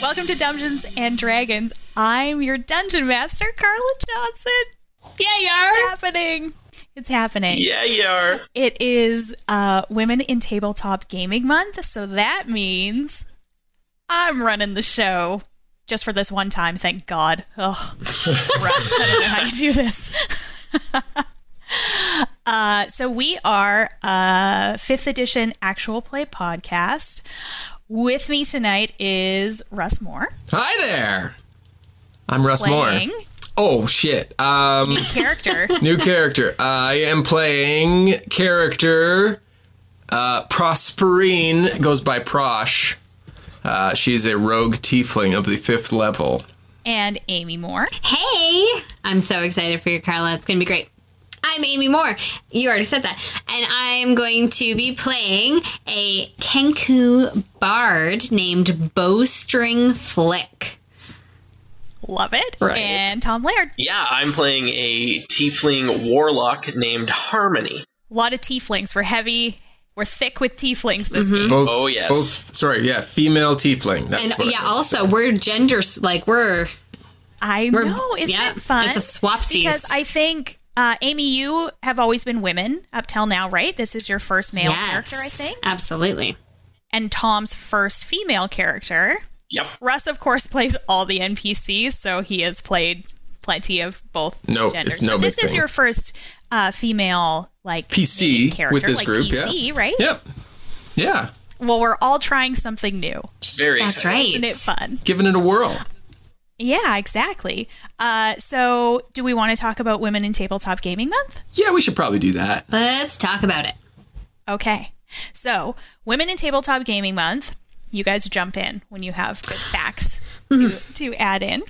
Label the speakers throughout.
Speaker 1: Welcome to Dungeons and Dragons. I'm your dungeon master, Carla Johnson.
Speaker 2: Yeah, you
Speaker 1: It's
Speaker 2: are.
Speaker 1: happening. It's happening.
Speaker 3: Yeah, you are.
Speaker 1: It is uh, Women in Tabletop Gaming Month, so that means I'm running the show just for this one time. Thank God. Ugh, Russ, I don't know how you do this. uh, so we are a fifth edition actual play podcast. With me tonight is Russ Moore
Speaker 3: Hi there. I'm Russ
Speaker 1: playing
Speaker 3: Moore. Oh shit. Um
Speaker 1: character.
Speaker 3: new character. I am playing character uh Prosperine goes by Prosh. Uh, she's a rogue tiefling of the fifth level.
Speaker 1: and Amy Moore.
Speaker 2: Hey. I'm so excited for you, Carla. It's going to be great. I'm Amy Moore. You already said that. And I'm going to be playing a Kenku bard named Bowstring Flick.
Speaker 1: Love it.
Speaker 2: Right.
Speaker 1: And Tom Laird.
Speaker 4: Yeah, I'm playing a tiefling warlock named Harmony.
Speaker 1: A lot of tieflings. We're heavy. We're thick with tieflings this
Speaker 2: Mm-hmm.
Speaker 1: game.
Speaker 3: Both,
Speaker 4: Oh, yes.
Speaker 3: Both, sorry, yeah, female tiefling. That's
Speaker 2: and
Speaker 3: what I
Speaker 2: yeah,
Speaker 3: meant to
Speaker 2: also,
Speaker 3: say.
Speaker 2: we're gender, like, we're.
Speaker 1: I
Speaker 2: We're-
Speaker 1: know. Isn't
Speaker 2: yeah,
Speaker 1: it fun?
Speaker 2: it's a swapsies.
Speaker 1: Because I think, uh, Amy, you have always been women up till now, right? This is your first male
Speaker 2: yes,
Speaker 1: character, I think.
Speaker 2: Absolutely.
Speaker 1: And Tom's first female character.
Speaker 4: Yep.
Speaker 1: Russ, of course, plays all the NPCs, so he has played plenty of both
Speaker 3: No,
Speaker 1: genders.
Speaker 3: it's no
Speaker 1: But this
Speaker 3: big
Speaker 1: is
Speaker 3: thing.
Speaker 1: your first uh, female like
Speaker 3: PC
Speaker 1: main character,
Speaker 3: with this
Speaker 1: like
Speaker 3: group,
Speaker 1: PC,
Speaker 3: yeah.
Speaker 1: right?
Speaker 3: Yep. Yeah.
Speaker 1: Well, we're all trying something new.
Speaker 4: Very
Speaker 2: That's
Speaker 4: excited.
Speaker 2: right.
Speaker 1: Isn't it fun?
Speaker 3: Giving it a whirl.
Speaker 1: Yeah, exactly. Uh, so, do we want to talk about Women in Tabletop Gaming Month?
Speaker 3: Yeah, we should probably do that.
Speaker 2: Let's talk about it.
Speaker 1: Okay. So, Women in Tabletop Gaming Month, you guys jump in when you have good facts to, to add in,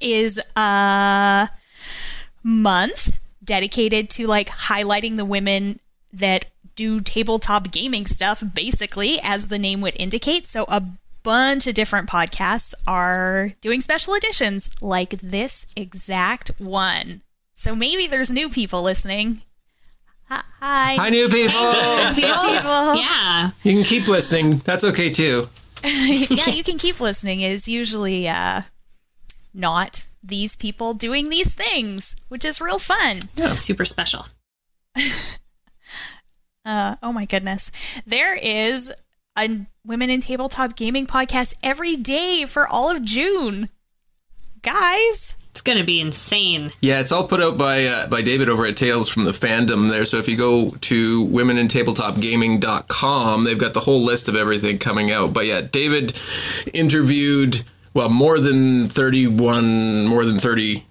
Speaker 1: is a month dedicated to like highlighting the women that do tabletop gaming stuff, basically, as the name would indicate. So, a bunch of different podcasts are doing special editions like this exact one. So, maybe there's new people listening. Hi.
Speaker 3: Hi, new people.
Speaker 1: People.
Speaker 2: Yeah.
Speaker 3: you can keep listening. That's okay too.
Speaker 1: yeah, you can keep listening. It is usually uh, not these people doing these things, which is real fun.
Speaker 2: Super special.
Speaker 1: Uh, oh my goodness. There is a Women in Tabletop Gaming podcast every day for all of June. Guys,
Speaker 2: It's going to be insane.
Speaker 3: Yeah, it's all put out by uh, by David over at Tales from the Fandom there. So if you go to womenintabletopgaming.com, they've got the whole list of everything coming out. But yeah, David interviewed well more than 31 more than 30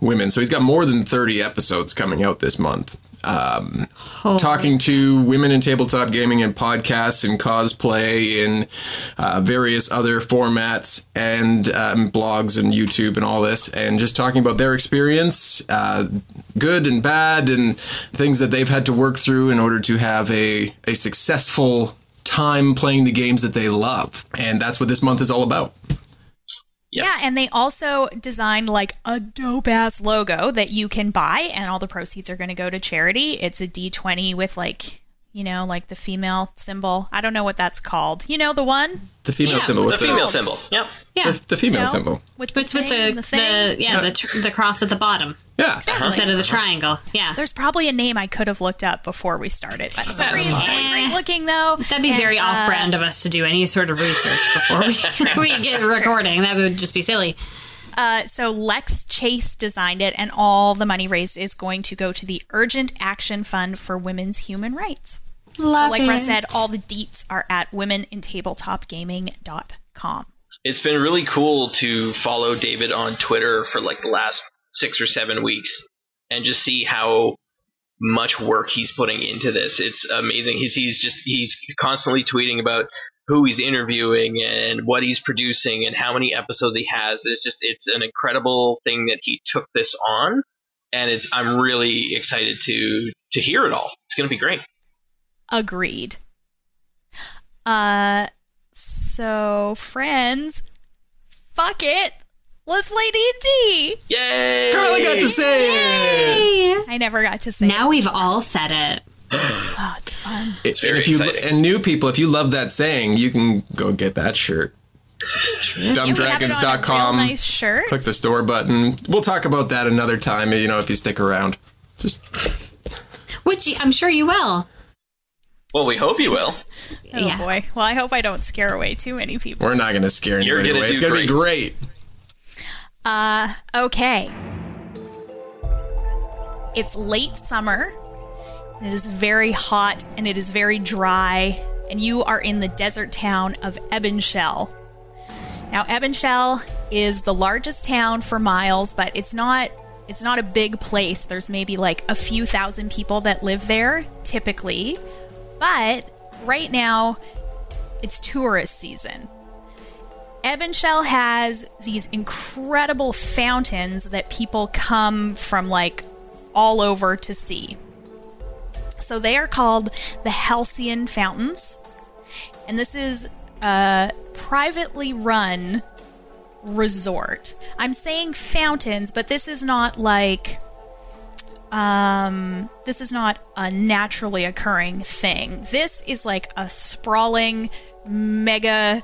Speaker 3: women. So he's got more than 30 episodes coming out this month. Um, talking to women in tabletop gaming and podcasts and cosplay and uh, various other formats and um, blogs and YouTube and all this, and just talking about their experience, uh, good and bad, and things that they've had to work through in order to have a, a successful time playing the games that they love. And that's what this month is all about.
Speaker 4: Yep.
Speaker 1: Yeah, and they also designed like a dope ass logo that you can buy, and all the proceeds are going to go to charity. It's a D20 with like, you know, like the female symbol. I don't know what that's called. You know, the one?
Speaker 3: The female
Speaker 2: Yeah,
Speaker 3: symbol.
Speaker 4: The
Speaker 3: with
Speaker 4: female symbol. Yep.
Speaker 2: Yeah.
Speaker 3: The, the female
Speaker 1: No?
Speaker 3: symbol.
Speaker 1: With the,
Speaker 2: It's with
Speaker 1: thing
Speaker 2: the,
Speaker 1: and
Speaker 2: the,
Speaker 1: thing.
Speaker 2: yeah, the, tr- the cross at the bottom
Speaker 3: Yeah.
Speaker 5: Uh-huh.
Speaker 1: Exactly.
Speaker 2: instead of the triangle. Yeah.
Speaker 1: There's probably a name I could have looked up before we started. But it's really great looking though.
Speaker 2: That'd be
Speaker 1: And,
Speaker 2: very
Speaker 1: uh,
Speaker 2: off-brand of us to do any sort of research before we, we get recording. That would just be silly.
Speaker 1: Uh, so Lex Chase designed it, and all the money raised is going to go to the Urgent Action Fund for Women's Human Rights.
Speaker 5: Love
Speaker 1: like
Speaker 5: it.
Speaker 1: Russ said, all the deets are at womenintabletopgaming.com.
Speaker 4: It's been really cool to follow David on Twitter for like the last six or seven weeks and just see how much work he's putting into this. It's amazing. He's he's just he's constantly tweeting about who he's interviewing and what he's producing and how many episodes he has. It's just it's an incredible thing that he took this on and it's I'm really excited to to hear it all. It's going to be great.
Speaker 1: Agreed. Uh, so friends, fuck it. Let's play D and
Speaker 4: Yay!
Speaker 3: Carly got to say it.
Speaker 5: Yay.
Speaker 1: I never got to say.
Speaker 5: Now we've all said it.
Speaker 1: Oh, it's fun.
Speaker 4: It's
Speaker 3: And
Speaker 4: very
Speaker 3: if you
Speaker 4: exciting.
Speaker 3: and new people, if you love that saying, you can go get that shirt.
Speaker 1: And we have it on a
Speaker 3: Dumbdragons.com.
Speaker 1: real Nice shirt.
Speaker 3: Click the store button. We'll talk about that another time. You know, if you stick around. Just
Speaker 5: Which you- I'm sure you will.
Speaker 4: well, we hope you will.
Speaker 1: Oh
Speaker 5: yeah.
Speaker 1: boy. Well, I hope I don't scare away too many people.
Speaker 3: we're not going to scare
Speaker 4: You're
Speaker 3: anybody
Speaker 4: gonna
Speaker 3: away.
Speaker 4: do
Speaker 3: It's going to be great.
Speaker 1: Uh, okay. It's late summer. and It is very hot and it is very dry, and you are in the desert town of Ebenshell. Now, Ebenshell is the largest town for miles, but it's not it's not a big place. There's maybe like a few thousand people that live there typically. But right now it's tourist season. Evanshell has these incredible fountains that people come from like all over to see. So they are called the Halcyon Fountains. And this is a privately run resort. I'm saying fountains, but this is not like um this is not a naturally occurring thing. This is like a sprawling mega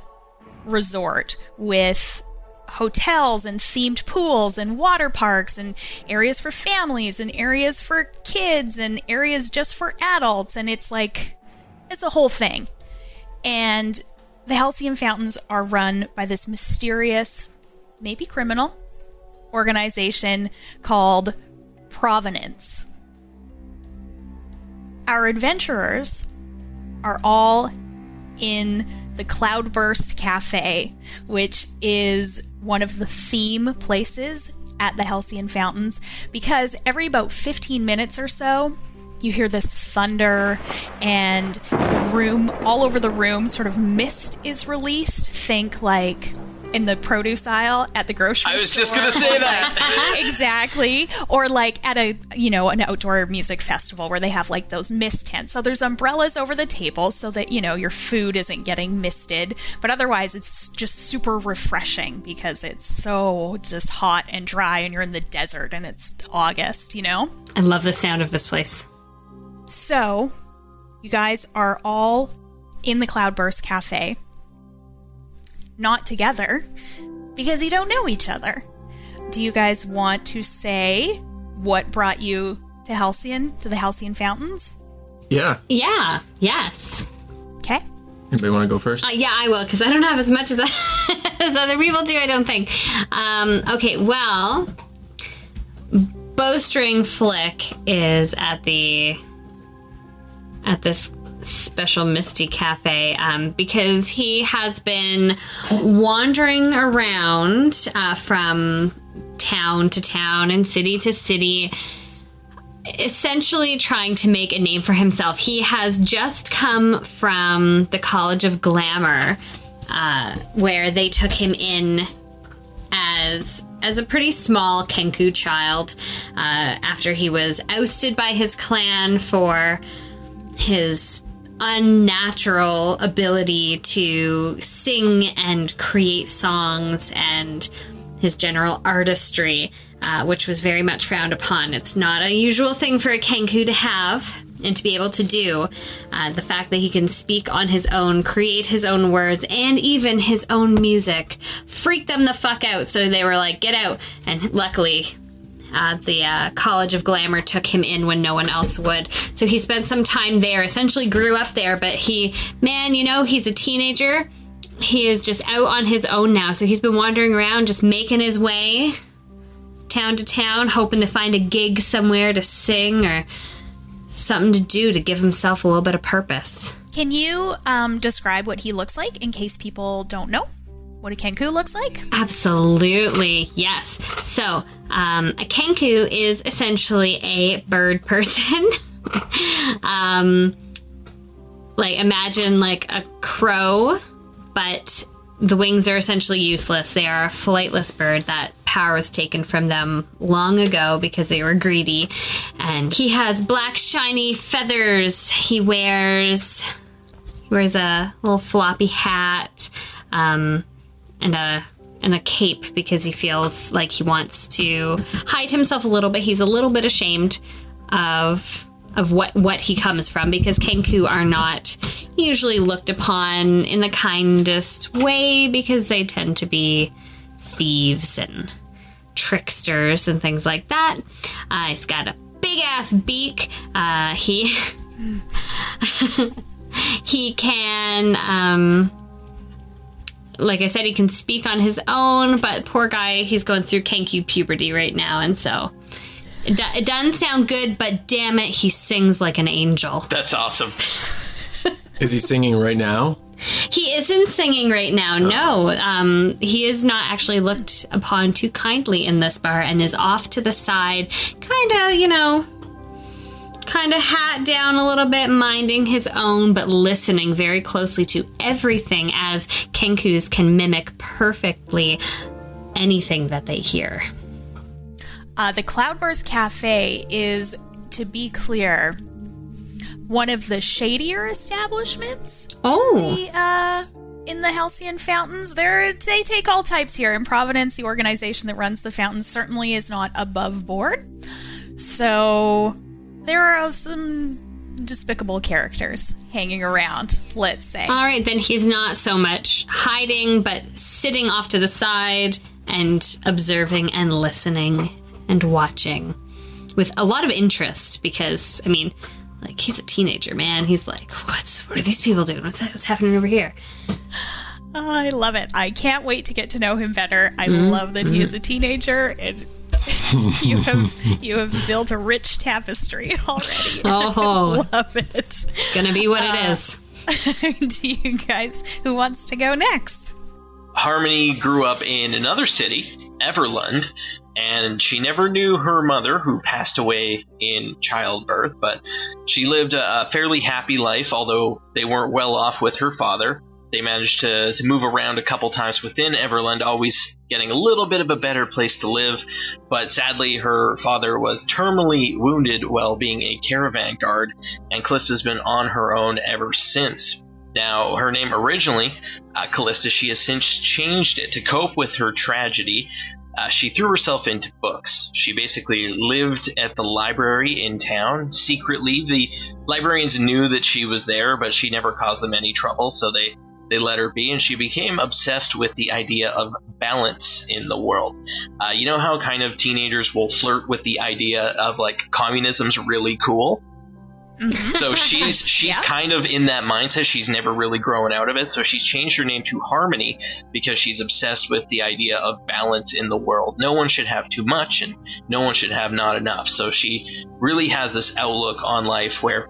Speaker 1: resort with hotels and themed pools and water parks and areas for families and areas for kids and areas just for adults and it's like it's a whole thing and the halcyon fountains are run by this mysterious maybe criminal organization called provenance our adventurers are all in the Cloudburst Cafe, which is one of the theme places at the Halcyon Fountains, because every about 15 minutes or so, you hear this thunder and the room, all over the room, sort of mist is released. Think like in the produce aisle at the grocery
Speaker 4: I was
Speaker 1: store.
Speaker 4: just going to say that.
Speaker 1: exactly or like at a you know an outdoor music festival where they have like those mist tents so there's umbrellas over the table so that you know your food isn't getting misted but otherwise it's just super refreshing because it's so just hot and dry and you're in the desert and it's august you know
Speaker 5: I love the sound of this place.
Speaker 1: so, you guys are all in the Cloudburst Cafe, not together, because you don't know each other. Do you guys want to say what brought you to Halcyon, to the Halcyon Fountains?
Speaker 3: Yeah.
Speaker 5: Yeah. Yes.
Speaker 1: Okay.
Speaker 3: Anybody want to go first?
Speaker 5: Uh, yeah, I will because I don't have as much as, as other people do. I don't think. Um, okay. Well, bowstring flick is at the at this special Misty Cafe um, because he has been wandering around uh, from town to town and city to city essentially trying to make a name for himself. He has just come from the College of Glamour, uh, where they took him in as as a pretty small Kenku child uh, after he was ousted by his clan for his unnatural ability to sing and create songs and his general artistry, uh, which was very much frowned upon. It's not a usual thing for a Kenku to have and to be able to do. Uh, the fact that he can speak on his own, create his own words, and even his own music freaked them the fuck out. So they were like, get out. And luckily, uh, the uh, College of Glamour took him in when no one else would. So he spent some time there, essentially grew up there, but he, man, you know, he's a teenager. He is just out on his own now. So he's been wandering around, just making his way town to town, hoping to find a gig somewhere to sing or something to do to give himself a little bit of purpose.
Speaker 1: Can you um, describe what he looks like in case people don't know what a kenku looks like?
Speaker 5: Absolutely, yes. So, um, a kenku is essentially a bird person. um, like imagine like a crow, but the wings are essentially useless. They are a flightless bird. That power was taken from them long ago because they were greedy. And he has black shiny feathers. He wears he wears a little floppy hat. Um, and a and a cape because he feels like he wants to hide himself a little bit. He's a little bit ashamed of of what what he comes from because Kenku are not usually looked upon in the kindest way because they tend to be thieves and tricksters and things like that. Uh, he's got a big ass beak. Uh, he he can. Um, like I said, he can speak on his own, but poor guy, he's going through kanky puberty right now, and so it, do- it doesn't sound good. But damn it, he sings like an angel.
Speaker 4: That's awesome.
Speaker 3: Is he singing right now?
Speaker 5: He isn't singing right now. No, um, he is not actually looked upon too kindly in this bar, and is off to the side, kind of, you know. Kind of hat down a little bit, minding his own, but listening very closely to everything as Kenkus can mimic perfectly anything that they hear.
Speaker 1: Uh, the Cloudburst Cafe is, to be clear, one of the shadier establishments
Speaker 5: Oh,
Speaker 1: the, uh, in the Halcyon Fountains. They're, they take all types here. In Providence, the organization that runs the fountains certainly is not above board. So there are some despicable characters hanging around, let's say.
Speaker 5: All right, then he's not so much hiding, but sitting off to the side and observing and listening and watching with a lot of interest because, I mean, like he's a teenager, man. He's like, what's what are these people doing? What's what's happening over here?
Speaker 1: I love it. I can't wait to get to know him better. I love that he is a teenager and you have you have built a rich tapestry already.
Speaker 5: Oh,
Speaker 1: love it.
Speaker 5: it's gonna be what it is.
Speaker 1: Do you guys who wants to go next?
Speaker 4: Harmony grew up in another city, Everland, and she never knew her mother, who passed away in childbirth, but she lived a, a fairly happy life, although they weren't well off with her father. They managed to, to move around a couple times within Everland, always getting a little bit of a better place to live, but sadly, her father was terminally wounded while being a caravan guard, and Callista's been on her own ever since. Now, her name originally, uh, Callista, she has since changed it to cope with her tragedy. Uh, she threw herself into books. She basically lived at the library in town secretly. The librarians knew that she was there, but she never caused them any trouble, so they, they let her be, and she became obsessed with the idea of balance in the world. Uh, you know how kind of teenagers will flirt with the idea of like communism's really cool?
Speaker 1: Mm-hmm.
Speaker 4: so she's she's
Speaker 1: Yeah.
Speaker 4: kind of in that mindset. She's never really grown out of it. So she's changed her name to Harmony because she's obsessed with the idea of balance in the world. No one should have too much and no one should have not enough. So she really has this outlook on life where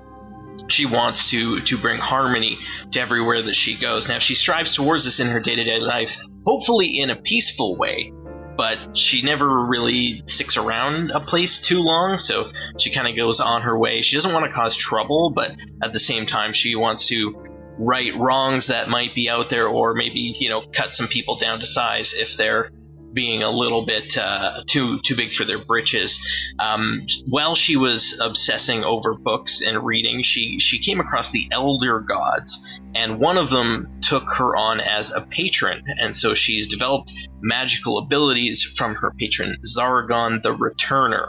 Speaker 4: she wants to to bring harmony to everywhere that she goes. Now she strives towards this in her day-to-day life, hopefully in a peaceful way, but she never really sticks around a place too long, so she kind of goes on her way. She doesn't want to cause trouble, but at the same time she wants to right wrongs that might be out there or maybe, you know, cut some people down to size if they're being a little bit uh, too too big for their britches. Um, while she was obsessing over books and reading, she she came across the elder gods, and one of them took her on as a patron, and so she's developed magical abilities from her patron Zaragon the Returner.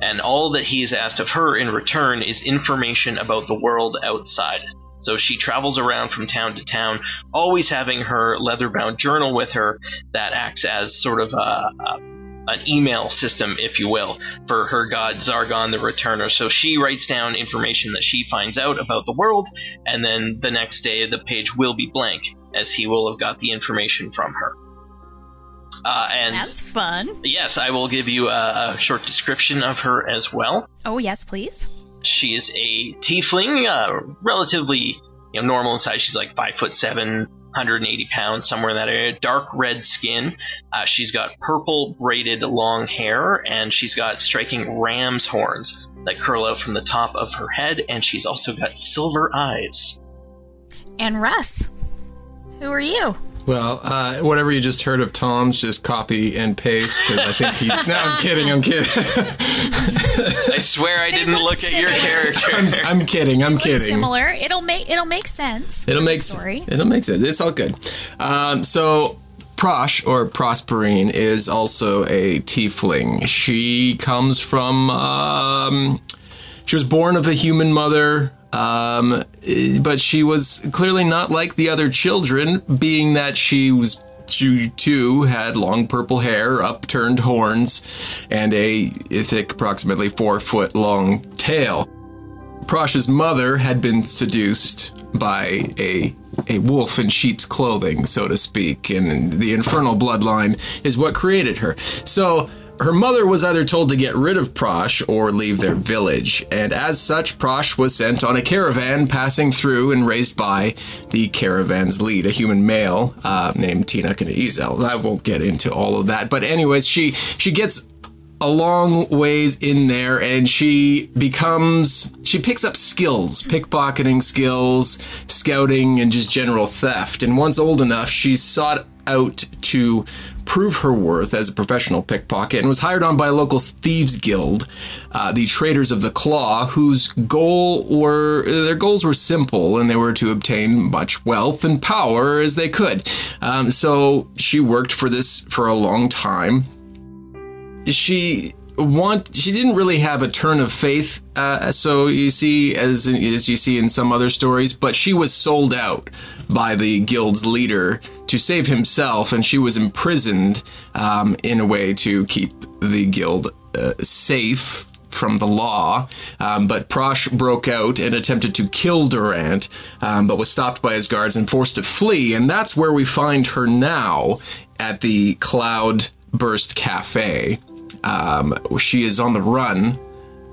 Speaker 4: And all that he has asked of her in return is information about the world outside. So she travels around from town to town, always having her leather bound journal with her that acts as sort of a, a- an email system, if you will, for her god Zargon the Returner. So she writes down information that she finds out about the world, and then the next day the page will be blank, as he will have got the information from her. Uh, and
Speaker 1: That's fun.
Speaker 4: yes, I will give you a, a short description of her as well.
Speaker 1: Oh yes, please.
Speaker 4: She is a tiefling, uh, relatively you know, normal in size. She's like five foot seven, 180 pounds, somewhere in that area. Dark red skin. Uh, she's got purple braided long hair, and she's got striking ram's horns that curl out from the top of her head, and she's also got silver eyes.
Speaker 1: And Russ, who are you?
Speaker 3: Well, uh, whatever you just heard of Tom's, just copy and paste because I think he. no, I'm kidding. I'm kidding.
Speaker 4: I swear I didn't
Speaker 1: look
Speaker 4: look at your
Speaker 1: similar.
Speaker 4: character.
Speaker 3: I'm kidding. I'm
Speaker 1: Looks
Speaker 3: kidding.
Speaker 1: Similar. It'll make it'll make sense.
Speaker 3: It'll
Speaker 1: for the
Speaker 3: make
Speaker 1: story.
Speaker 3: It'll make sense. It's all good. Um, so Prosh or Prosperine is also a tiefling. She comes from. Um, she was born of a human mother. Um, eh, but she was clearly not like the other children, being that she was she too had long purple hair, upturned horns, and a thick, approximately four foot long tail. Prosh's mother had been seduced by a a wolf in sheep's clothing, so to speak, and the infernal bloodline is what created her. So her mother was either told to get rid of Prosh or leave their village, and as such, Prosh was sent on a caravan passing through and raised by the caravan's lead, a human male uh, named Tina Kanizel. I won't get into all of that, but anyways, she she gets a long ways in there and she becomes she picks up skills pickpocketing skills scouting and just general theft and once old enough she's sought out to prove her worth as a professional pickpocket and was hired on by a local thieves guild uh, the traders of the claw whose goal were their goals were simple and they were to obtain much wealth and power as they could um, so she worked for this for a long time she want she didn't really have a turn of faith uh, so you see as as you see in some other stories but she was sold out by the guild's leader to save himself and she was imprisoned um, in a way to keep the guild uh, safe from the law, um, but Prosh broke out and attempted to kill Durant, um, but was stopped by his guards and forced to flee. And that's where we find her now at the Cloud Burst Cafe. Um, she is on the run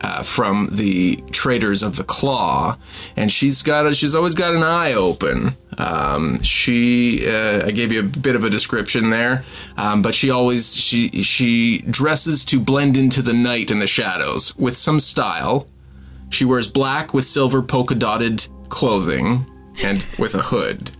Speaker 3: uh, from the traders of the claw, and she's got a, she's always got an eye open. Um, she uh, I gave you a bit of a description there, um, but she always she she dresses to blend into the night and the shadows with some style. She wears black with silver polka dotted clothing and with a hood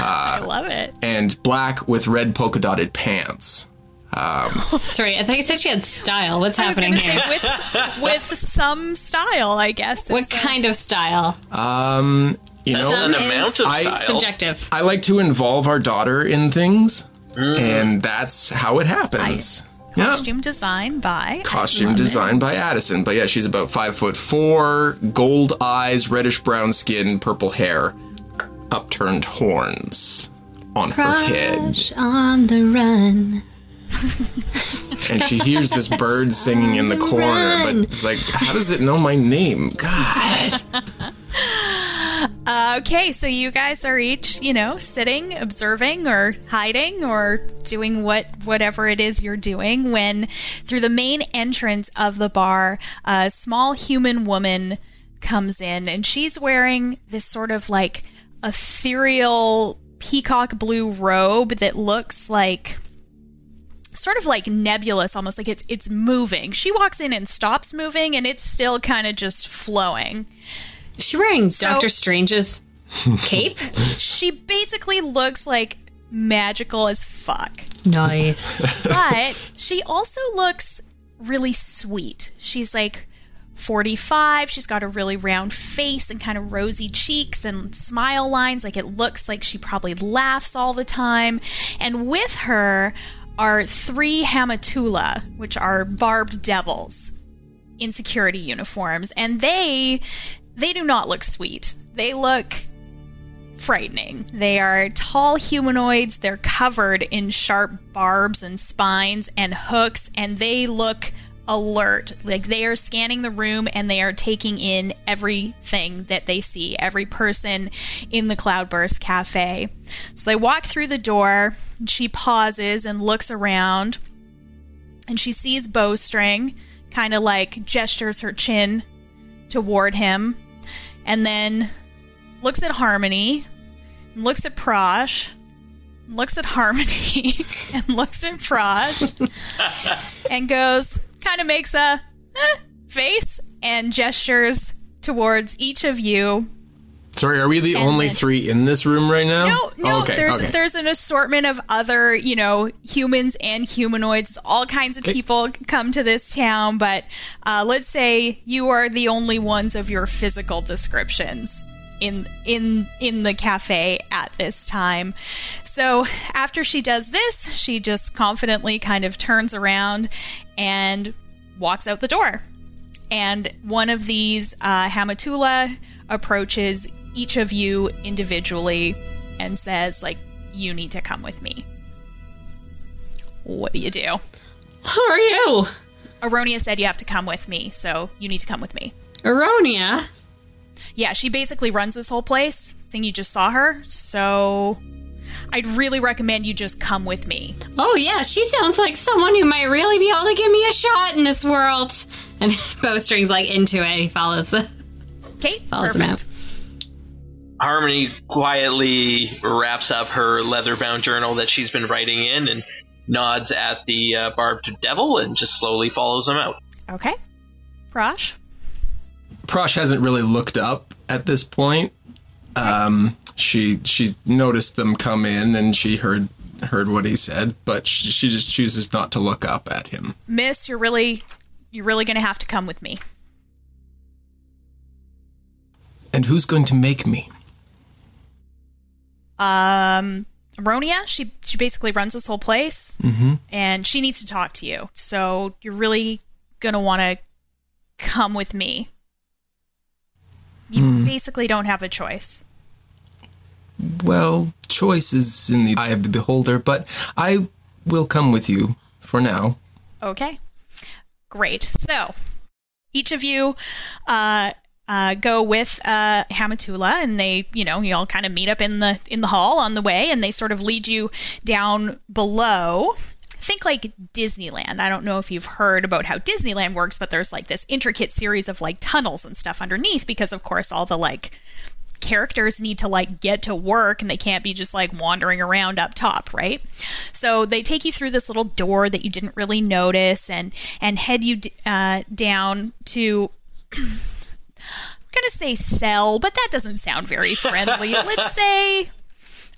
Speaker 1: I love it.
Speaker 3: and black with red polka dotted pants.
Speaker 2: Sorry, I thought you said she had style. What's
Speaker 1: I was
Speaker 2: happening
Speaker 1: gonna
Speaker 2: here?
Speaker 1: say with with some style, I guess.
Speaker 2: What kind of style?
Speaker 3: Um, you know,
Speaker 4: An
Speaker 2: Some
Speaker 4: amount
Speaker 2: is
Speaker 4: of
Speaker 3: I-
Speaker 4: style.
Speaker 2: Subjective.
Speaker 3: I like to involve our daughter in things, and that's how it happens. Yeah.
Speaker 1: costume design by
Speaker 2: Oh.
Speaker 3: Costume designed by Addison, but yeah, she's about five foot four, gold eyes, reddish brown skin, purple hair, upturned horns on her head,
Speaker 2: Crush on the run.
Speaker 3: and she hears this bird singing in the corner. But
Speaker 2: Run.
Speaker 3: it's like, how does it know my name? God,
Speaker 1: Okay, so you guys are each, you know, sitting, observing, or hiding, or doing what whatever it is you're doing. When through the main entrance of the bar, a small human woman comes in, and she's wearing this sort of like ethereal peacock blue robe that looks like sort of like nebulous almost like it's it's moving. She walks in and stops moving and it's still kind of just flowing.
Speaker 2: Is she wearing Doctor Strange's cape?
Speaker 1: she basically looks like magical as fuck.
Speaker 2: nice.
Speaker 1: But she also looks really sweet. She's like 45. She's got a really round face and kind of rosy cheeks and smile lines. Like it looks like she probably laughs all the time. And with her are three Hamatula, which are barbed devils in security uniforms. And they they do not look sweet. They look frightening. They are tall humanoids. They're covered in sharp barbs and spines and hooks, and they look alert. Like they are scanning the room and they are taking in everything that they see, every person in the Cloudburst Cafe. So they walk through the door. and She pauses and looks around, and she sees Bowstring, kind of like gestures her chin toward him, and then looks at Harmony, looks at Prosh, looks at Harmony, and looks at Prosh, and goes, kind of makes a eh, face and gestures towards each of you.
Speaker 3: Sorry, are we the
Speaker 1: And
Speaker 3: only
Speaker 1: then-
Speaker 3: three in this room right now? Oh,
Speaker 1: No, no,
Speaker 3: Okay,
Speaker 1: there's
Speaker 3: okay.
Speaker 1: there's an assortment of other, you know, humans and humanoids. All kinds of people come to this town, but uh, let's say you are the only ones of your physical descriptions in in in the cafe at this time. So after she does this, she just confidently kind of turns around and walks out the door and one of these uh, Hamatula approaches each of you individually and says, like, you need to come with me. What do you do?
Speaker 5: Who are you?
Speaker 1: Aronia said you have to come with me, so you need to come with me.
Speaker 5: Aronia.
Speaker 1: Yeah, she basically runs this whole place. Thing you just saw her, so I'd really recommend you just come with me.
Speaker 5: Oh yeah, she sounds like someone who might really be able to give me a shot in this world. And Bowstring's like into it. He follows the
Speaker 1: Okay,
Speaker 5: follows him out.
Speaker 1: perfect.
Speaker 4: Harmony quietly wraps up her leather-bound journal that she's been writing in and nods at the uh, barbed devil and just slowly follows him out.
Speaker 1: Okay, Prosh.
Speaker 3: Prosh hasn't really looked up at this point. Um, she she's noticed them come in and she heard heard what he said, but she, she just chooses not to look up at him.
Speaker 1: Miss, you're really, you're really gonna have to come with me.
Speaker 3: And who's going to make me?
Speaker 1: um Ronia, she she basically runs this whole place and she needs to talk to you. So you're really gonna wanna come with me. You basically don't have a choice.
Speaker 3: Well, choice is in the eye of the beholder, but I will come with you for now.
Speaker 1: Okay. Great. So each of you uh, uh, go with uh, Hamatula, and they, you know, you all kind of meet up in the in the hall on the way, and they sort of lead you down below. Think like Disneyland. I don't know if you've heard about how Disneyland works, but there's like this intricate series of like tunnels and stuff underneath because, of course, all the like characters need to like get to work and they can't be just like wandering around up top, right? So they take you through this little door that you didn't really notice and and head you d- uh, down to. I'm gonna say cell, but that doesn't sound very friendly. let's say,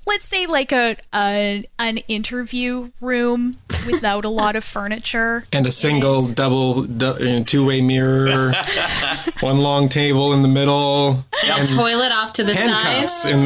Speaker 1: let's say like a, a an interview room without a lot of furniture.
Speaker 3: And a single, double, du- two way mirror, one long table in the middle,
Speaker 5: Toilet off to the side.
Speaker 3: handcuffs in,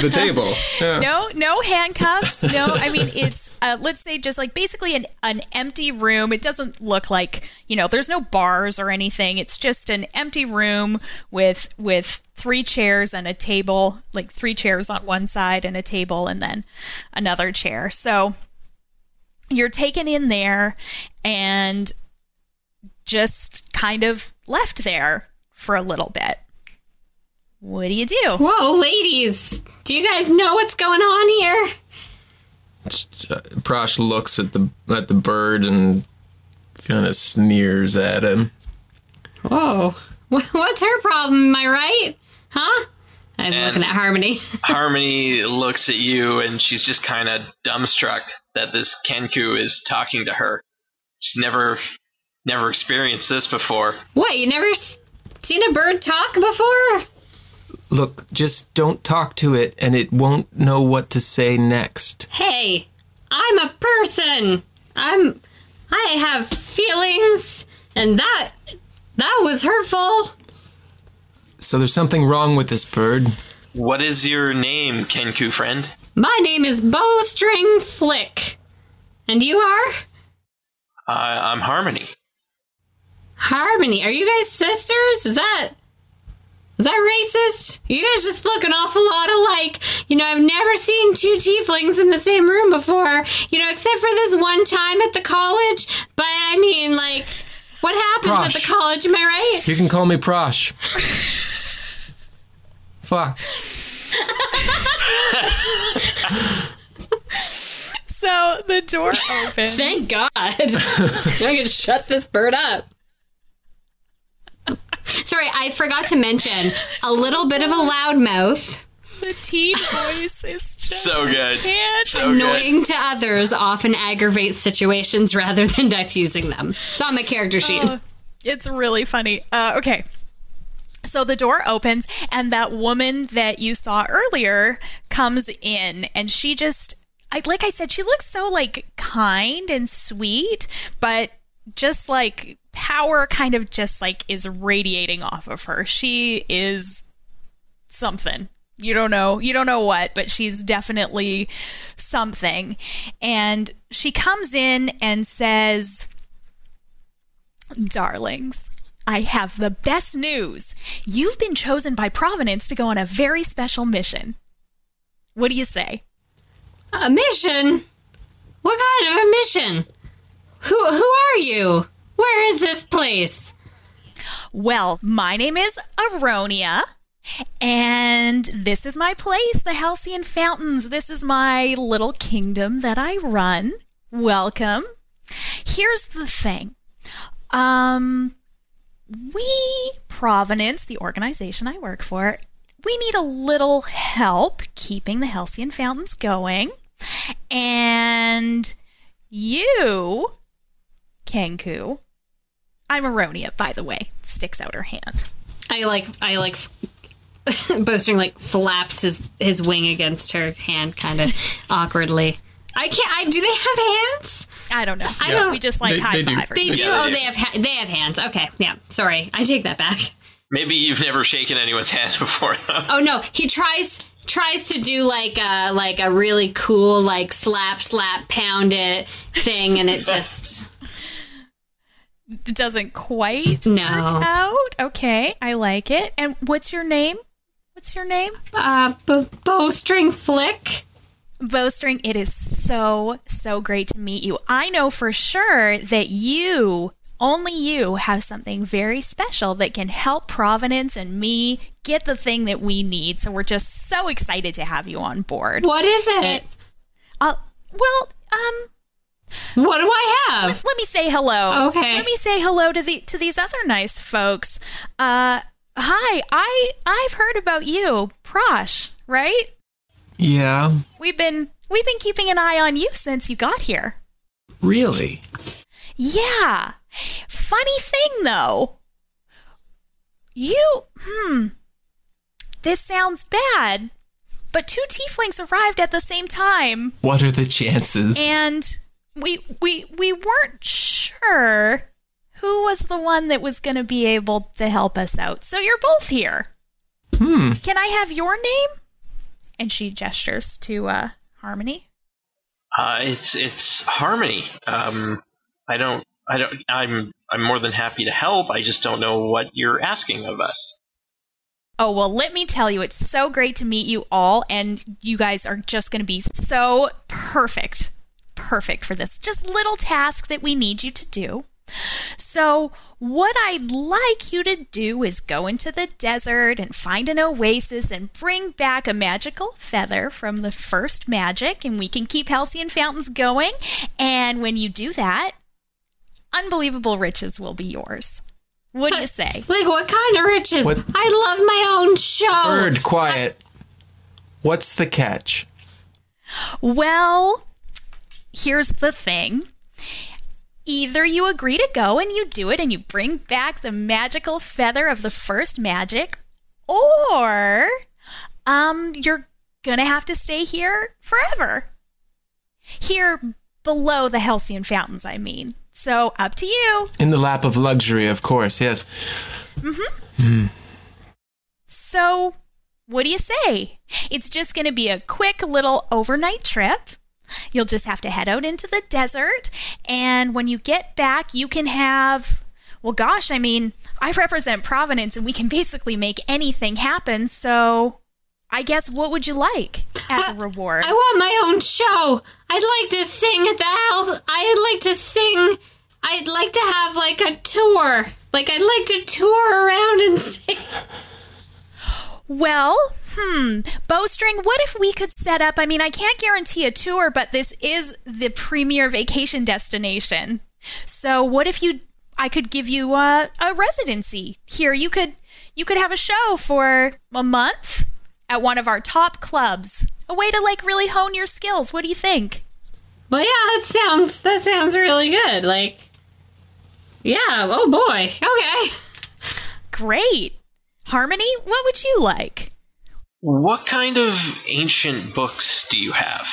Speaker 3: to the table. Yeah.
Speaker 1: No, no handcuffs. No, I mean it's uh, let's say just like basically an an empty room. It doesn't look like you know there's no bars or anything. It's just an empty room with with three chairs and a table, like three chairs on one side and a table, and then another chair. So you're taken in there and just kind of left there for a little bit. What do you do?
Speaker 5: Whoa, ladies! Do you guys know what's going on here?
Speaker 3: Prosh looks at the at the bird and kind of sneers at him.
Speaker 5: Whoa. Wh- What's her problem? Am I right? Huh? I'm looking at Harmony.
Speaker 4: Harmony looks at you and she's just kind of dumbstruck that this Kenku is talking to her. She's never never experienced this before.
Speaker 5: what? You never s- seen a bird talk before?
Speaker 3: Look, just don't talk to it, and it won't know what to say next.
Speaker 5: Hey, I'm a person. I'm. I have feelings, and that that was hurtful.
Speaker 3: So there's something wrong with this bird.
Speaker 4: What is your name, Kenku friend?
Speaker 5: My name is Bowstring Flick, and you are
Speaker 4: Uh, I'm Harmony.
Speaker 5: Harmony. Are you guys sisters? Is that is that racist? You guys just look an awful lot alike. You know, I've never seen two tieflings in the same room before. You know, except for this one time at the college. But I mean, like, what happens at
Speaker 3: Gosh.
Speaker 5: the college? Am I right?
Speaker 3: You can call me Prosh. Fuck.
Speaker 1: So the door opens.
Speaker 5: Thank God. I can shut this bird up. So Sorry, I forgot to mention a little bit of a loudmouth,
Speaker 1: The teen voice is just
Speaker 4: So good.
Speaker 1: Can't.
Speaker 4: So good.
Speaker 5: annoying to others, often aggravates situations rather than diffusing them. It's on my character sheet.
Speaker 1: It's really funny. Uh, okay. So the door opens, and that woman that you saw earlier comes in, and she just, I like I said, she looks so like kind and sweet, but just like power kind of just like is radiating off of her. She is something. You don't know, you don't know what, but she's definitely something. And she comes in and says, Darlings, I have the best news. You've been chosen by Providence to go on a very special mission. What do you say?
Speaker 5: A mission? What kind of a mission? Who who are you? Where is this place?
Speaker 1: Well, my name is Aronia, and this is my place, the Halcyon Fountains. This is my little kingdom that I run. Welcome. Here's the thing. Um, we, Provenance, the organization I work for, we need a little help keeping the Halcyon Fountains going. And you, Kenku, I'm Aronia, by the way, sticks out her hand.
Speaker 5: I like I like Bowstring like flaps his his wing against her hand kind of awkwardly. I can't. I do they have hands?
Speaker 1: I don't know. I
Speaker 5: don't-
Speaker 1: We just like
Speaker 3: They-
Speaker 1: high
Speaker 3: they do.
Speaker 1: five. or
Speaker 5: They
Speaker 1: something.
Speaker 5: do.
Speaker 4: Yeah,
Speaker 5: oh,
Speaker 4: they do.
Speaker 5: they have ha- they have hands. Okay, yeah. Sorry, I take that back.
Speaker 4: Maybe you've never shaken anyone's hand before, though.
Speaker 5: Oh no, he tries tries to do like a like a really cool like slap slap pound it thing, and it just
Speaker 1: It doesn't quite
Speaker 5: no.
Speaker 1: out. Okay, I like it. And what's your name? What's your name?
Speaker 5: Uh, b- bowstring flick.
Speaker 1: Bowstring, it is so, so great to meet you. I know for sure that you, only you, have something very special that can help Providence and me get the thing that we need. So we're just so excited to have you on board.
Speaker 5: What is it?
Speaker 1: Uh, well, um,
Speaker 5: What do I have?
Speaker 1: let me say hello.
Speaker 5: Okay.
Speaker 1: Let me say hello to the to these other nice folks. Uh, hi, I I've heard about you, Prosh. Right?
Speaker 3: Yeah,
Speaker 1: We've been we've been keeping an eye on you since you got here.
Speaker 3: really.
Speaker 1: Yeah. Funny thing though. You hmm. This sounds bad, but two tieflings arrived at the same time,
Speaker 3: What are the chances?
Speaker 1: and we we we weren't sure who was the one that was going to be able to help us out. So you're both here.
Speaker 3: Hmm.
Speaker 1: Can I have your name? And she gestures to uh, Harmony.
Speaker 4: Uh, it's it's harmony. Um, I don't. I don't. I'm. I'm more than happy to help. I just don't know what you're asking of us.
Speaker 1: Oh, well, let me tell you, it's so great to meet you all, and you guys are just going to be so perfect, perfect for this just little task that we need you to do. So, what I'd like you to do is go into the desert and find an oasis and bring back a magical feather from the first magic, and we can keep Halcyon Fountains going. And when you do that, unbelievable riches will be yours. What do you say?
Speaker 5: Like what kind of riches?
Speaker 3: What-
Speaker 5: I love my own show.
Speaker 3: Bird, quiet. What's the catch?
Speaker 1: Well, here's the thing. Either you agree to go and you do it and you bring back the magical feather of the first magic, or um you're going to have to stay here forever. Here below the Halcyon fountains, I mean. So up to you.
Speaker 3: In the lap of luxury, of course. Yes.
Speaker 1: So, what do you say? It's just going to be a quick little overnight trip. You'll just have to head out into the desert. And when you get back, you can have, well, gosh, I mean, I represent Providence and we can basically make anything happen. So, I guess what would you like as a reward?
Speaker 5: I want my own show. I'd like to sing at the house. I'd like to sing. I'd like to have like a tour. Like I'd like to tour around and sing.
Speaker 1: Well, hmm, Bowstring, what if we could set up? I mean, I can't guarantee a tour, but this is the premier vacation destination. So, what if you I could give you a, a residency here. You could you could have a show for a month at one of our top clubs. A way to like really hone your skills. What do you think?
Speaker 2: Well, yeah, that sounds that sounds really good. Like, yeah. Oh boy. Okay.
Speaker 1: Great. Harmony, what would you like?
Speaker 4: What kind of ancient books do you have?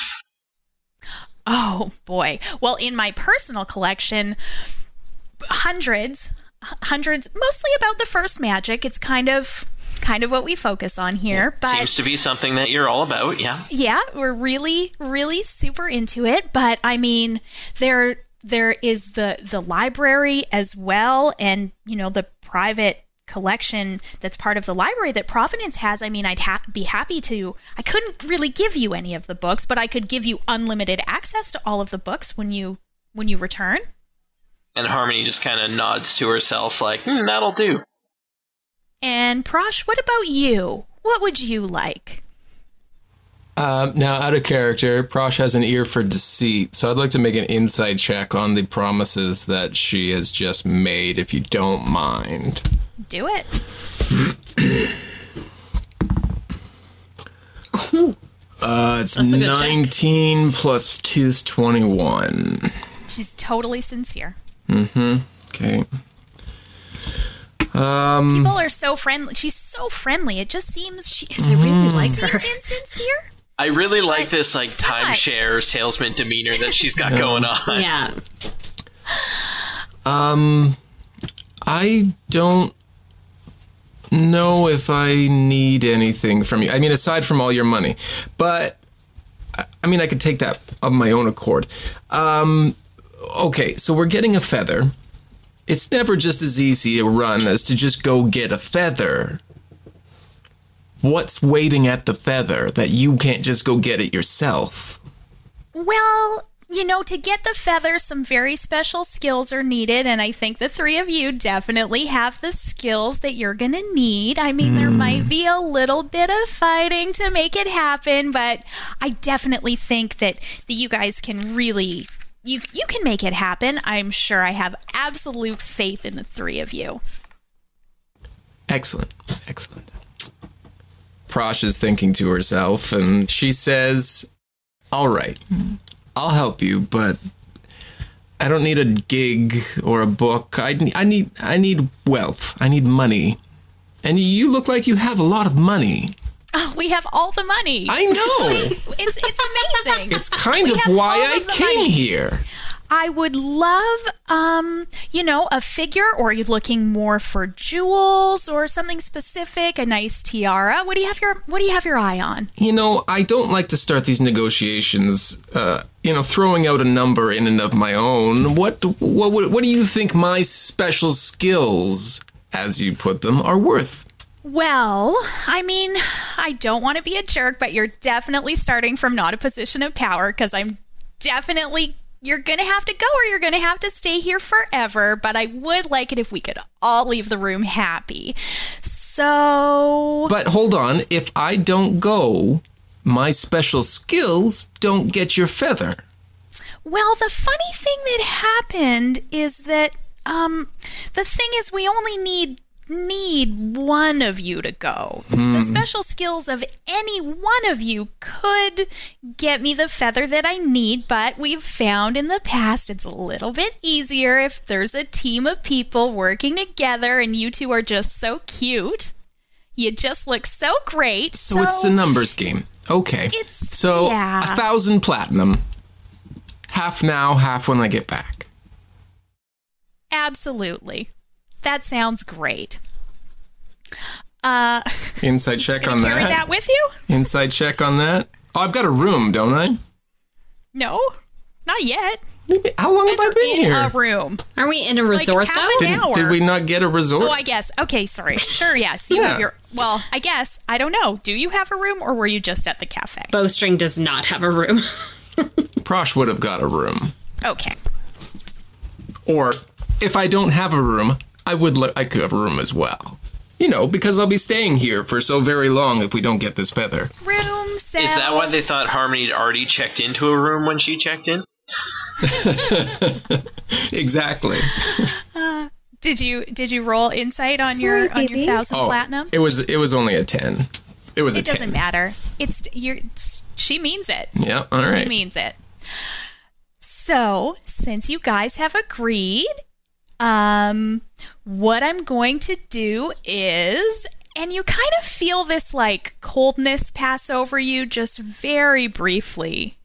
Speaker 1: Oh boy. Well, in my personal collection, hundreds, h- hundreds, mostly about the first magic. It's kind of kind of what we focus on here, but
Speaker 4: Seems to be something that you're all about, yeah.
Speaker 1: yeah, we're really really super into it, but I mean, there there is the the library as well and, you know, the private collection that's part of the library that Providence has. I mean, I'd ha- be happy to. I couldn't really give you any of the books, but I could give you unlimited access to all of the books when you when you return.
Speaker 4: And Harmony just kind of nods to herself, like, hmm, that'll do.
Speaker 1: And Prosh, what about you? What would you like?
Speaker 3: Um, now, out of character, Prosh has an ear for deceit, so I'd like to make an insight check on the promises that she has just made, if you don't mind.
Speaker 1: Do it.
Speaker 3: Uh, it's
Speaker 2: That's a good check.
Speaker 3: 19 plus 2 is 21.
Speaker 1: She's totally sincere.
Speaker 3: Okay.
Speaker 1: People are so friendly. She's so friendly. It just seems she
Speaker 2: Yes, I really like her.
Speaker 1: seems insincere.
Speaker 4: I really like this, like,
Speaker 1: not.
Speaker 4: timeshare salesman demeanor that she's got going on.
Speaker 2: Yeah.
Speaker 3: I don't know if I need anything from you. I mean, aside from all your money, but I- I mean, I could take that of my own accord. Um, okay, so we're getting a feather. It's never just as easy a run as to just go get a feather. What's waiting at the feather that you can't just go get it yourself?
Speaker 1: Well, you know, to get the feather, some very special skills are needed, and I think the three of you definitely have the skills that you're going to need. I mean,
Speaker 3: Hmm.
Speaker 1: there might be a little bit of fighting to make it happen, but I definitely think that that you guys can really you you can make it happen. I'm sure I have absolute faith in the three of you.
Speaker 3: Excellent. Excellent. Prosh is thinking to herself, and she says, All right,
Speaker 1: Mm-hmm.
Speaker 3: I'll help you, but I don't need a gig or a book. I, ne- I, need, I need wealth. I need money. And you look like you have a lot of money.
Speaker 1: Oh, we have all the money.
Speaker 3: I know.
Speaker 1: it's it's amazing.
Speaker 3: it's kind
Speaker 1: We
Speaker 3: of
Speaker 1: have
Speaker 3: why
Speaker 1: all
Speaker 3: I
Speaker 1: of the
Speaker 3: came
Speaker 1: money.
Speaker 3: here.
Speaker 1: I would love, um, you know, a figure, or are you looking more for jewels or something specific? A nice tiara. What do you have your What do you have your eye on?
Speaker 3: You know, I don't like to start these negotiations, uh, you know, throwing out a number in and of my own. What, what, what, what do you think my special skills, as you put them, are worth?
Speaker 1: Well, I mean, I don't want to be a jerk, but you're definitely starting from not a position of power because I'm definitely you're going to have to go or you're going to have to stay here forever, but I would like it if we could all leave the room happy. So,
Speaker 3: But hold on, if I don't go, my special skills don't get your feather.
Speaker 1: Well, the funny thing that happened is that um, the thing is we only need need one of you to go. The
Speaker 3: Hmm.
Speaker 1: special skills of any one of you could get me the feather that I need, but we've found in the past it's a little bit easier if there's a team of people working together and you two are just so cute. You just look so great.
Speaker 3: So, it's a numbers game. Okay.
Speaker 1: It's-
Speaker 3: so
Speaker 1: yeah.
Speaker 3: a thousand platinum. Half now, half when I get back.
Speaker 1: Absolutely. That sounds great. Uh,
Speaker 3: Inside check on
Speaker 1: carry that with you?
Speaker 3: Inside check on that. Oh, I've got a room, don't I?
Speaker 1: No, not yet.
Speaker 3: How long have I
Speaker 1: Guys are
Speaker 3: been
Speaker 1: in
Speaker 3: here?
Speaker 1: a room.
Speaker 2: Are we in a resort
Speaker 1: half
Speaker 2: zone?
Speaker 1: an
Speaker 3: did,
Speaker 1: hour.
Speaker 3: did we not get a resort?
Speaker 1: Oh, I guess. Okay, sorry. Sure, yes. You
Speaker 3: Yeah.
Speaker 1: have your. Well, I guess I don't know. Do you have a room, or were you just at the cafe?
Speaker 2: Bowstring does not have a room.
Speaker 3: Prosh would have got a room.
Speaker 1: Okay.
Speaker 3: Or if I don't have a room, I would lo- I could have a room as well. You know, because I'll be staying here for so very long if we don't get this feather.
Speaker 1: Room sale.
Speaker 4: Is that why they thought Harmony had already checked into a room when she checked in?
Speaker 3: Exactly.
Speaker 1: Did you did you roll insight on
Speaker 5: Sorry,
Speaker 1: your on
Speaker 5: baby.
Speaker 1: your thousand
Speaker 3: Oh,
Speaker 1: platinum?
Speaker 3: It was it was only a ten. It was a
Speaker 1: It doesn't
Speaker 3: 10.
Speaker 1: matter. It's you're she means it.
Speaker 3: Yeah, all
Speaker 1: She
Speaker 3: right.
Speaker 1: means it. So, since you guys have agreed, um, what I'm going to do is, and you kind of feel this like coldness pass over you just very briefly.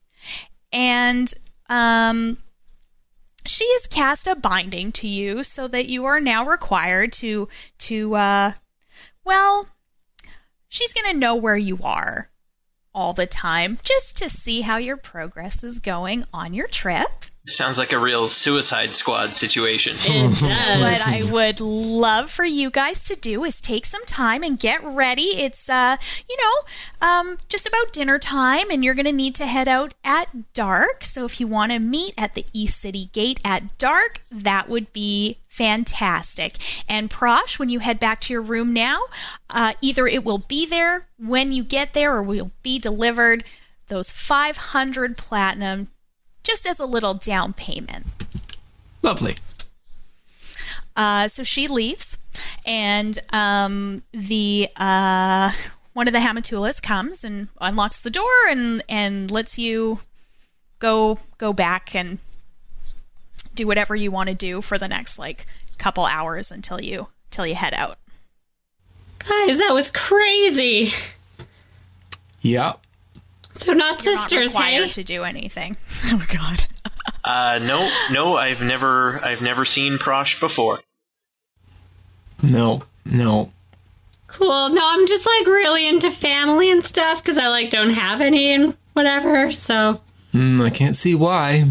Speaker 1: And um, she has cast a binding to you so that you are now required to, to uh, well, she's going to know where you are all the time just to see how your progress is going on your trip.
Speaker 4: Sounds like a real Suicide Squad situation.
Speaker 5: It does.
Speaker 1: What I would love for you guys to do is take some time and get ready. It's uh, you know, um, just about dinner time, and you're gonna need to head out at dark. So if you want to meet at the East City Gate at dark, that would be fantastic. And Prosh, when you head back to your room now, uh, either it will be there when you get there, or will be delivered those 500 platinum just as a little down payment.
Speaker 3: Lovely.
Speaker 1: Uh, so she leaves, and um, the uh, one of the Hamatulas comes and unlocks the door and and lets you go go back and do whatever you want to do for the next like couple hours until you till you head out.
Speaker 5: Guys, that was crazy.
Speaker 3: Yeah.
Speaker 5: So not
Speaker 1: You're not
Speaker 5: sisters,
Speaker 1: required
Speaker 5: hey?
Speaker 1: to do anything. Oh God.
Speaker 4: Uh, no, no, I've never, I've never seen Prosh before.
Speaker 3: No. No.
Speaker 5: Cool. No, I'm just like really into family and stuff because I like don't have any and whatever. So,
Speaker 3: Mm, I can't see why.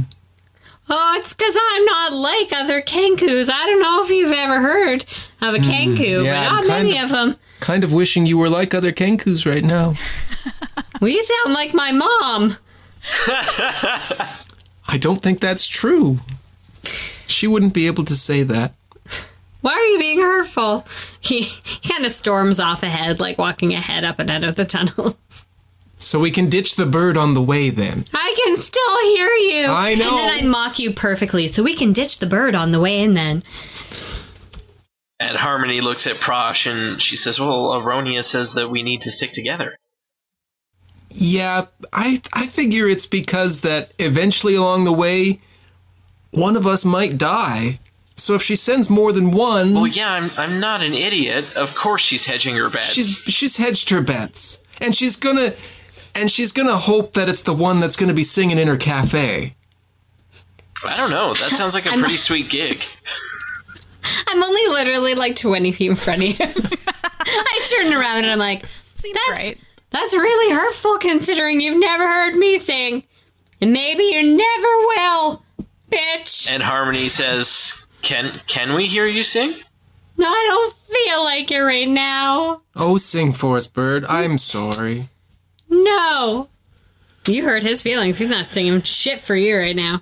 Speaker 5: oh, it's because I'm not like other kankus. I don't know if you've ever heard of a kanku,
Speaker 3: Mm-hmm. yeah, I'm
Speaker 5: but
Speaker 3: kind
Speaker 5: not many
Speaker 3: of-
Speaker 5: of them.
Speaker 3: Kind of wishing you were like other Kenkus right now.
Speaker 5: Well, you sound like my mom.
Speaker 3: I don't think that's true. She wouldn't be able to say that.
Speaker 5: Why are you being hurtful? He, he kind of storms off ahead, like walking ahead up and out of the tunnel.
Speaker 3: So we can ditch the bird on the way then.
Speaker 5: I can still hear you.
Speaker 3: I know.
Speaker 5: And then I mock you perfectly, so we can ditch the bird on the way in then.
Speaker 4: And Harmony looks at Prosh and she says, "Well, Aronia says that we need to stick together."
Speaker 3: Yeah, I I figure it's because that eventually along the way one of us might die. So if she sends more than one,
Speaker 4: Well, yeah, I'm, I'm not an idiot. Of course, she's hedging her bets.
Speaker 3: she's she's hedged her bets. And she's going to and she's going to hope that it's the one that's going to be singing in her cafe.
Speaker 4: I don't know. That sounds like a
Speaker 5: I'm-
Speaker 4: pretty sweet gig.
Speaker 5: I'm only literally like 20 feet in front of you. I turn around and I'm like,
Speaker 1: Seems
Speaker 5: that's,
Speaker 1: right.
Speaker 5: that's really hurtful considering you've never heard me sing. And maybe you never will, bitch.
Speaker 4: And Harmony says, "Can can we hear you sing?"
Speaker 5: No, I don't feel like it right now.
Speaker 3: Oh, sing for us, bird. I'm sorry.
Speaker 5: No. You hurt his feelings. He's not singing shit for you right now.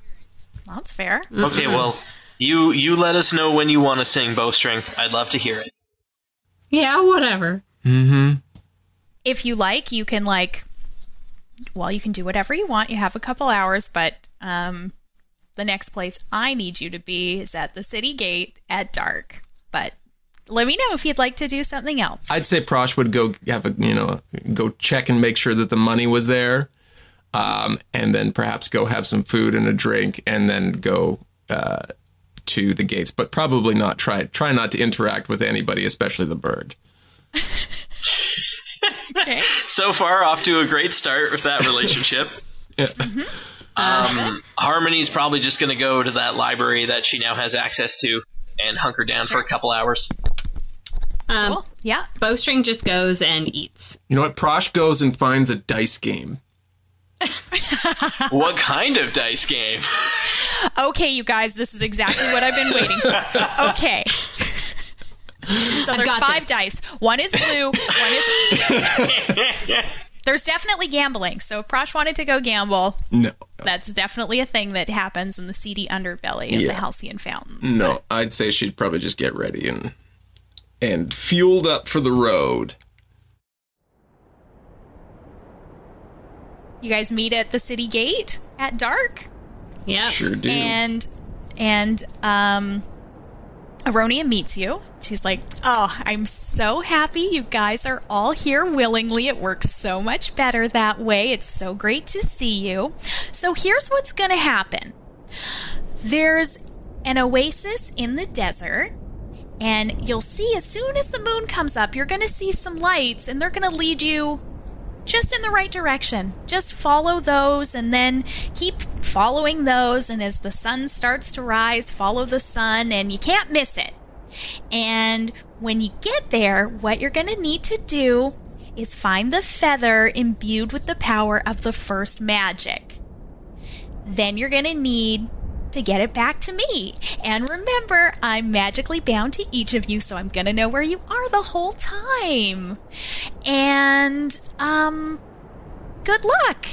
Speaker 1: Well, that's fair.
Speaker 4: okay, well, you you let us know when you want to sing bowstring. I'd love to hear it.
Speaker 5: Yeah, whatever.
Speaker 1: if you like, you can like, well, you can do whatever you want. You have a couple hours, but um, the next place I need you to be is at the city gate at dark. But let me know if you'd like to do something else.
Speaker 3: I'd say Prosh would go have a you know go check and make sure that the money was there, um, and then perhaps go have some food and a drink, and then go uh, to the gates. But probably not try try not to interact with anybody, especially the bird.
Speaker 1: okay.
Speaker 4: So far, off to a great start with that relationship. Mm-hmm. um, Harmony's probably just going to go to that library that she now has access to and hunker down for a couple hours.
Speaker 5: Um,
Speaker 1: Cool. Yeah.
Speaker 5: Bowstring just goes and eats.
Speaker 3: You know what? Prosh goes and finds a dice game.
Speaker 4: what kind of dice game?
Speaker 1: Okay, you guys, this is exactly what I've been waiting for. Okay. So there's
Speaker 5: got
Speaker 1: five
Speaker 5: this.
Speaker 1: dice. One is blue. One is. there's definitely gambling. So if Prosh wanted to go gamble,
Speaker 3: No,
Speaker 1: that's definitely a thing that happens in the seedy underbelly of the
Speaker 3: Yeah.
Speaker 1: Halcyon Fountains.
Speaker 3: no. I'd say she'd probably just get ready and and fueled up for the road.
Speaker 1: You guys meet at the city gate at dark,
Speaker 5: Yep.
Speaker 3: Sure do.
Speaker 1: and and um, Aronia meets you. She's like, Oh, I'm so happy you guys are all here willingly. It works so much better that way. It's so great to see you. So, here's what's going to happen there's an oasis in the desert, and you'll see as soon as the moon comes up, you're going to see some lights, and they're going to lead you just in the right direction. Just follow those and then keep following those. And as the sun starts to rise, follow the sun and you can't miss it. And when you get there, what you're going to need to do is find the feather imbued with the power of the first magic. Then you're going to need to get it back to me. And remember, I'm magically bound to each of you, so I'm going to know where you are the whole time. And, um, good luck.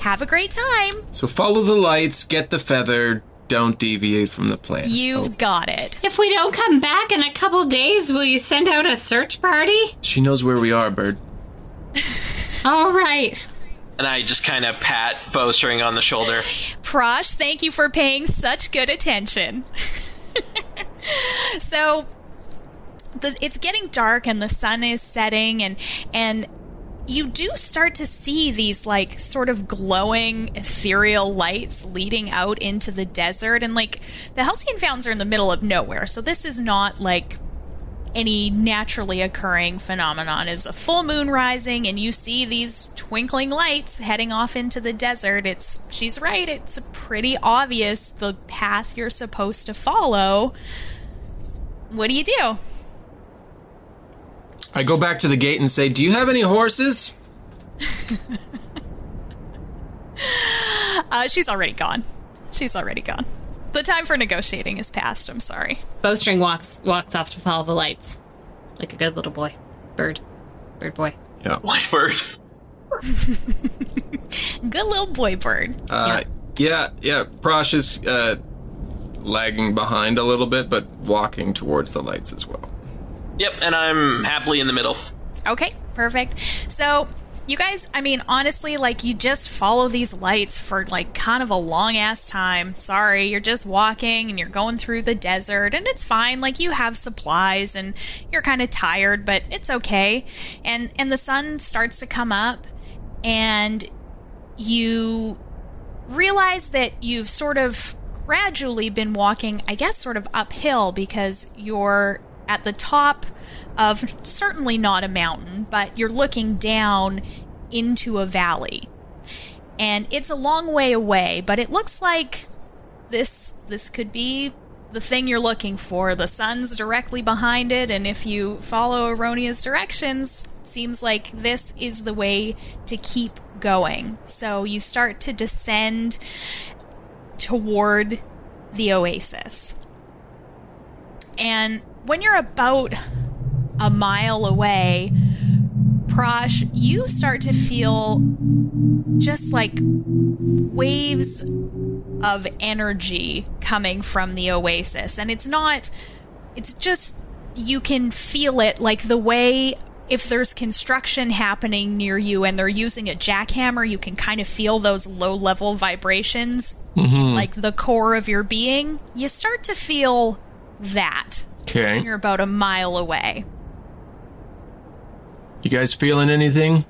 Speaker 1: Have a great time.
Speaker 3: So follow the lights, get the feather, don't deviate from the plan.
Speaker 1: You've got it.
Speaker 2: If we don't come back in a couple days, will you send out a search party?
Speaker 3: She knows where we are, Bird.
Speaker 2: All right.
Speaker 4: And I just kind of pat Bowstring on the shoulder.
Speaker 1: Prosh, thank you for paying such good attention. so the, it's getting dark and the sun is setting and and you do start to see these like sort of glowing ethereal lights leading out into the desert and like the Halcyon Fountains are in the middle of nowhere. So this is not like any naturally occurring phenomenon is a full moon rising and you see these twinkling lights heading off into the desert it's she's right it's pretty obvious the path you're supposed to follow what do you do
Speaker 3: I go back to the gate and say, Do you have any horses?
Speaker 1: uh, she's already gone she's already gone the time for negotiating is past i'm sorry
Speaker 2: Bowstring walks walks off to follow the lights, like a good little boy, bird, bird boy.
Speaker 3: Yeah.
Speaker 4: White bird.
Speaker 1: good little boy bird
Speaker 3: Uh, yeah, yeah. Prosh is uh, lagging behind a little bit, but walking towards the lights as well.
Speaker 4: Yep, and I'm happily in the middle.
Speaker 1: Okay, perfect. So, you guys, I mean, honestly, like, you just follow these lights for, like, kind of a long ass time. Sorry, you're just walking and you're going through the desert, and it's fine. Like, you have supplies and you're kind of tired, but it's okay. And, and the sun starts to come up, and you realize that you've sort of gradually been walking, I guess, sort of uphill because you're at the top of certainly not a mountain, but you're looking down into a valley. And it's a long way away, but it looks like this this could be the thing you're looking for. The sun's directly behind it, and if you follow Aronia's directions, seems like this is the way to keep going. So you start to descend toward the oasis. And when you're about a mile away, Prosh, you start to feel just like waves of energy coming from the oasis. And it's not, it's just, you can feel it like the way if there's construction happening near you and they're using a jackhammer, you can kind of feel those low level vibrations, like the core of your being. You start to feel that.
Speaker 3: Okay.
Speaker 1: You're about a mile away.
Speaker 3: You guys feeling anything?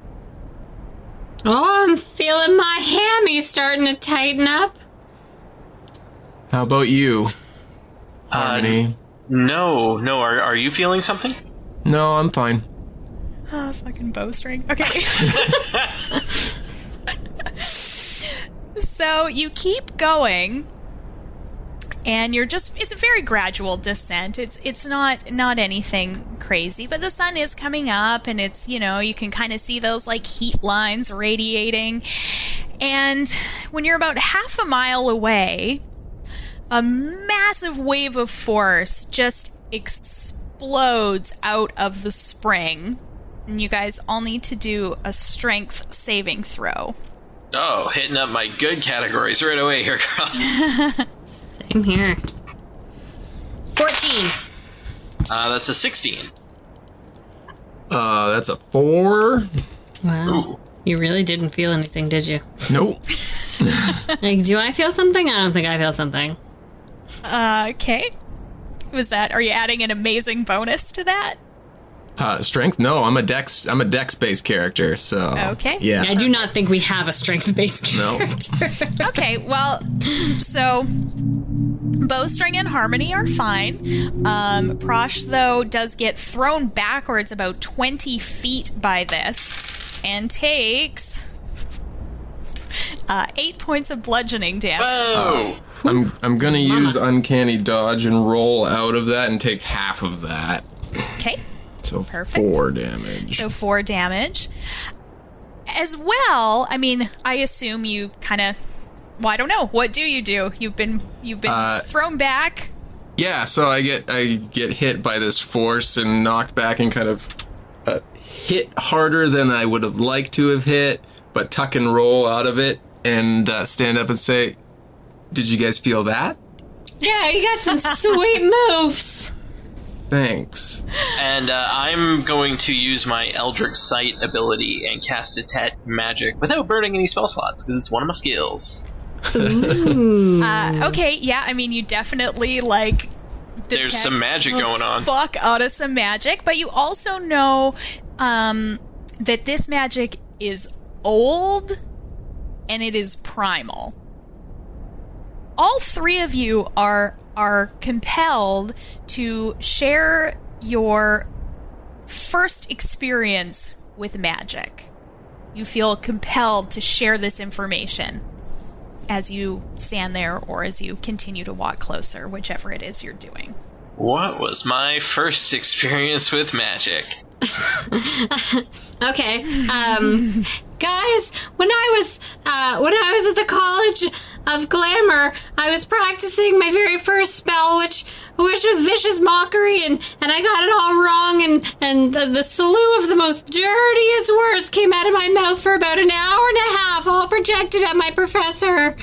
Speaker 2: Oh, I'm feeling my hammy starting to tighten up.
Speaker 3: How about you,
Speaker 4: Uh,
Speaker 3: Harmony?
Speaker 4: no, no. Are, are you feeling something?
Speaker 3: no, I'm fine.
Speaker 1: Oh, fucking bowstring. Okay. so you keep going and you're just it's a very gradual descent. It's it's not not anything crazy, but the sun is coming up and it's, you know, you can kind of see those like heat lines radiating. And when you're about half a mile away, a massive wave of force just explodes out of the spring. And you guys all need to do a strength saving throw.
Speaker 4: Oh, hitting up my good categories right away here, Carl.
Speaker 2: Same here. Fourteen.
Speaker 4: Uh, that's a 16.
Speaker 3: Uh, that's a four.
Speaker 2: Wow. You really didn't feel anything, did you?
Speaker 3: Nope.
Speaker 2: Like, do I feel something? I don't think I feel something.
Speaker 1: Okay. Was that? Are you adding an amazing bonus to that?
Speaker 3: Uh, strength? No, I'm a dex. I'm a dex based character. So
Speaker 1: Okay.
Speaker 3: yeah.
Speaker 5: I do not think we have a strength based
Speaker 3: No.
Speaker 5: character.
Speaker 1: okay, well, so bowstring and harmony are fine. Um, Prosh, though, does get thrown backwards about 20 feet by this and takes uh, eight points of bludgeoning damage.
Speaker 4: Whoa!
Speaker 3: I'm I'm gonna use uncanny dodge and roll out of that and take half of that.
Speaker 1: Okay,
Speaker 3: So
Speaker 1: Perfect.
Speaker 3: four damage.
Speaker 1: so four damage. As well, I mean, I assume you kind of. Well, I don't know. What do you do? You've been you've been thrown back.
Speaker 3: yeah, so I get I get hit by this force and knocked back and kind of uh, hit harder than I would have liked to have hit, but tuck and roll out of it and uh, stand up and say, "Did you guys feel that?
Speaker 5: yeah, you got some sweet moves.
Speaker 3: Thanks."
Speaker 4: And uh, I'm going to use my Eldritch Sight ability and cast Detect Magic without burning any spell slots because it's one of my skills.
Speaker 1: Uh, okay, yeah, I mean, you definitely like.
Speaker 4: There's
Speaker 1: detect
Speaker 4: some magic
Speaker 1: the
Speaker 4: going on.
Speaker 1: Fuck out of some magic, but you also know um, that this magic is old and it is primal. All three of you are are compelled to share your first experience with magic. You feel compelled to share this information as you stand there or as you continue to walk closer, whichever it is you're doing.
Speaker 4: What was my first experience with magic?
Speaker 2: Okay. Um, guys, when I was uh, when I was at the College of Glamour, I was practicing my very first spell, which which was vicious mockery, and, and I got it all wrong, and and the, the slew of the most dirtiest words came out of my mouth for about an hour and a half, all projected at my professor.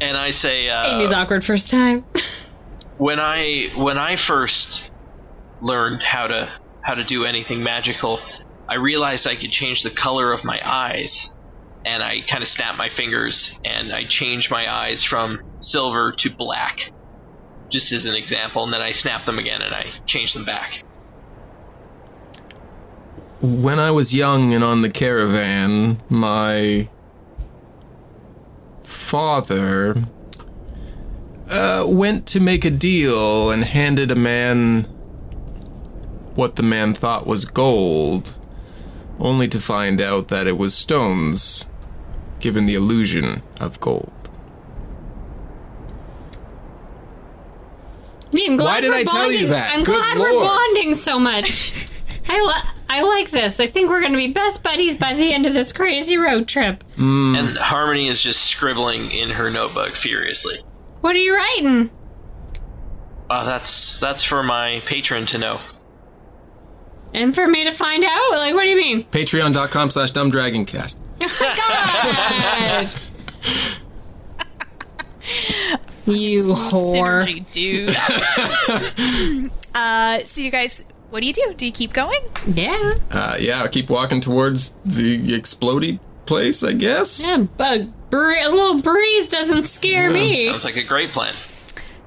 Speaker 4: And I say, uh,
Speaker 5: Amy's awkward first time.
Speaker 4: when I when I first learned how to how to do anything magical, I realized I could change the color of my eyes, and I kind of snapped my fingers and I changed my eyes from silver to black, just as an example. And then I snapped them again and I changed them back.
Speaker 3: when I was young and on the caravan, my father uh, went to make a deal and handed a man what the man thought was gold, only to find out that it was stones, given the illusion of gold.
Speaker 2: Yeah, I'm glad
Speaker 3: Why did
Speaker 2: we're
Speaker 3: I tell you
Speaker 2: bonding-
Speaker 3: that?
Speaker 2: I'm
Speaker 3: Good
Speaker 2: glad we're
Speaker 3: Lord.
Speaker 2: bonding so much. I li- I like this. I think we're going to be best buddies by the end of this crazy road trip.
Speaker 4: And Harmony is just scribbling in her notebook furiously.
Speaker 2: What are you writing?
Speaker 4: Oh, that's that's for my patron to know.
Speaker 2: And for me to find out? Like, what do you mean?
Speaker 3: Patreon.com slash dumbdragoncast.
Speaker 5: You whore.
Speaker 1: Synergy, dude. uh, so you guys, what do you do? Do you keep going?
Speaker 5: Yeah.
Speaker 3: Uh, yeah, I'll keep walking towards the explodey place, I guess.
Speaker 5: Yeah, bug.
Speaker 2: Bree- a little breeze doesn't scare me.
Speaker 4: Sounds like a great plan.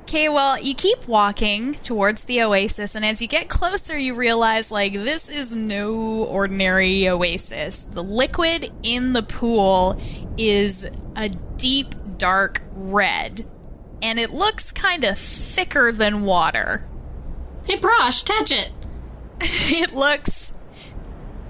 Speaker 1: Okay, well, you keep walking towards the oasis, and as you get closer, you realize, like, this is no ordinary oasis. The liquid in the pool is a deep, dark red, and it looks kind of thicker than water.
Speaker 2: Hey, Brosh, touch it.
Speaker 1: it looks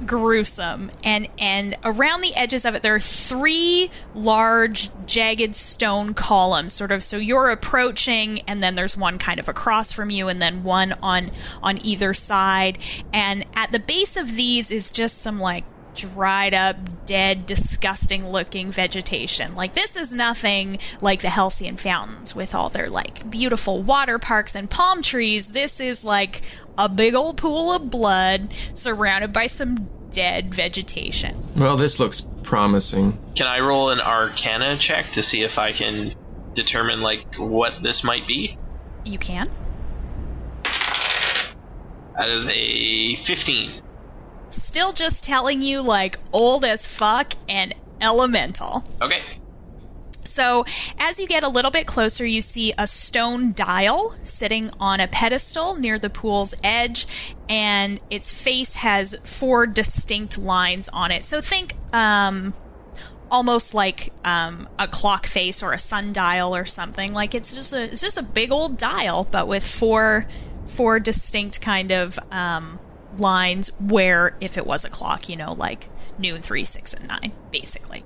Speaker 1: gruesome and and around the edges of it there are three large jagged stone columns sort of so you're approaching and then there's one kind of across from you and then one on on either side and at the base of these is just some like dried up dead disgusting looking vegetation like this is nothing like the halcyon fountains with all their like beautiful water parks and palm trees this is like a big old pool of blood surrounded by some dead vegetation.
Speaker 3: Well, this looks promising.
Speaker 4: Can I roll an Arcana check to see if I can determine like what this might be?
Speaker 1: You can.
Speaker 4: That is a fifteen.
Speaker 1: Still just telling you, like, old as fuck and elemental.
Speaker 4: Okay.
Speaker 1: So, as you get a little bit closer, you see a stone dial sitting on a pedestal near the pool's edge, and its face has four distinct lines on it. So, think um, almost like um, a clock face or a sundial or something. Like it's just a it's just a big old dial, but with four four distinct kind of um, lines. Where if it was a clock, you know, like noon, three, six, and nine, basically.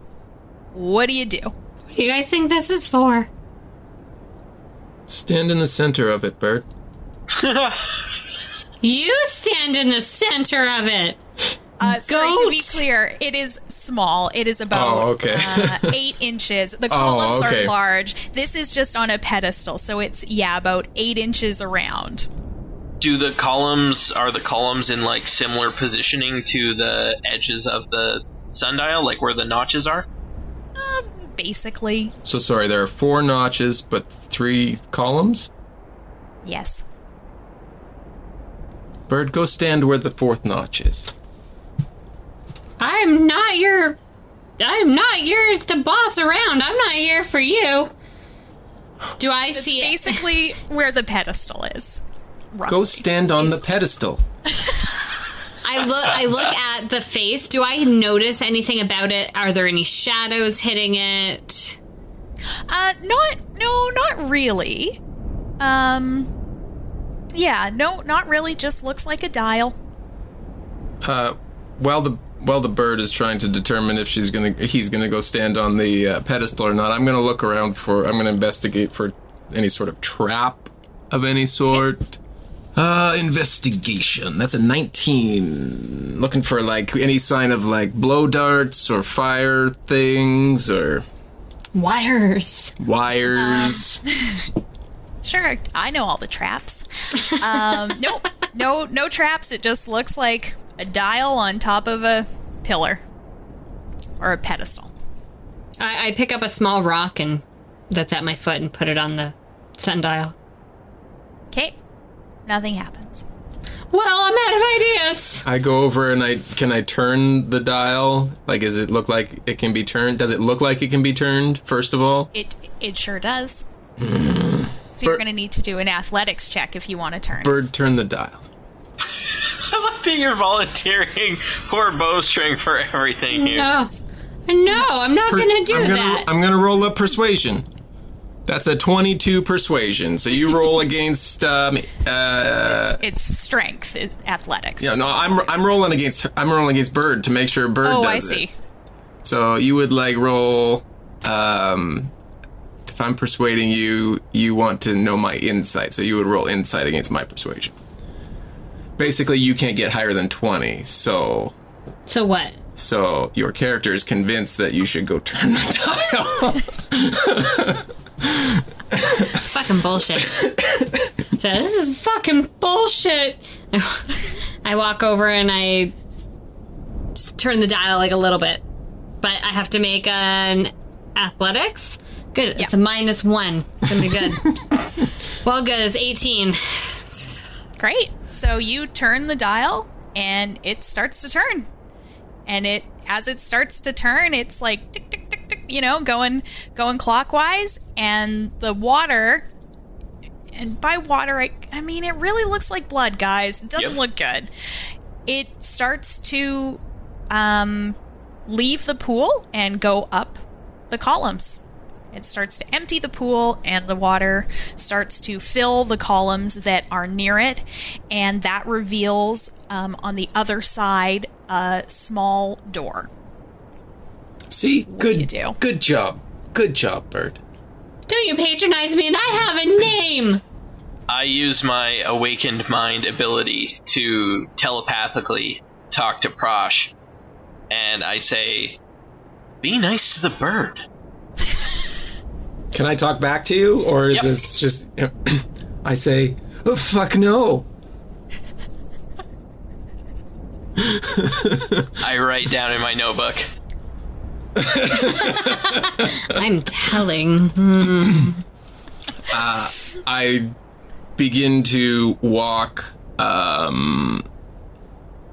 Speaker 1: What do you do?
Speaker 5: What do you guys think this is for?
Speaker 3: Stand in the center of it, Bert.
Speaker 5: You stand in the center of it.
Speaker 1: Uh, sorry, to be
Speaker 5: Goat.
Speaker 1: clear, it is small. It is about
Speaker 3: Oh, okay. Oh,
Speaker 1: uh, eight inches. The columns
Speaker 3: okay.
Speaker 1: are large. This is just on a pedestal, so it's yeah, about eight inches around.
Speaker 4: Do the columns are the columns in like similar positioning to the edges of the sundial, like where the notches are?
Speaker 1: Uh, basically,
Speaker 3: So sorry, there are four notches, but three columns.
Speaker 1: yes.
Speaker 3: Bird, go stand where the fourth notch is.
Speaker 5: I'm not your. I'm not yours to boss around. I'm not here for you. Do I
Speaker 1: It's
Speaker 5: see it?
Speaker 1: basically where the pedestal is.
Speaker 3: Go
Speaker 1: Roughly.
Speaker 3: stand on the pedestal.
Speaker 2: I look I look at the face. Do I notice anything about it? Are there any shadows hitting it?
Speaker 1: Uh, not no, not really. Um, yeah, no, not really. Just looks like a dial.
Speaker 3: Uh, while the while the bird is trying to determine if she's gonna he's gonna go stand on the uh, pedestal or not, I'm gonna look around for I'm gonna investigate for any sort of trap of any sort. Uh, investigation. That's a 19. Looking for like any sign of like blow darts or fire things or
Speaker 5: Wires.
Speaker 3: wires.
Speaker 5: Uh.
Speaker 1: Sure, I know all the traps. Um, nope, no, no traps. It just looks like a dial on top of a pillar or a pedestal.
Speaker 5: I, I pick up a small rock and that's at my foot and put it on the sundial.
Speaker 1: Okay, nothing happens.
Speaker 5: Well, I'm out of ideas.
Speaker 3: I go over and I can I turn the dial? Like, does it look like it can be turned? Does it look like it can be turned? First of all,
Speaker 1: It it sure does. So you're
Speaker 3: Bert-
Speaker 1: going to need to do an athletics check if you want to turn.
Speaker 3: bird turn the dial.
Speaker 4: I like that you're volunteering poor bowstring for everything here.
Speaker 5: No. No, I'm not
Speaker 3: Per-
Speaker 5: gonna do
Speaker 3: I'm
Speaker 5: that.
Speaker 3: I'm gonna roll up persuasion. That's a 22 persuasion. So you roll against um, uh,
Speaker 1: It's strength, it's athletics.
Speaker 3: yeah, no, I'm I'm rolling against I'm rolling against bird to make sure bird
Speaker 1: oh, I
Speaker 3: does
Speaker 1: see.
Speaker 3: it. So you would like roll um if I'm persuading you, you want to know my insight. So you would roll insight against my persuasion. Basically, you can't get higher than 20. So
Speaker 5: so what?
Speaker 3: so your character is convinced that you should go turn the dial.
Speaker 5: It's fucking bullshit. so this is fucking bullshit. I walk over and I just turn the dial like a little bit, but I have to make an athletics. Good, it's a minus one. It's gonna be good. well, good. It's eighteen.
Speaker 1: Great. So you turn the dial and it starts to turn. And it as it starts to turn, it's like tick tick tick tick, you know, going going clockwise and the water and by water I I mean it really looks like blood, guys. It doesn't
Speaker 4: Yep.
Speaker 1: look good. It starts to um leave the pool and go up the columns. It starts to empty the pool, and the water starts to fill the columns that are near it. And that reveals um, on the other side a small door.
Speaker 3: See, good,
Speaker 1: you do?
Speaker 3: good job, good job, Bird.
Speaker 5: Don't you patronize me? And I have a name.
Speaker 4: I use my awakened mind ability to telepathically talk to Prosh, and I say, "Be nice to the bird."
Speaker 3: Can I talk back to you, or is
Speaker 4: Yep.
Speaker 3: this just? I say, oh, fuck no.
Speaker 4: I write down in my notebook.
Speaker 5: I'm telling.
Speaker 3: I begin to walk um,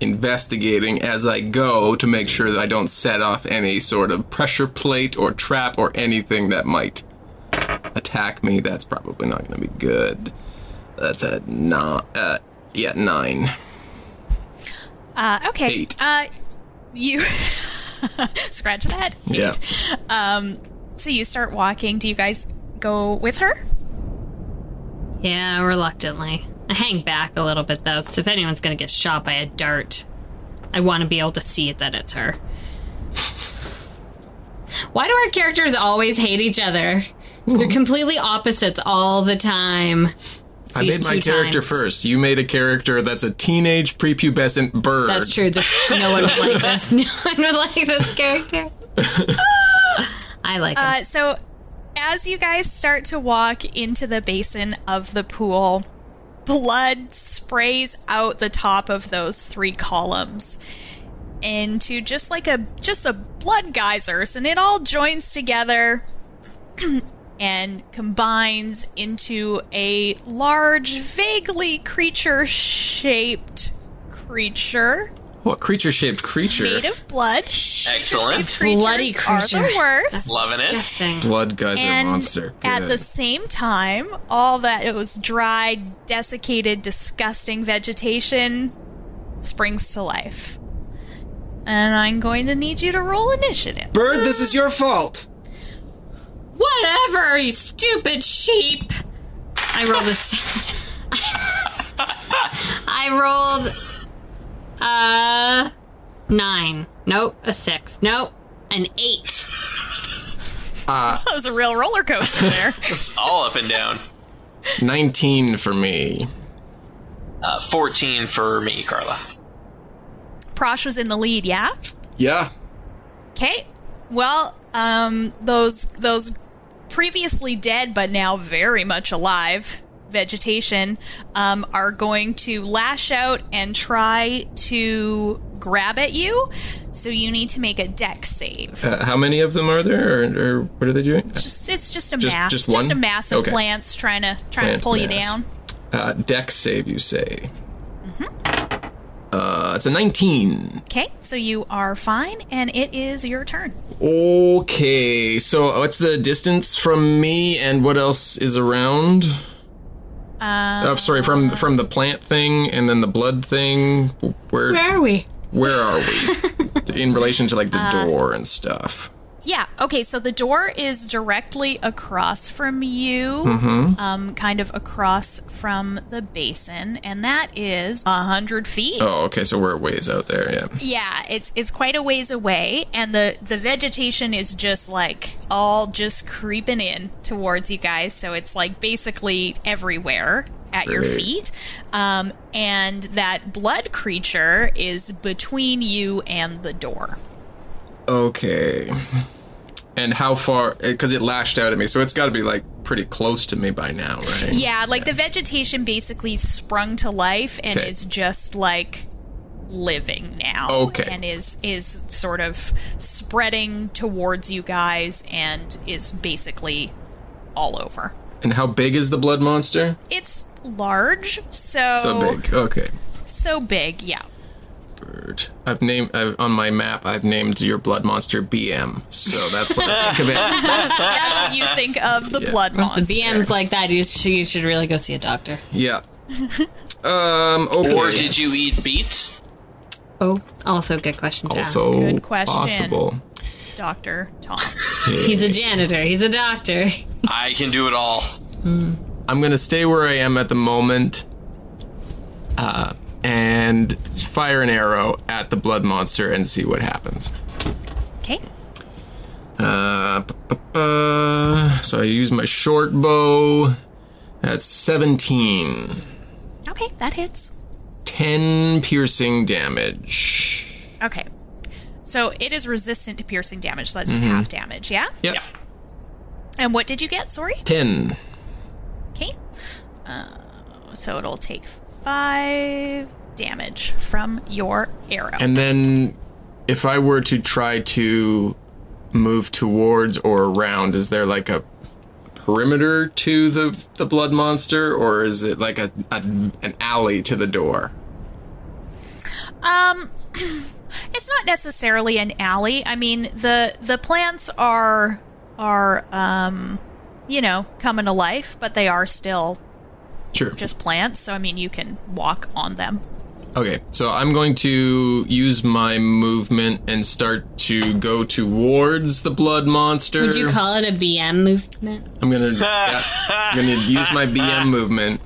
Speaker 3: investigating as I go to make sure that I don't set off any sort of pressure plate or trap or anything that might attack me. That's probably not going to be good. That's a nine. Uh, yeah, nine.
Speaker 1: Uh, okay.
Speaker 3: Eight.
Speaker 1: Uh, you scratch that.
Speaker 3: Yeah.
Speaker 1: So you start walking. Do you guys go with her?
Speaker 5: Yeah, reluctantly. I hang back a little bit though, because if anyone's gonna get shot by a dart, I want to be able to see it that it's her. Why do our characters always hate each other? They're completely opposites all the time.
Speaker 3: I
Speaker 5: These
Speaker 3: made my
Speaker 5: two
Speaker 3: character
Speaker 5: times.
Speaker 3: first. You made a character that's a teenage prepubescent bird.
Speaker 5: That's true. This no one would like this. No one would like this character. I like him.
Speaker 1: Uh, so as you guys start to walk into the basin of the pool, blood sprays out the top of those three columns into just like a just a blood geysers and it all joins together and combines into a large vaguely creature shaped creature
Speaker 3: What creature shaped creature?
Speaker 1: made of blood
Speaker 4: Excellent.
Speaker 5: Bloody
Speaker 1: Creatures are the
Speaker 5: creature.
Speaker 1: worst
Speaker 4: Loving it.
Speaker 5: Disgusting.
Speaker 3: Blood geyser
Speaker 1: and
Speaker 3: monster.
Speaker 1: at
Speaker 3: Good.
Speaker 1: the same time, all that it was dried, desiccated, disgusting vegetation springs to life. And I'm going to need you to roll initiative.
Speaker 3: bird, this is your fault.
Speaker 5: Whatever, you stupid sheep. I rolled this. I rolled uh nine. Nope, a six. Nope, an eight.
Speaker 1: That was a real roller coaster there.
Speaker 4: It's all up and down.
Speaker 3: 19 for me.
Speaker 4: Uh, 14 for me, Carla.
Speaker 1: Prosh was in the lead, yeah?
Speaker 3: Yeah.
Speaker 1: Okay. Well, um, those those previously dead but now very much alive vegetation um, are going to lash out and try to grab at you. So you need to make a deck save.
Speaker 3: Uh, how many of them are there, or, or what are they doing?
Speaker 1: Just it's just a
Speaker 3: Just-
Speaker 1: mass,
Speaker 3: just one?
Speaker 1: a mass of
Speaker 3: Okay.
Speaker 1: plants trying to trying
Speaker 3: Plant
Speaker 1: to pull you
Speaker 3: mass.
Speaker 1: down.
Speaker 3: Uh, deck save, you say. Uh, it's a 19.
Speaker 1: Okay, so you are fine, and it is your turn.
Speaker 3: Okay, so what's the distance from me, and what else is around? Uh,
Speaker 5: Um,
Speaker 3: sorry, from from the plant thing, and then the blood thing. Where
Speaker 5: are we?
Speaker 3: where are we in relation to like the
Speaker 5: Uh,
Speaker 3: door and stuff?
Speaker 1: Yeah. Okay. So the door is directly across from you,
Speaker 3: Mm-hmm.
Speaker 1: um, kind of across from the basin, and that is a hundred feet.
Speaker 3: Oh, okay, so we're ways out there. Yeah.
Speaker 1: Yeah, it's it's quite a ways away, and the the vegetation is just like all just creeping in towards you guys. So it's like basically everywhere at your
Speaker 3: Great.
Speaker 1: feet, um, and that blood creature is between you and the door.
Speaker 3: Okay. And how far? Because it lashed out at me, so it's got to be like pretty close to me by now, right?
Speaker 1: Yeah, like the vegetation basically sprung to life and
Speaker 3: Okay.
Speaker 1: is just like living now.
Speaker 3: Okay.
Speaker 1: And is is sort of spreading towards you guys and is basically all over.
Speaker 3: And how big is the blood monster?
Speaker 1: It's large, so
Speaker 3: So big. Okay.
Speaker 1: So big, yeah.
Speaker 3: Bird. I've named I've, on my map. I've named your blood monster BM. So that's what I think of it.
Speaker 1: That's what you think of the blood
Speaker 5: The
Speaker 1: monster.
Speaker 5: BM's like that. You should, you should really go see a doctor.
Speaker 3: Yeah. Um. Okay.
Speaker 4: Or did you eat beets?
Speaker 5: Oh, also good question to
Speaker 3: also
Speaker 1: Good question.
Speaker 3: possible?
Speaker 1: Dr. Tom.
Speaker 5: ask. He's a janitor. He's a doctor.
Speaker 4: I can do it all.
Speaker 3: I'm gonna stay where I am at the moment. Uh, and fire an arrow at the blood monster and see what happens.
Speaker 1: Okay.
Speaker 3: Uh, bu- bu- bu- so I use my short bow. That's 17.
Speaker 1: Okay, that hits.
Speaker 3: 10 piercing damage.
Speaker 1: Okay. So it is resistant to piercing damage, so that's just half damage, yeah?
Speaker 3: Mm-hmm. Yep.
Speaker 4: Yeah.
Speaker 1: And what did you get? Sorry?
Speaker 3: 10.
Speaker 1: Okay. Uh, so it'll take five damage from your arrow.
Speaker 3: And then if I were to try to move towards or around, is there like a perimeter to the, the blood monster or is it like a, a an alley to the door?
Speaker 1: Um, it's not necessarily an alley. I mean, the the plants are are um, you know, coming to life, but they are still
Speaker 3: Sure.
Speaker 1: just plants. So I mean, you can walk on them.
Speaker 3: Okay, so I'm going to use my movement and start to go towards the blood monster.
Speaker 5: Would you call it a BM movement?
Speaker 3: I'm gonna yeah, I'm gonna use my BM movement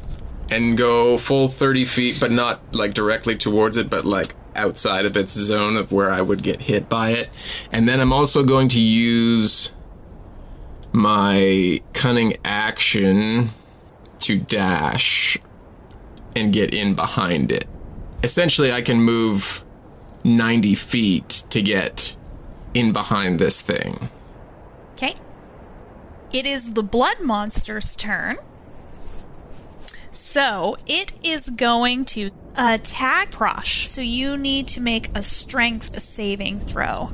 Speaker 3: and go full 30 feet, but not like directly towards it, but like outside of its zone of where I would get hit by it. And then I'm also going to use my cunning action to dash and get in behind it. Essentially, I can move 90 feet to get in behind this thing.
Speaker 1: Okay. It is the blood monster's turn. So it is going to attack Prosh. So you need to make a strength saving throw.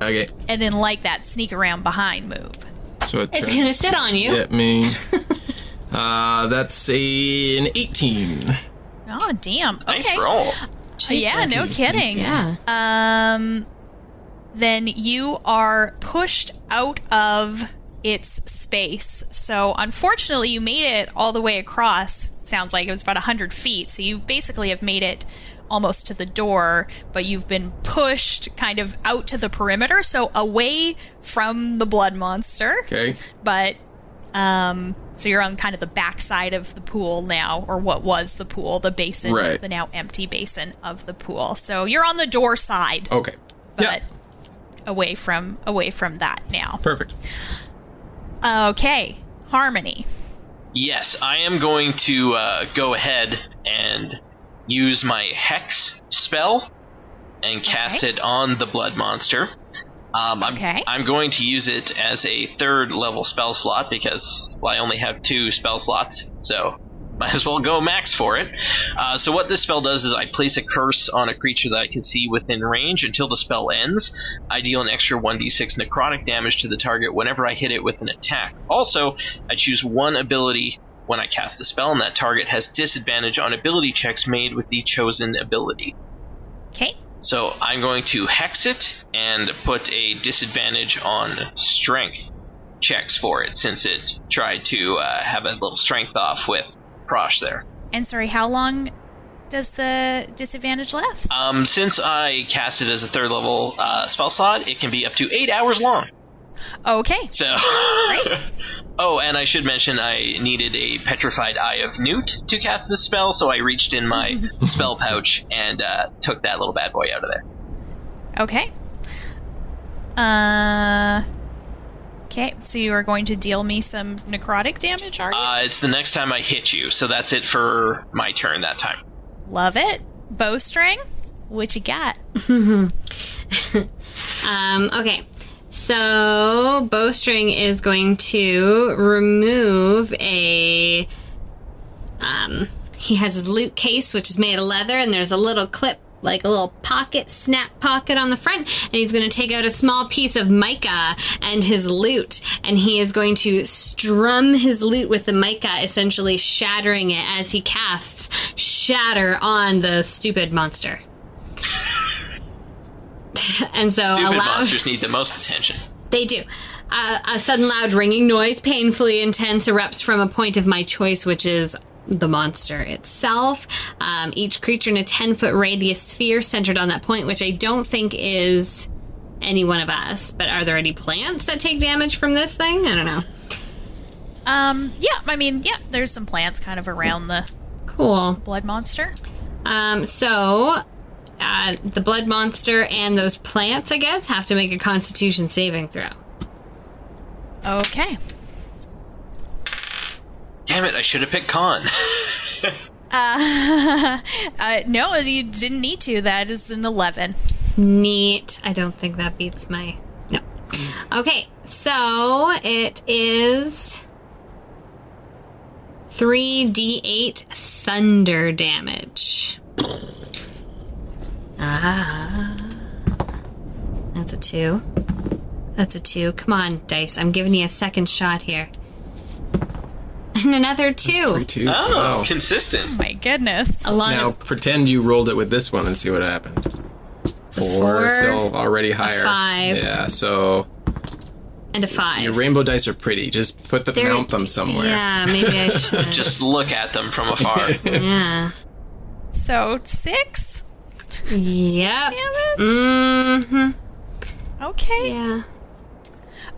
Speaker 3: Okay,
Speaker 1: And then, like that, sneak around behind move.
Speaker 3: so it
Speaker 5: It's
Speaker 3: turns-
Speaker 5: gonna sit on you.
Speaker 3: At me. uh, that's a, an 18.
Speaker 1: Oh, damn. Okay.
Speaker 4: Nice roll.
Speaker 1: Yeah, no kidding.
Speaker 5: Yeah.
Speaker 1: Um, then you are pushed out of its space. So unfortunately, you made it all the way across. Sounds like it was about 100 feet. So you basically have made it almost to the door, but you've been pushed kind of out to the perimeter. So away from the blood monster.
Speaker 3: Okay.
Speaker 1: But. Um, so you're on kind of the backside of the pool now, or what was the pool, the basin,
Speaker 3: Right.
Speaker 1: the now empty basin of the pool. So you're on the door side
Speaker 3: Okay.
Speaker 1: but away from away from that now.
Speaker 3: Perfect.
Speaker 1: Okay, Harmony.
Speaker 4: Yes, I am going to uh, go ahead and use my hex spell and cast
Speaker 1: Okay.
Speaker 4: it on the blood monster. Um, I'm,
Speaker 1: Okay.
Speaker 4: I'm going to use it as a third level spell slot because well, I only have two spell slots, so might as well go max for it. Uh, so what this spell does is I place a curse on a creature that I can see within range until the spell ends. I deal an extra 1d6 necrotic damage to the target whenever I hit it with an attack. Also, I choose one ability when I cast the spell, and that target has disadvantage on ability checks made with the chosen ability.
Speaker 1: Okay,
Speaker 4: So I'm going to hex it and put a disadvantage on strength checks for it since it tried to uh, have a little strength off with Prosh there.
Speaker 1: and sorry, how long does the disadvantage last?
Speaker 4: Um, since I cast it as a third level uh, spell slot, it can be up to eight hours long.
Speaker 1: Okay,
Speaker 4: So. oh, and I should mention I needed a Petrified Eye of Newt to cast this spell, so I reached in my spell pouch and uh, took that little bad boy out of there.
Speaker 1: okay. Uh, okay. So you are going to deal me some necrotic damage, are you?
Speaker 4: Uh, it's the next time I hit you, so that's it for my turn that time.
Speaker 1: Love it. Bowstring. What you got?
Speaker 5: Um, okay. So bowstring is going to remove a um he has his loot case which is made of leather and there's a little clip like a little pocket snap pocket on the front and he's going to take out a small piece of mica and his lute and he is going to strum his lute with the mica essentially shattering it as he casts shatter on the stupid monster and so
Speaker 4: Stupid
Speaker 5: allow
Speaker 4: monsters need the most attention.
Speaker 5: they do. Uh, a sudden loud ringing noise, painfully intense, erupts from a point of my choice, which is the monster itself. Um, each creature in a 10 foot radius sphere centered on that point, which I don't think is any one of us. But are there any plants that take damage from this thing? I don't know.
Speaker 1: Um, yeah. I mean, yeah. There's some plants kind of around the
Speaker 5: Cool.
Speaker 1: blood monster.
Speaker 5: Um, so. Uh, the blood monster and those plants, I guess, have to make a constitution saving throw.
Speaker 1: Okay.
Speaker 4: Damn it, I should have picked Con.
Speaker 1: Uh, no, you didn't need to. That is an eleven.
Speaker 5: Neat. I don't think that beats my. No. Okay, so it is 3d8 thunder damage. Ah. That's a two. That's a two. Come on, dice. I'm giving you a second shot here. and another two.
Speaker 3: Three, two.
Speaker 4: Oh,
Speaker 3: Wow.
Speaker 4: consistent.
Speaker 1: My goodness.
Speaker 5: A lot
Speaker 3: Now
Speaker 5: of
Speaker 3: pretend you rolled it with this one and see what happened.
Speaker 5: four,
Speaker 3: still already higher.
Speaker 5: five.
Speaker 3: Yeah, so
Speaker 5: and a five.
Speaker 3: your rainbow dice are pretty. Just put them, mount them somewhere.
Speaker 5: Yeah, maybe I should.
Speaker 4: Just look at them from afar.
Speaker 5: yeah.
Speaker 1: So six.
Speaker 5: Yep.
Speaker 1: Damn it.
Speaker 5: Mm-hmm.
Speaker 1: Okay.
Speaker 5: Yeah.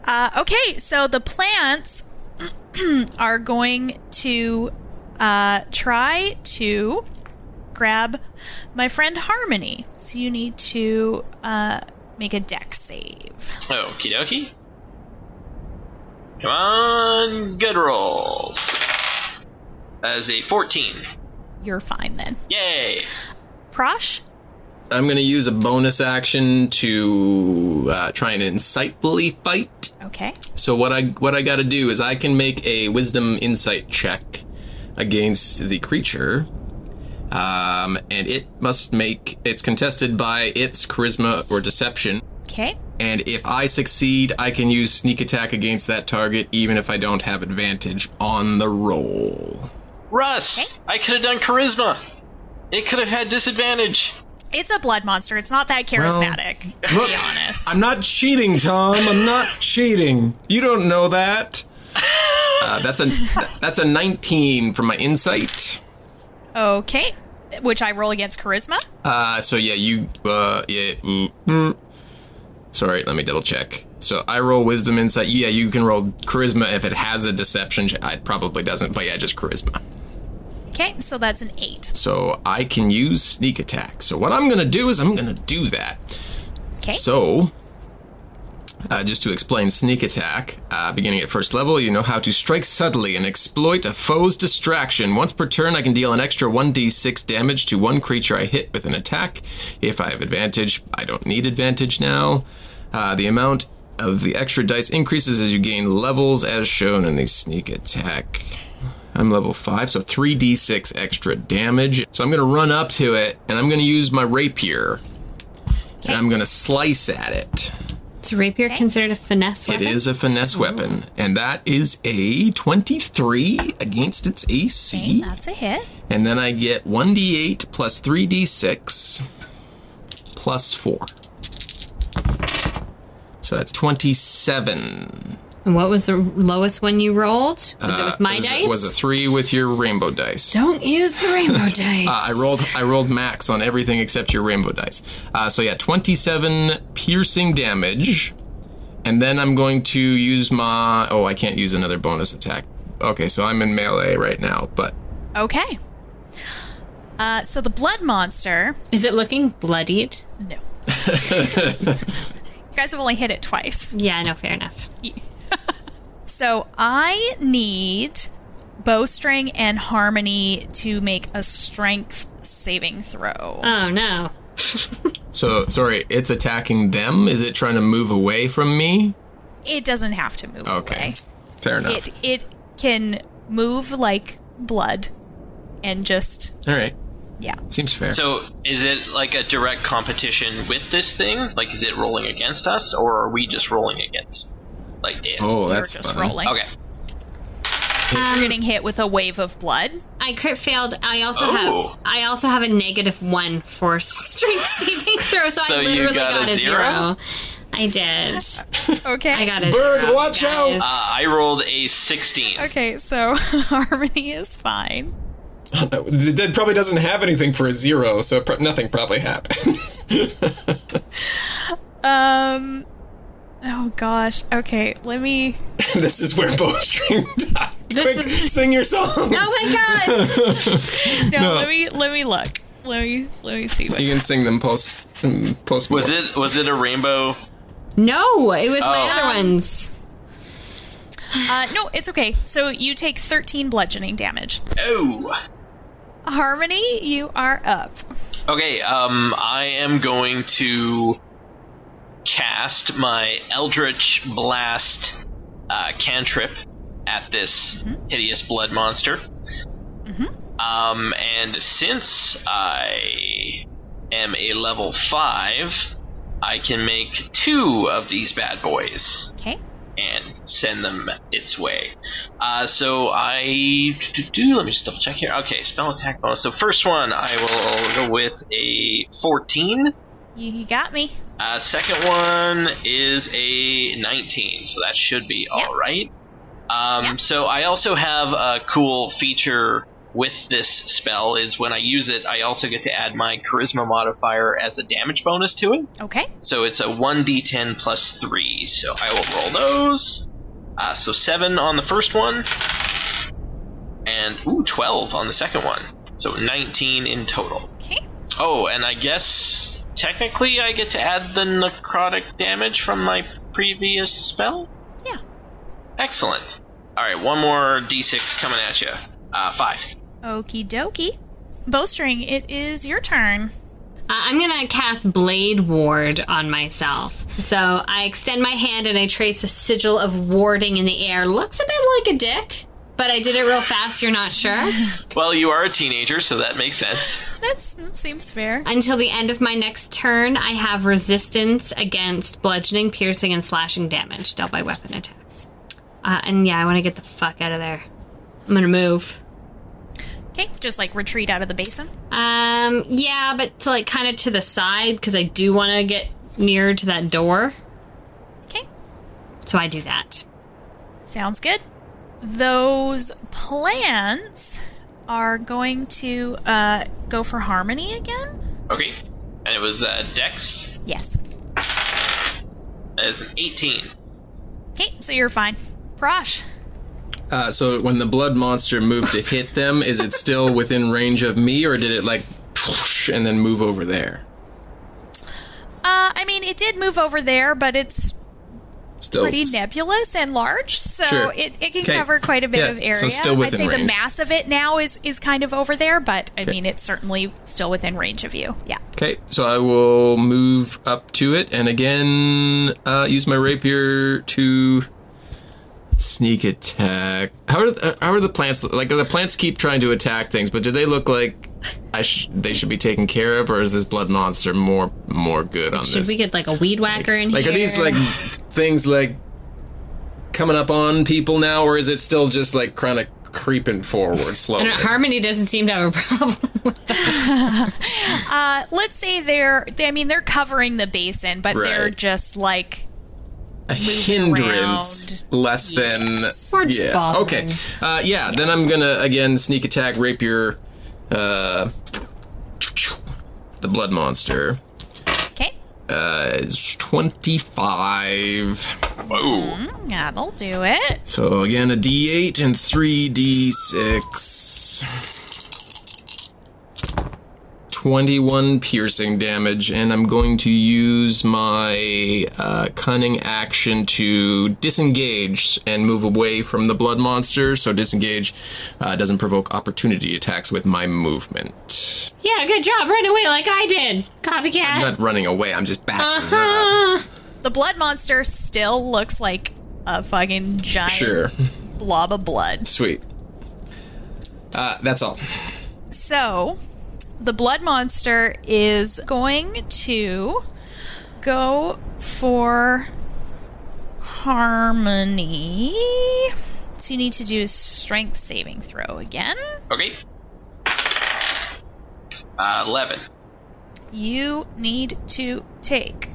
Speaker 1: Uh, okay. So the plants are going to uh, try to grab my friend Harmony. So you need to uh, make a deck save.
Speaker 4: Okie dokie. Come on, good rolls. As a 14.
Speaker 1: You're fine then.
Speaker 4: Yay!
Speaker 1: Prosh.
Speaker 3: I'm going to use a bonus action to uh, try and insightfully fight.
Speaker 1: Okay.
Speaker 3: So what I what I got to do is I can make a wisdom insight check against the creature, um, and it must make it's contested by its charisma or deception.
Speaker 1: Okay.
Speaker 3: And if I succeed, I can use sneak attack against that target, even if I don't have advantage on the roll.
Speaker 4: Russ! I could have done charisma! It could have had disadvantage!
Speaker 1: It's a blood monster. It's not that charismatic, to
Speaker 3: look,
Speaker 1: be honest.
Speaker 3: I'm not cheating, Tom. I'm not cheating. You don't know that. Uh, that's a that's a 19 from my insight.
Speaker 1: okay. Which I roll against charisma.
Speaker 3: Uh, so yeah, you uh, yeah. mm, mm. Sorry, let me double check. So I roll wisdom insight. Yeah, you can roll charisma if it has a deception. check. It probably doesn't, but yeah, just charisma.
Speaker 1: Okay. So that's an eight.
Speaker 3: So I can use sneak attack. So what I'm gonna do is I'm gonna do that.
Speaker 1: Okay.
Speaker 3: So, uh, just to explain sneak attack, uh, beginning at first level, you know how to strike subtly and exploit a foe's distraction. Once per turn, I can deal an extra 1d6 damage to one creature I hit with an attack. If I have advantage, I don't need advantage now. Uh, the amount of the extra dice increases as you gain levels, as shown in the sneak attack. I'm level 5, so 3d6 extra damage. So I'm going to run up to it, and I'm going to use my rapier and I'm gonna slice at it.
Speaker 5: Is rapier considered a finesse
Speaker 3: It
Speaker 5: weapon?
Speaker 3: is a finesse weapon, and that is a 23 against its
Speaker 1: Okay,
Speaker 3: AC.
Speaker 1: that's a hit.
Speaker 3: And then I get 1d8 plus 3d6 plus 4. So that's 27.
Speaker 5: And what was the lowest one you rolled? Was it
Speaker 3: Uh,
Speaker 5: with my
Speaker 3: was
Speaker 5: dice?
Speaker 3: was a 3 with your rainbow dice.
Speaker 5: Don't use the rainbow dice.
Speaker 3: Uh, I rolled I rolled max on everything except your rainbow dice. Uh, so yeah, 27 piercing damage. And then I'm going to use my oh, I can't use another bonus attack. Okay, so I'm in melee right now, but
Speaker 1: Okay. Uh, so the blood monster.
Speaker 5: Is it looking bloodied?
Speaker 1: No. you guys have only hit it twice.
Speaker 5: Yeah, no, fair enough.
Speaker 1: So I need Bowstring and Harmony to make a strength saving throw.
Speaker 5: Oh no.
Speaker 3: so sorry, it's attacking them. Is it trying to move away from me?
Speaker 1: It doesn't have to move
Speaker 3: Okay.
Speaker 1: away.
Speaker 3: Fair enough.
Speaker 1: It it can move like blood and just
Speaker 3: All right.
Speaker 1: yeah.
Speaker 3: Seems fair.
Speaker 4: So, is it like a direct competition with this thing? Like, is it rolling against us, or are we just rolling against, like, it?
Speaker 3: oh,
Speaker 1: We're
Speaker 3: that's
Speaker 1: just
Speaker 3: fun.
Speaker 1: rolling.
Speaker 4: Okay.
Speaker 1: You're getting hit with a wave of blood.
Speaker 5: I crit failed. I also
Speaker 4: Oh.
Speaker 5: have I also have a negative one for strength saving throw, so,
Speaker 4: So
Speaker 5: I
Speaker 4: you
Speaker 5: literally
Speaker 4: got
Speaker 5: got,
Speaker 4: a
Speaker 5: a,
Speaker 4: zero?
Speaker 5: zero. I did.
Speaker 1: Okay.
Speaker 5: I got a
Speaker 3: Bird,
Speaker 5: zero,
Speaker 3: watch
Speaker 5: guys.
Speaker 4: Uh, I rolled a 16.
Speaker 1: Okay, so Harmony is fine.
Speaker 3: That probably doesn't have anything for a zero, so pro- nothing probably happens.
Speaker 1: Um. Oh gosh. Okay. Let me.
Speaker 3: this is where bowstring died. Quick,
Speaker 5: is-
Speaker 3: sing your songs.
Speaker 5: Oh my
Speaker 3: Ah.
Speaker 5: god!
Speaker 1: No, Let me. Let me look. Let me. Let me see what.
Speaker 3: You can sing them post um, post.
Speaker 4: Was it was it a rainbow?
Speaker 5: No, it was my
Speaker 4: Oh.
Speaker 5: other ones.
Speaker 1: Uh, no, it's okay. So you take thirteen bludgeoning damage.
Speaker 4: Oh.
Speaker 1: Harmony, you are up.
Speaker 4: Okay, um, I am going to cast my Eldritch Blast uh, cantrip at this hideous blood monster. Um, and since I am a level 5, I can make two of these bad boys
Speaker 1: Okay.
Speaker 4: and and send them its way. Uh, so I do, do. Let me just double check here. Okay, spell attack bonus. So first one, I will go with a fourteen.
Speaker 1: You, you got me.
Speaker 4: Uh, second one is a 19, so that should be all right. Um,
Speaker 1: Yeah.
Speaker 4: So I also have a cool feature with this spell is when I use it, I also get to add my charisma modifier as a damage bonus to it.
Speaker 1: Okay.
Speaker 4: So it's a 1d10 plus 3. So I will roll those. Uh, so 7 on the first one, and ooh, 12 on the second one. So 19 in total.
Speaker 1: Okay.
Speaker 4: Oh, and I guess technically I get to add the necrotic damage from my previous spell?
Speaker 1: Yeah.
Speaker 4: Excellent. Alright, one more d6 coming at you. Uh, five.
Speaker 1: Okie dokie. Bowstring, it is your turn.
Speaker 5: Uh, I'm gonna cast Blade Ward on myself. So I extend my hand and I trace a sigil of warding in the air. Looks a bit like a dick, but I did it real fast, you're not sure.
Speaker 4: Well, you are a teenager, so that makes sense.
Speaker 1: That's, that seems fair.
Speaker 5: Until the end of my next turn, I have resistance against bludgeoning, piercing, and slashing damage dealt by weapon attacks. Uh, and yeah, I wanna get the fuck out of there. I'm gonna move.
Speaker 1: Okay, just like retreat out of the basin.
Speaker 5: Um, yeah, but to like kind of to the side, because I do wanna get nearer to that door.
Speaker 1: Okay,
Speaker 5: So I do that.
Speaker 1: sounds good. Those plants are going to uh, go for harmony again.
Speaker 4: Okay. And it was uh, Dex
Speaker 1: Yes.
Speaker 4: as an 18.
Speaker 1: Okay, so you're fine. Prosh.
Speaker 3: Uh, so when the blood monster moved to hit them, is it still within range of me, or did it like and then move over there?
Speaker 1: Uh, I mean, it did move over there, but it's
Speaker 3: Still
Speaker 1: pretty nebulous and large, so
Speaker 3: Sure.
Speaker 1: it, it can
Speaker 3: 'Kay.
Speaker 1: cover quite a bit
Speaker 3: Yeah,
Speaker 1: of area.
Speaker 3: so still
Speaker 1: I'd
Speaker 3: within
Speaker 1: say the
Speaker 3: range.
Speaker 1: mass of it now is is kind of over there, but I
Speaker 3: 'Kay.
Speaker 1: mean, it's certainly still within range of you. Yeah.
Speaker 3: Okay, so I will move up to it and again uh, use my rapier to sneak attack. How are the, uh, how are the plants like? The plants keep trying to attack things, but do they look like I sh- they should be taken care of, or is this blood monster more more good on
Speaker 5: Should
Speaker 3: this?
Speaker 5: we get like a weed whacker in
Speaker 3: like
Speaker 5: here?
Speaker 3: are these like things like coming up on people now, or is it still just like kind of creeping forward slowly?
Speaker 5: And Harmony doesn't seem to have a problem. with
Speaker 1: Uh, let's say they're they, I mean, they're covering the basin, but they're
Speaker 3: Right.
Speaker 1: just like
Speaker 3: a hindrance less
Speaker 5: Or
Speaker 3: than
Speaker 5: just
Speaker 3: yeah.
Speaker 5: bothering.
Speaker 3: Okay. Uh, yeah, then I'm gonna again sneak attack rapier uh, the blood monster.
Speaker 1: okay,
Speaker 3: It's 25.
Speaker 4: Whoa.
Speaker 1: that'll do it.
Speaker 3: So again a D8 and 3D6. 21 piercing damage, and I'm going to use my uh, cunning action to disengage and move away from the blood monster. So, disengage uh, doesn't provoke opportunity attacks with my movement.
Speaker 5: yeah, good job. Run away like I did. Copycat.
Speaker 3: I'm not running away, I'm just backing up.
Speaker 5: uh-huh.
Speaker 1: The blood monster still looks like a fucking giant
Speaker 3: Sure.
Speaker 1: blob of blood.
Speaker 3: Sweet. Uh, that's all.
Speaker 1: So, the blood monster is going to go for harmony. So you need to do a strength saving throw again.
Speaker 4: Okay. Uh, 11.
Speaker 1: You need to take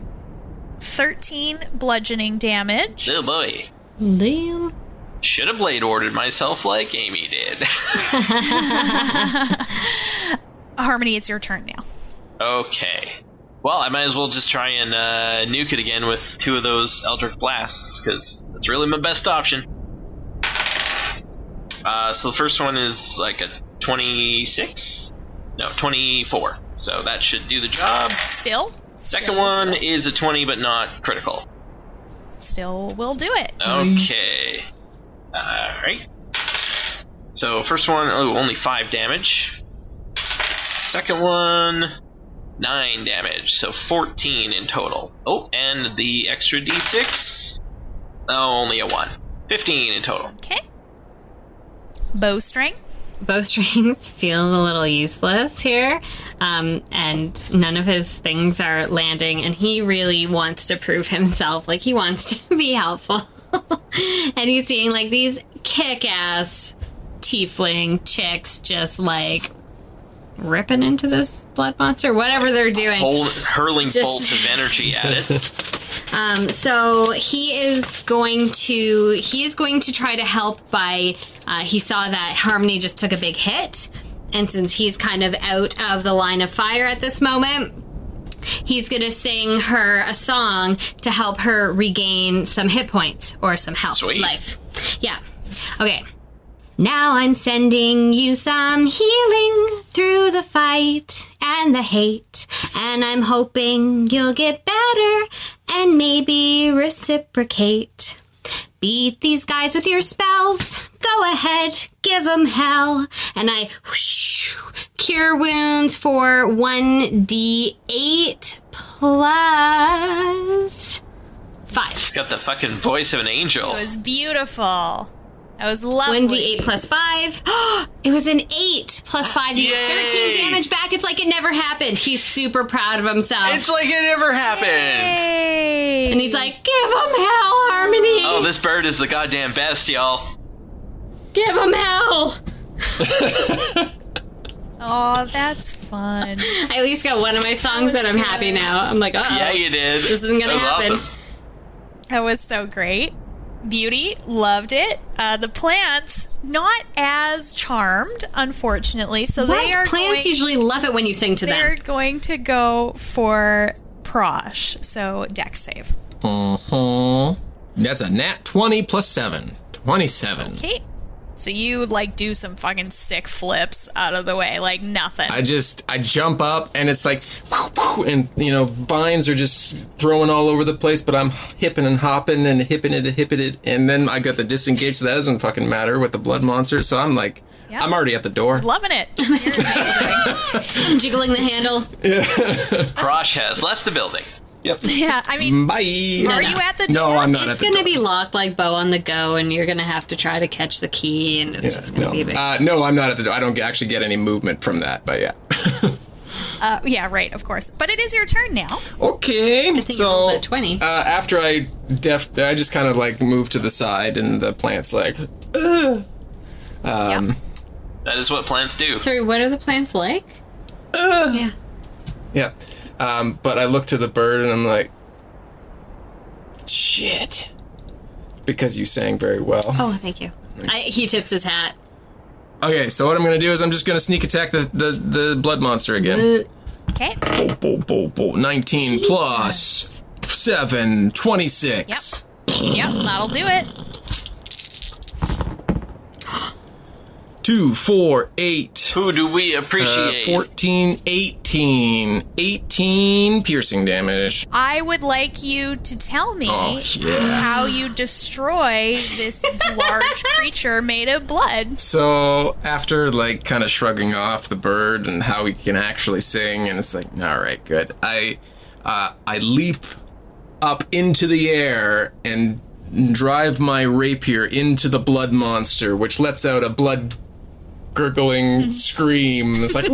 Speaker 1: 13 bludgeoning damage.
Speaker 4: Little boy.
Speaker 5: Damn.
Speaker 4: Should have blade ordered myself like Amy did.
Speaker 1: Harmony, it's your turn now.
Speaker 4: Okay. Well, I might as well just try and uh, nuke it again with two of those Eldritch Blasts, because that's really my best option. Uh, so the first one is like a 26? No, 24. So that should do the job.
Speaker 1: Still?
Speaker 4: Second
Speaker 1: Still will
Speaker 4: one
Speaker 1: do it.
Speaker 4: is a 20, but not critical.
Speaker 1: Still will do it.
Speaker 4: Okay. Alright. So, first one, oh, only 5 damage. Second one, 9 damage. So, 14 in total. Oh, and the extra d6. Oh, only a 1. 15 in total.
Speaker 1: Okay. Bowstring.
Speaker 5: Bowstrings feels a little useless here, um, and none of his things are landing. And he really wants to prove himself. Like he wants to be helpful. and he's seeing like these kick ass tiefling chicks just like ripping into this blood monster, whatever they're doing.
Speaker 4: Hol- hurling
Speaker 5: Just-
Speaker 4: bolts of energy at it.
Speaker 5: Um, so he is going to he is going to try to help by uh, he saw that Harmony just took a big hit, and since he's kind of out of the line of fire at this moment, he's going to sing her a song to help her regain some hit points or some health
Speaker 4: Sweet.
Speaker 5: life. Yeah. Okay. Now I'm sending you some healing through the fight and the hate, and I'm hoping you'll get better and maybe reciprocate. Beat these guys with your spells. Go ahead, give 'em hell. And I whoosh, cure wounds for 1d8 plus 5.
Speaker 4: It's got the fucking voice of an angel.
Speaker 1: It was beautiful. That was lovely.
Speaker 5: 1d8 plus 5. it was an 8 plus 5. You get
Speaker 4: Yay!
Speaker 5: 13 damage back. It's like it never happened. He's super proud of himself.
Speaker 4: It's like it never happened.
Speaker 1: Yay.
Speaker 5: and he's like, give 'em hell, Harmony.
Speaker 4: Oh, this bird is the goddamn best, y'all.
Speaker 5: Give 'em hell.
Speaker 1: Oh, that's fun.
Speaker 5: I at least got one of my songs that I'm happy now. I'm like, oh.
Speaker 4: Yeah, you did. This
Speaker 5: isn't
Speaker 4: that
Speaker 5: gonna
Speaker 4: was
Speaker 5: happen.
Speaker 4: Awesome.
Speaker 1: That was so great. Beauty loved it. Uh, the plants not as charmed, unfortunately. So they are
Speaker 5: What?
Speaker 1: going,
Speaker 5: Plants usually love it when you sing to
Speaker 1: they're
Speaker 5: them.
Speaker 1: going to go for prosh. So deck save.
Speaker 3: Mm-hmm. That's a nat 20 plus 7. 27.
Speaker 1: Okay. So you like do some fucking sick flips out of the way, like nothing.
Speaker 3: I just I jump up and it's like pow, pow, and you know vines are just throwing all over the place, but I'm hipping and hopping and hipping it and hipping it, and then I got the disengage, so that doesn't fucking matter with the blood monster. So I'm like,
Speaker 1: Yeah.
Speaker 3: I'm already at the door.
Speaker 1: Loving it. You're amazing.
Speaker 5: I'm jiggling the handle.
Speaker 4: Brosh has left the building.
Speaker 3: Yep.
Speaker 1: yeah, I mean,
Speaker 3: Bye.
Speaker 1: are you at the door?
Speaker 3: No, I'm not
Speaker 5: It's
Speaker 3: at the
Speaker 5: going to
Speaker 3: door.
Speaker 5: be locked like bow on the go, and you're going to have to try to catch the key, and it's just going to be a
Speaker 3: no.
Speaker 5: big.
Speaker 3: Uh, no, I'm not at the door. I don't actually get any movement from that, but yeah.
Speaker 1: Uh, yeah, right, of course. But it is your turn now.
Speaker 3: Okay,
Speaker 5: thing you
Speaker 3: so
Speaker 5: rolled a 20.
Speaker 3: Uh, after I def, I just kind of like move to the side, and the plant's like, "Ugh."
Speaker 1: yeah.
Speaker 4: That is what plants do.
Speaker 5: Sorry, what are the plants like? yeah.
Speaker 3: yeah. Um, but I look to the bird, and I'm like, shit, because you sang very well.
Speaker 5: Oh, thank you. I, he tips his hat.
Speaker 3: Okay, so what I'm gonna do is I'm just gonna sneak attack the the, the blood monster again.
Speaker 1: Okay.
Speaker 3: Bo, bo, bo, bo. 19 plus 7, 26.
Speaker 1: Yep, that'll do it.
Speaker 3: 2, 4, 8.
Speaker 4: Who do we
Speaker 3: Uh,
Speaker 4: appreciate?
Speaker 3: 14, 18. 18 piercing damage.
Speaker 1: I would like you to tell me
Speaker 3: Oh, yeah.
Speaker 1: how you destroy this large creature made of blood.
Speaker 3: So, after, like, kind of shrugging off the bird and how he can actually sing, and it's like, all right, good. I, uh, I leap up into the air and drive my rapier into the blood monster, which lets out a blood gurgling scream. It's like,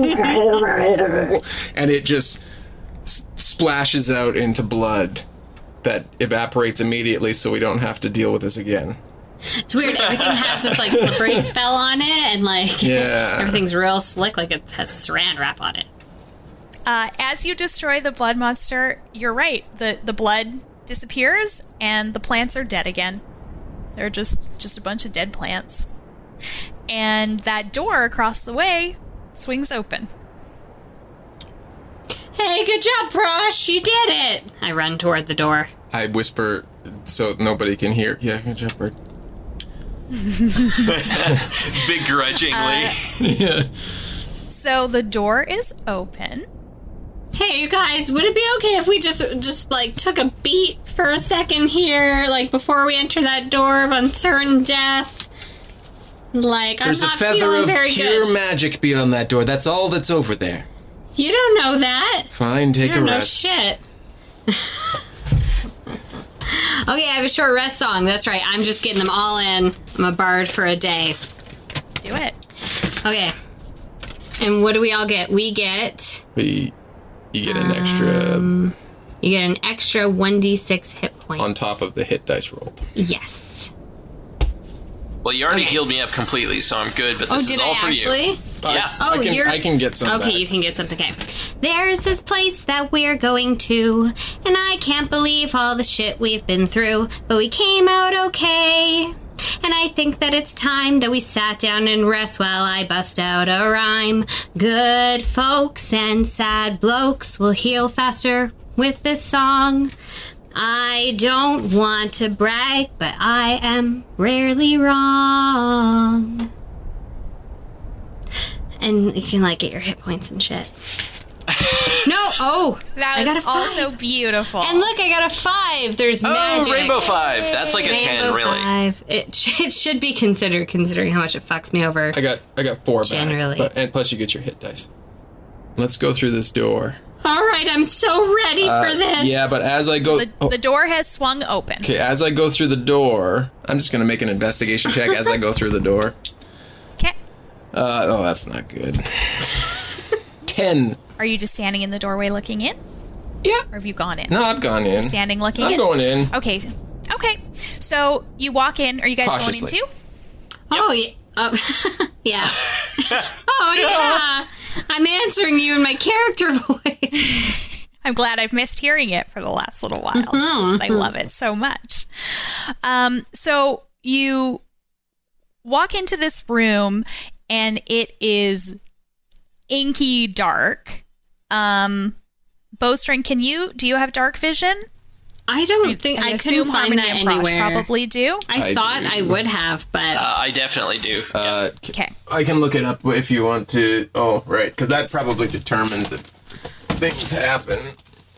Speaker 3: and it just s- splashes out into blood that evaporates immediately, so we don't have to deal with this again.
Speaker 5: It's weird. Everything has this like slippery spell on it, and like
Speaker 3: Yeah.
Speaker 5: everything's real slick, like it has saran wrap on it.
Speaker 1: Uh, as you destroy the blood monster, you're right. The the blood disappears and the plants are dead again. They're just just a bunch of dead plants. And that door across the way swings open.
Speaker 5: Hey, good job, Prosh. You did it. I run toward the door.
Speaker 3: I whisper so nobody can hear. Yeah, good job, bird.
Speaker 4: Begrudgingly.
Speaker 5: Uh,
Speaker 1: So the door is open.
Speaker 5: Hey, you guys, would it be okay if we just just like took a beat for a second here, like before we enter that door of uncertain death? Like
Speaker 3: There's
Speaker 5: I'm
Speaker 3: a
Speaker 5: not
Speaker 3: feather
Speaker 5: feeling
Speaker 3: of
Speaker 5: very
Speaker 3: pure
Speaker 5: good.
Speaker 3: magic beyond that door. That's all that's over there.
Speaker 5: you don't know that.
Speaker 3: Fine, take
Speaker 5: I
Speaker 3: a
Speaker 5: don't know
Speaker 3: rest.
Speaker 5: shit. okay, I have a short rest song. That's right. I'm just getting them all in. I'm a bard for a day.
Speaker 1: Do it.
Speaker 5: Okay. And what do we all get? We get
Speaker 3: We- you get an extra
Speaker 5: Um, you get an extra 1d6 hit point.
Speaker 3: on top of the hit dice rolled.
Speaker 5: Yes.
Speaker 4: Well, you already
Speaker 5: Okay.
Speaker 4: healed me up completely, so I'm good. But
Speaker 5: Oh,
Speaker 4: this is
Speaker 5: did
Speaker 4: all
Speaker 5: I
Speaker 4: for
Speaker 5: actually?
Speaker 4: you. Yeah.
Speaker 5: Oh,
Speaker 3: I can,
Speaker 5: you're-
Speaker 3: I can get some.
Speaker 5: Okay,
Speaker 3: back.
Speaker 5: you can get something. Okay. There's this place that we're going to, and I can't believe all the shit we've been through, but we came out okay. And I think that it's time that we sat down and rest while I bust out a rhyme. Good folks and sad blokes will heal faster with this song. I don't want to brag, but I am rarely wrong and you can like get your hit points and shit. no, oh,
Speaker 1: That
Speaker 5: I
Speaker 1: was
Speaker 5: got a five.
Speaker 1: also beautiful.
Speaker 5: and look, I got a five. There's
Speaker 4: Oh,
Speaker 5: magic.
Speaker 4: Rainbow Five. That's like a ten,
Speaker 5: Rainbow
Speaker 4: really.
Speaker 5: Five. It, sh- it should be considered considering how much it fucks me over.
Speaker 3: I got I got four back,
Speaker 5: Generally.
Speaker 3: but- and plus you get your hit dice. Let's go through this door.
Speaker 5: All right, I'm so ready for this.
Speaker 3: Uh, Yeah, but as I go,
Speaker 1: the,
Speaker 3: oh,
Speaker 1: the door has swung open.
Speaker 3: okay, as I go through the door, I'm just gonna make an investigation check as I go through the door.
Speaker 1: Okay.
Speaker 3: Uh, oh, that's not good. Ten.
Speaker 1: Are you just standing in the doorway looking in?
Speaker 3: Yeah.
Speaker 1: Or have you gone in?
Speaker 3: No, I've gone in.
Speaker 1: Standing looking
Speaker 3: I'm
Speaker 1: in?
Speaker 3: going in.
Speaker 1: Okay. Okay. So you walk in. Are you guys going in
Speaker 3: Cautiously.
Speaker 1: too?
Speaker 5: oh yeah, oh, yeah. oh yeah. I'm answering you in my character voice.
Speaker 1: I'm glad I've missed hearing it for the last little while.
Speaker 3: Mm-hmm.
Speaker 1: I love it so much. Um, so you walk into this room and it is inky dark. Um, Bowstring, can you do you have dark vision?
Speaker 5: I don't think I, couldn't
Speaker 1: assume
Speaker 5: find
Speaker 1: Harmony
Speaker 5: that
Speaker 1: and Prosh
Speaker 5: anywhere.
Speaker 1: Probably do.
Speaker 5: I,
Speaker 3: I
Speaker 5: thought
Speaker 3: do.
Speaker 5: I would have, but
Speaker 4: Uh, I definitely do.
Speaker 3: Uh,
Speaker 1: Okay.
Speaker 3: I can look it up if you want to. Oh, right, because that probably determines if things happen.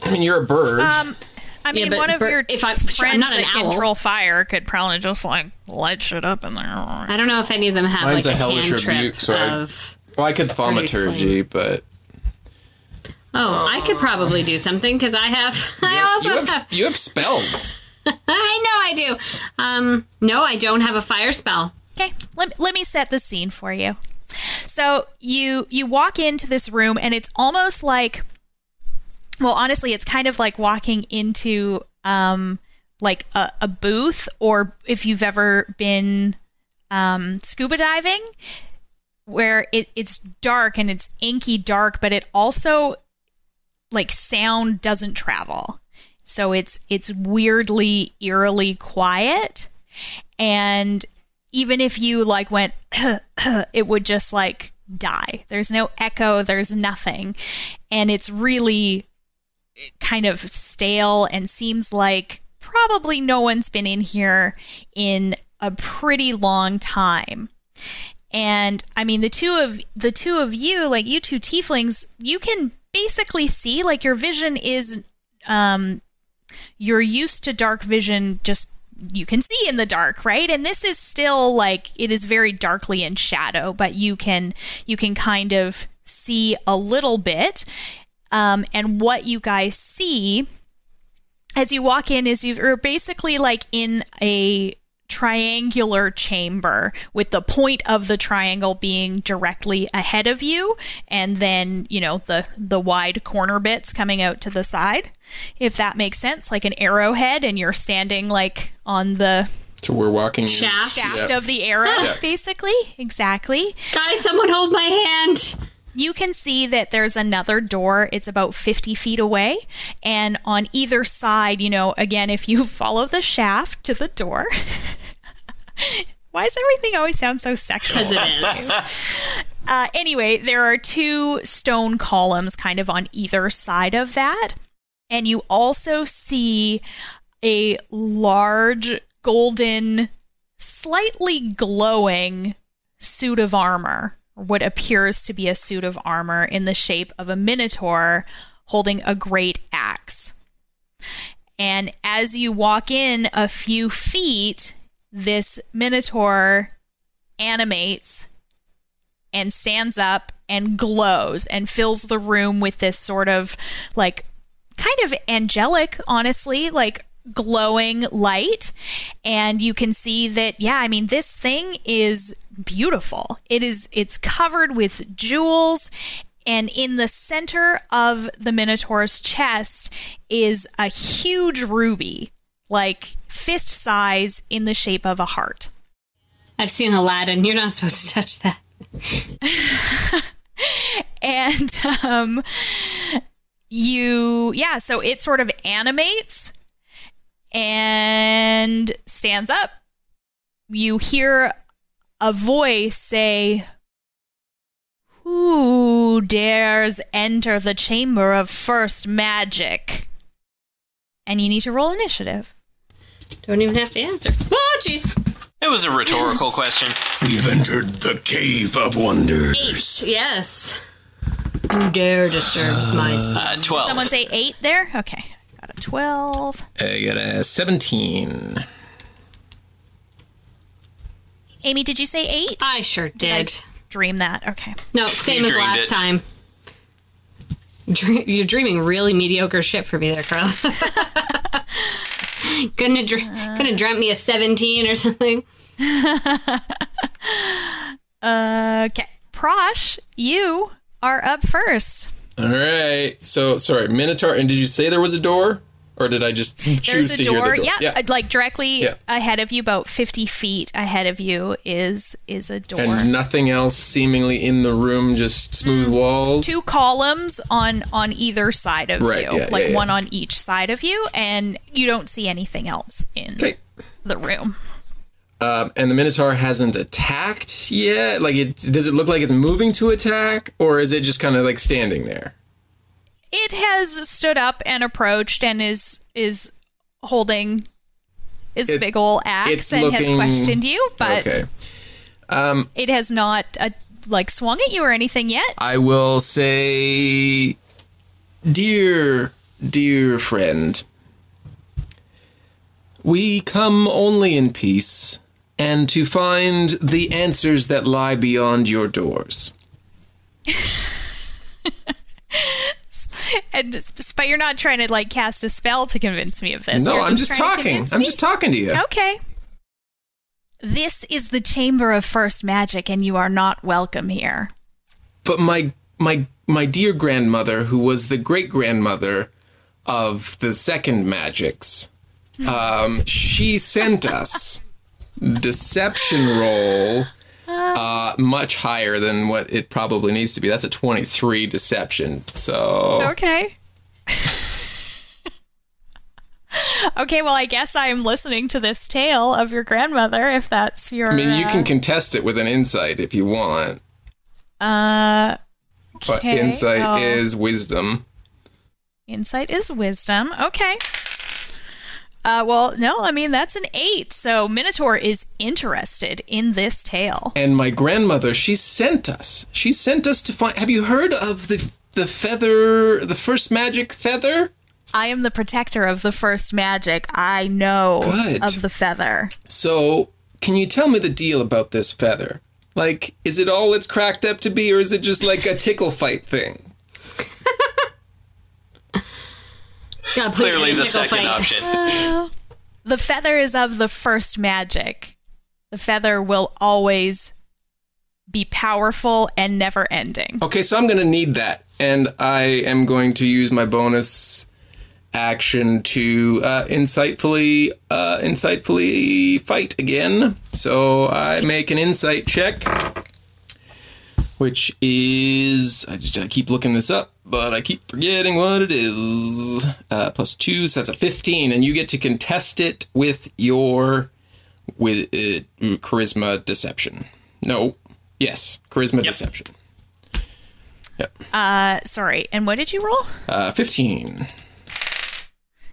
Speaker 3: I mean, you're a bird.
Speaker 1: Um, I mean,
Speaker 5: but
Speaker 1: one of
Speaker 5: for-
Speaker 1: your
Speaker 5: if I-
Speaker 1: friends
Speaker 5: sure, I'm not an
Speaker 1: that
Speaker 5: owl.
Speaker 1: control fire could probably just like light shit up in there.
Speaker 5: I don't know if any of them have
Speaker 3: Mine's a
Speaker 5: like a,
Speaker 3: hellish
Speaker 5: hand trip
Speaker 3: rebuke, so I-
Speaker 5: of.
Speaker 3: well, I could
Speaker 5: pretty
Speaker 3: thaumaturgy, but
Speaker 5: Oh, I could probably do something because I have. I also
Speaker 3: you have,
Speaker 5: have.
Speaker 3: you have spells.
Speaker 5: I know I do. Um, no, I don't have a fire spell.
Speaker 1: Okay, let, let me set the scene for you. So you you walk into this room and it's almost like well honestly it's kind of like walking into um like a, a booth or if you've ever been um scuba diving where it, it's dark and it's inky dark but it also like sound doesn't travel. So it's it's weirdly eerily quiet and even if you like went it would just like die there's no echo there's nothing and it's really kind of stale and seems like probably no one's been in here in a pretty long time and i mean the two of the two of you like you two tieflings you can basically see like your vision is um you're used to dark vision just you can see in the dark right and this is still like it is very darkly in shadow but you can you can kind of see a little bit um, and what you guys see as you walk in is you're basically like in a triangular chamber with the point of the triangle being directly ahead of you and then you know the the wide corner bits coming out to the side if that makes sense like an arrowhead and you're standing like on the
Speaker 3: So we're walking. in-
Speaker 5: Shaft.
Speaker 1: shaft
Speaker 3: Yeah.
Speaker 1: of the arrow basically exactly
Speaker 5: Guys, someone hold my hand.
Speaker 1: you can see that there's another door. It's about 50 feet away. And on either side, you know, again, if you follow the shaft to the door. Why does everything always sound so sexual?
Speaker 5: Because it is.
Speaker 1: Uh, anyway, there are two stone columns kind of on either side of that. And you also see a large golden, slightly glowing suit of armor, what appears to be a suit of armor in the shape of a minotaur holding a great axe. And as you walk in a few feet, this minotaur animates and stands up and glows and fills the room with this sort of like kind of angelic, honestly, like glowing light. And you can see that, yeah, I mean, this thing is beautiful. It is, it's covered with jewels. And in the center of the Minotaur's chest is a huge ruby, like fist size in the shape of a heart.
Speaker 5: I've seen Aladdin. You're not supposed to touch that.
Speaker 1: and um, you yeah so it sort of animates and stands up you hear a voice say who dares enter the chamber of first magic and you need to roll initiative
Speaker 5: Don't even have to answer. Oh, jeez.
Speaker 4: It was a rhetorical question.
Speaker 3: We have entered the cave of wonders.
Speaker 5: Yes. Who dare disturbs my stuff?
Speaker 4: Uh, Twelve.
Speaker 1: someone say eight there okay got a 12
Speaker 3: I got a 17.
Speaker 1: amy did you say eight
Speaker 5: I sure did.
Speaker 1: dream that okay
Speaker 5: No, same as
Speaker 4: dreamed
Speaker 5: last
Speaker 4: it.
Speaker 5: time. Dream, you're dreaming really mediocre shit for me there, Carla. couldn't have, dr- couldn't have dreamt me a 17 or something.
Speaker 1: Okay. Prosh, you are up first.
Speaker 3: All right. So, sorry, Minotaur. And did you say there was a door? Or did I just choose
Speaker 1: There's
Speaker 3: to
Speaker 1: a
Speaker 3: hear
Speaker 1: door.
Speaker 3: the door?
Speaker 1: Yeah, uh, like directly
Speaker 3: Yeah.
Speaker 1: ahead of you, about 50 feet ahead of you is is a door.
Speaker 3: And nothing else seemingly in the room, just smooth walls.
Speaker 1: Mm, Two columns on on either side of
Speaker 3: Right,
Speaker 1: you,
Speaker 3: yeah,
Speaker 1: like
Speaker 3: yeah, yeah.
Speaker 1: one on each side of you, and you don't see anything else in
Speaker 3: Okay.
Speaker 1: the room.
Speaker 3: Um, and the Minotaur hasn't attacked yet. Like, it does it look like it's moving to attack, or is it just kind of like standing there?
Speaker 1: It has stood up and approached and is is holding its
Speaker 3: It-
Speaker 1: big ol' axe
Speaker 3: it's
Speaker 1: and has
Speaker 3: looking-
Speaker 1: questioned you, but
Speaker 3: okay.
Speaker 1: it has not uh, like swung at you or anything yet.
Speaker 3: I will say, dear, dear friend, we come only in peace and to find the answers that lie beyond your doors.
Speaker 1: And just- but you're not trying to like cast a spell to convince me of this.
Speaker 3: no,
Speaker 1: You're
Speaker 3: I'm just
Speaker 1: trying to
Speaker 3: talking.
Speaker 1: convince
Speaker 3: I'm
Speaker 1: me?
Speaker 3: just talking to you.
Speaker 1: Okay. This is the chamber of first magic, and you are not welcome here.
Speaker 3: But my my my dear grandmother, who was the great grandmother of the second magics, um, she sent us deception roll uh, much higher than what it probably needs to be. That's a twenty three deception. So
Speaker 1: Okay. okay. Well, I guess I'm listening to this tale of your grandmother. If that's your,
Speaker 3: I mean, you
Speaker 1: uh,
Speaker 3: can contest it with an insight if you want,
Speaker 1: Uh,
Speaker 3: but
Speaker 1: Okay.
Speaker 3: insight
Speaker 1: Oh.
Speaker 3: is wisdom.
Speaker 1: Insight is wisdom. Okay. Uh, well, no, I mean, that's an eight. So Minotaur is interested in this tale.
Speaker 3: and my grandmother she sent us she sent us to find have you heard of the the feather the first magic feather
Speaker 1: I am the protector of the first magic. I know
Speaker 3: Good.
Speaker 1: of the feather.
Speaker 3: so can you tell me the deal about this feather like is it all it's cracked up to be or is it just like a tickle fight thing
Speaker 5: God, please
Speaker 4: Clearly,
Speaker 5: let me
Speaker 4: the second
Speaker 5: tickle fight.
Speaker 4: option.
Speaker 1: The feather is of the first magic. The feather will always be powerful and never ending.
Speaker 3: okay so i'm gonna need that and i am going to use my bonus action to uh, insightfully uh, insightfully fight again so i make an insight check which is I, just- I keep looking this up, but I keep forgetting what it is. Uh, plus two, so that's a fifteen, and you get to contest it with your with uh, charisma deception. No, yes, charisma deception. Yep,
Speaker 1: Uh, sorry. And what did you roll?
Speaker 3: uh, fifteen.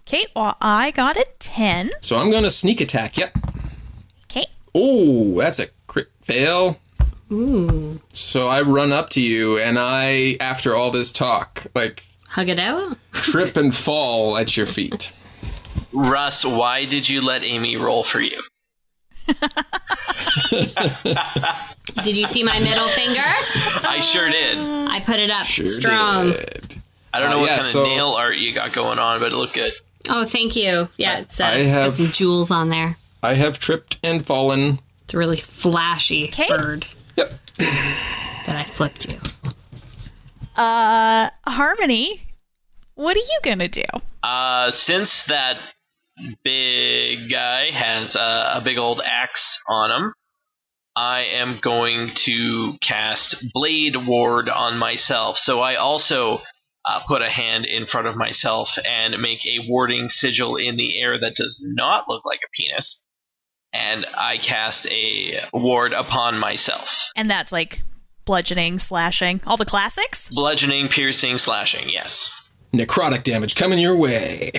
Speaker 1: Okay. Well, I got a 10.
Speaker 3: So I'm gonna sneak attack. Yep.
Speaker 1: Okay.
Speaker 3: Oh, that's a crit fail. So I run up to you, and I, after all this talk, like
Speaker 5: Hug it out?
Speaker 3: trip and fall at your feet.
Speaker 4: Russ, why did you let Amy roll for you?
Speaker 5: Did you see my middle finger?
Speaker 4: I sure did. I
Speaker 5: I put it up
Speaker 3: Sure
Speaker 5: strong.
Speaker 3: did.
Speaker 4: don't know
Speaker 3: Uh,
Speaker 4: what
Speaker 3: yeah,
Speaker 4: kind of
Speaker 3: so-
Speaker 4: nail art you got going on, but it looked good.
Speaker 5: Oh, thank you. Yeah, it's, uh,
Speaker 3: I
Speaker 5: it's got
Speaker 3: have-
Speaker 5: some jewels on there.
Speaker 3: I have tripped and fallen.
Speaker 5: It's a really flashy
Speaker 1: Okay.
Speaker 5: bird
Speaker 3: Yep.
Speaker 5: that I flipped you.
Speaker 1: Uh, Harmony, what are you going to do?
Speaker 4: Uh, since that big guy has uh, a big old axe on him, I am going to cast Blade Ward on myself. So I also uh, put a hand in front of myself and make a warding sigil in the air that does not look like a penis. And I cast a ward upon myself.
Speaker 1: And that's like bludgeoning, slashing, all the classics.
Speaker 4: Bludgeoning, piercing, slashing, yes.
Speaker 3: Necrotic damage coming your way.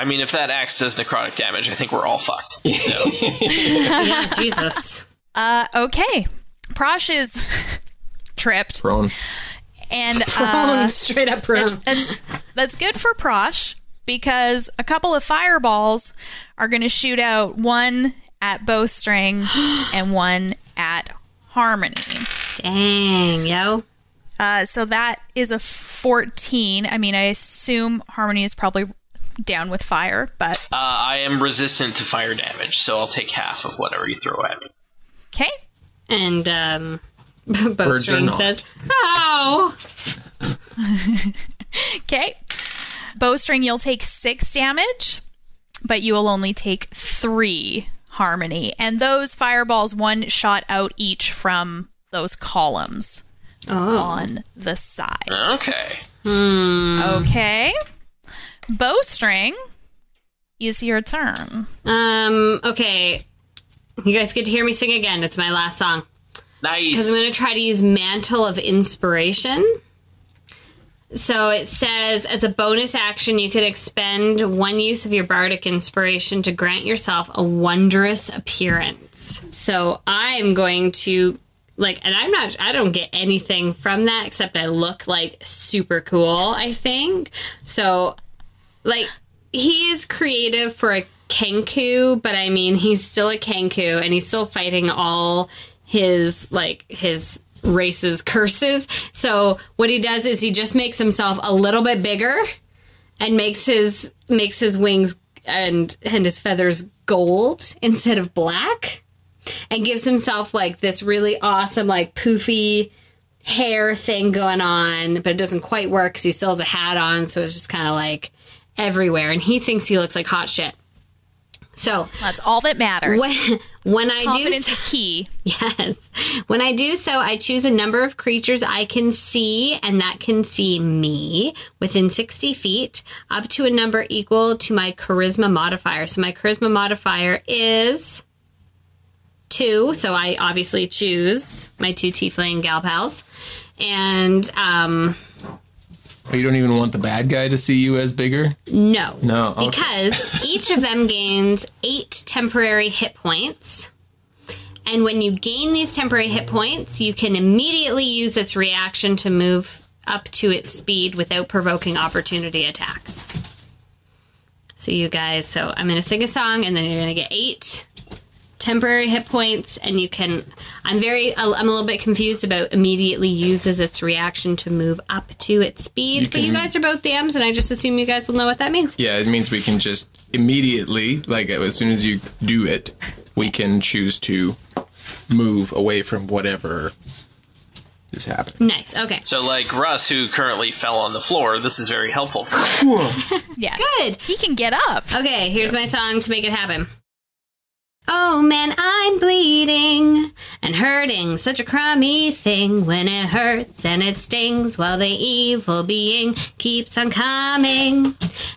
Speaker 4: I mean, if that axe does necrotic damage, I think we're all fucked. So,
Speaker 5: Yeah, Jesus.
Speaker 1: Uh, okay. Prosh is tripped,
Speaker 3: Prone.
Speaker 1: and uh,
Speaker 5: Straight up prone.
Speaker 1: that's, that's that's good for Prosh because a couple of fireballs are going to shoot out one at bowstring and one at harmony.
Speaker 5: Dang, yo.
Speaker 1: Uh, so that is a 14. I mean, I assume harmony is probably down with fire, but
Speaker 4: uh, I am resistant to fire damage, so I'll take half of whatever you throw at me.
Speaker 1: okay.
Speaker 5: And um
Speaker 3: Birds are
Speaker 5: Bowstring
Speaker 3: not.
Speaker 5: says, "Oh." "Ow!"
Speaker 1: Okay. Bowstring, you'll take six damage, but you will only take three harmony. And those fireballs, one shot out each from those columns on the side.
Speaker 4: Okay.
Speaker 1: Okay. Bowstring is your turn.
Speaker 5: Um, okay. You guys get to hear me sing again. It's my last song.
Speaker 4: Nice.
Speaker 5: Because I'm going to try to use Mantle of Inspiration. So it says, as a bonus action, you could expend one use of your bardic inspiration to grant yourself a wondrous appearance. So I'm going to, like, and I'm not, I don't get anything from that except I look like super cool, I think. So, like, he is creative for a Kenku, but I mean, he's still a Kenku and he's still fighting all his like his race's curses. So what he does is he just makes himself a little bit bigger and makes his makes his wings and and his feathers gold instead of black and gives himself like this really awesome like poofy hair thing going on but it doesn't quite work because he still has a hat on so it's just kind of like everywhere and he thinks he looks like hot shit so
Speaker 1: That's all that matters.
Speaker 5: when, when i do
Speaker 1: Confidence is key.
Speaker 5: Yes. When I do so, I choose a number of creatures I can see and that can see me within 60 feet up to a number equal to my charisma modifier. So my charisma modifier is two. So I obviously choose my two tiefling gal pals. And um,
Speaker 3: Oh, you don't even want the bad guy to see you as bigger?
Speaker 5: no.
Speaker 3: No, Oh, okay.
Speaker 5: Because each of them gains eight temporary hit points. And when you gain these temporary hit points, you can immediately use its reaction to move up to its speed without provoking opportunity attacks. So, you guys, so I'm going to sing a song and then you're going to get eight temporary hit points and you can i'm very i'm a little bit confused about immediately uses its reaction to move up to its speed
Speaker 3: You
Speaker 5: but you
Speaker 3: can-
Speaker 5: guys are both dams and i just assume you guys will know what that means
Speaker 3: Yeah, it means we can just immediately, like as soon as you do it, we can choose to move away from whatever is happening.
Speaker 5: Nice. Okay.
Speaker 4: So, like Russ, who currently fell on the floor, this is very helpful for him.
Speaker 1: Yes.
Speaker 5: Good.
Speaker 1: He can get up.
Speaker 5: Okay, here's my song to make it happen. Oh man, I'm bleeding and hurting, such a crummy thing when it hurts and it stings while the evil being keeps on coming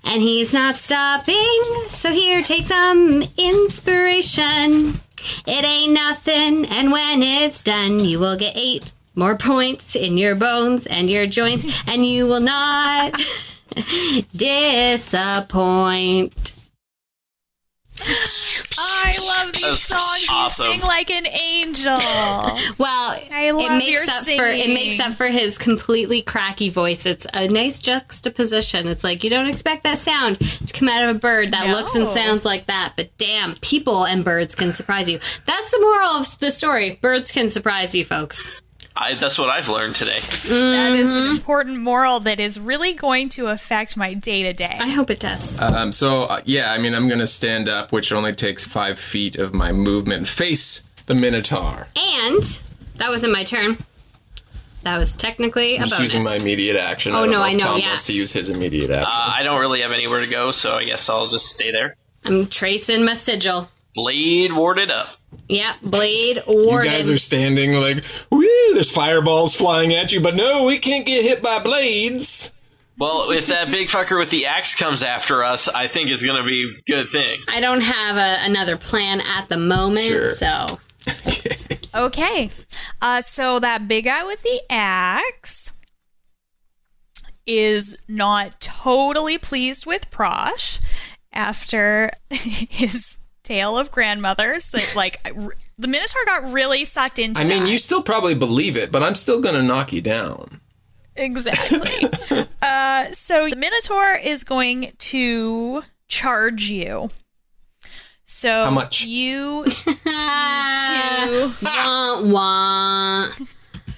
Speaker 5: and he's not stopping. So here, take some inspiration. It ain't nothing, and when it's done, you will get eight more points in your bones and your joints, and you will not disappoint.
Speaker 1: I love these songs.
Speaker 4: awesome.
Speaker 1: You sing like an angel.
Speaker 5: Well,
Speaker 1: I love
Speaker 5: it makes
Speaker 1: your
Speaker 5: up for it makes
Speaker 1: singing.
Speaker 5: up for his completely cracky voice. It's a nice juxtaposition. It's like you don't expect that sound to come out of a bird that
Speaker 1: No.
Speaker 5: looks and sounds like that, but damn, people and birds can surprise you. That's the moral of the story. Birds can surprise you, folks.
Speaker 4: I, that's what I've learned today.
Speaker 1: That is an important moral that is really going to affect my day to day.
Speaker 5: I hope it does.
Speaker 3: Um, so uh, yeah, I mean, I'm gonna stand up, which only takes five feet of my movement. Face the Minotaur.
Speaker 5: and that wasn't my turn. That was technically a
Speaker 3: I'm just
Speaker 5: bonus.
Speaker 3: using my immediate action.
Speaker 5: Oh,
Speaker 3: don't
Speaker 5: no,
Speaker 3: if
Speaker 5: I know,
Speaker 3: Tom
Speaker 5: yeah. Uh,
Speaker 3: wants to use his immediate action.
Speaker 4: Uh, I don't really have anywhere to go, so I guess I'll just stay there.
Speaker 5: I'm tracing my sigil.
Speaker 4: Blade warded up.
Speaker 5: Yep, Blade Warden.
Speaker 3: You guys are standing like, woo, there's fireballs flying at you, but no, we can't get hit by blades.
Speaker 4: Well, if that big fucker with the axe comes after us, I think it's gonna be a good thing.
Speaker 5: I don't have a, another plan at the moment,
Speaker 3: Sure.
Speaker 5: so
Speaker 1: Okay. Uh, so that big guy with the axe is not totally pleased with Prosh after his tale of grandmothers. That, like, r- the Minotaur got really sucked into
Speaker 3: I mean,
Speaker 1: that.
Speaker 3: you still probably believe it, but I'm still going to knock you down.
Speaker 1: Exactly. uh, so the Minotaur is going to charge you. So
Speaker 3: How much?
Speaker 1: you need to,
Speaker 5: wah, wah.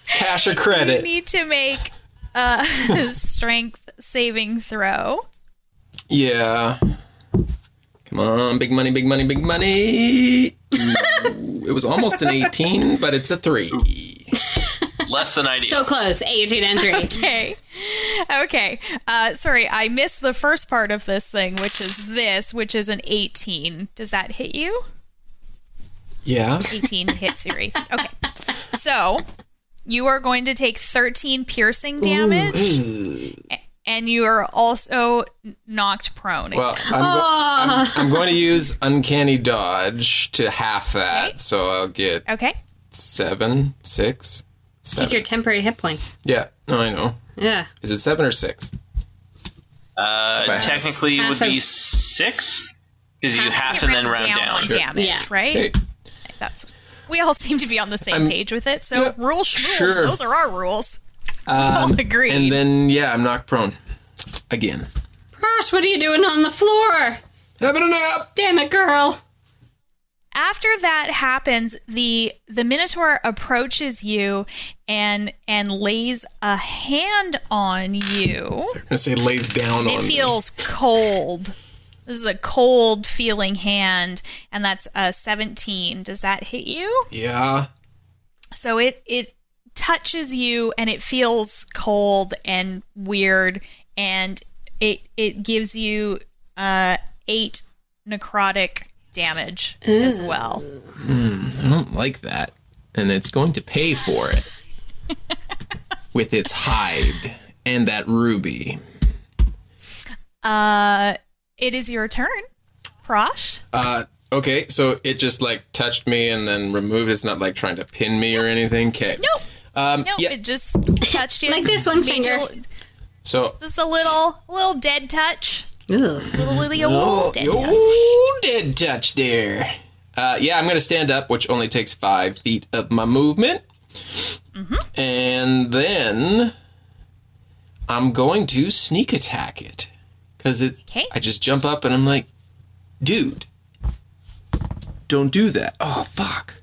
Speaker 3: Cash or
Speaker 1: you
Speaker 3: credit?
Speaker 1: need to make a strength saving throw.
Speaker 3: Yeah. Come on, big money, big money, big money. Ooh, it was almost an 18, but it's a 3.
Speaker 4: Less than ideal.
Speaker 5: so close. Eighteen and three.
Speaker 1: Okay. Okay. Uh, sorry, I missed the first part of this thing, which is this, which is an 18. Does that hit you?
Speaker 3: Yeah.
Speaker 1: 18 hits your AC. Okay. So you are going to take 13 piercing damage. a- And you are also knocked prone.
Speaker 3: Well, I'm, go- I'm, I'm going to use Uncanny Dodge to half that, so I'll get
Speaker 1: okay.
Speaker 3: seven, six,
Speaker 5: Take
Speaker 3: seven.
Speaker 5: your temporary hit points.
Speaker 3: Yeah, no, I know.
Speaker 5: Yeah.
Speaker 3: Is it seven or six?
Speaker 4: uh, technically,
Speaker 5: Half
Speaker 4: would be
Speaker 5: of-
Speaker 4: six because you
Speaker 1: Half
Speaker 4: half and then round down.
Speaker 1: on damage,
Speaker 5: Yeah.
Speaker 1: right?
Speaker 3: Okay.
Speaker 1: That's we all seem to be on the same page with it. So
Speaker 3: yeah,
Speaker 1: rule schmules,
Speaker 3: sure.
Speaker 1: those are our rules. we all agree.
Speaker 3: And then, yeah, I'm knocked prone. Again.
Speaker 5: Prosh, what are you doing on the floor?
Speaker 3: Having a nap!
Speaker 5: Damn it, girl.
Speaker 1: after that happens the the minotaur approaches you and and lays a hand on you
Speaker 3: I'm going to say lays down
Speaker 1: it
Speaker 3: on
Speaker 1: feels cold this is a cold feeling hand and that's a 17 does that hit you
Speaker 3: me. Yeah.
Speaker 1: so it it touches you and it feels cold and weird and it it gives you uh 8 necrotic damage as well
Speaker 3: I don't like that. And it's going to pay for it with its hide and that ruby.
Speaker 1: Uh, it is your turn, Prosh.
Speaker 3: Uh, okay, so it just like touched me and then removed. It's not like trying to pin me or anything. Okay.
Speaker 1: Nope.
Speaker 3: Um,
Speaker 1: No,
Speaker 3: yeah.
Speaker 1: it just touched you.
Speaker 5: Like this one
Speaker 1: Made
Speaker 5: finger.
Speaker 1: you-
Speaker 3: so
Speaker 1: Just a little, little dead touch. Little, little
Speaker 3: Oh,
Speaker 1: dead
Speaker 3: you
Speaker 1: touch.
Speaker 5: Oh,
Speaker 3: did touch there. Uh, yeah, I'm going to stand up, which only takes five feet of my movement.
Speaker 5: Mm-hmm.
Speaker 3: And then I'm going to sneak attack it. Because it,
Speaker 1: 'Kay.
Speaker 3: I just jump up and I'm like, dude, don't do that. Oh, fuck.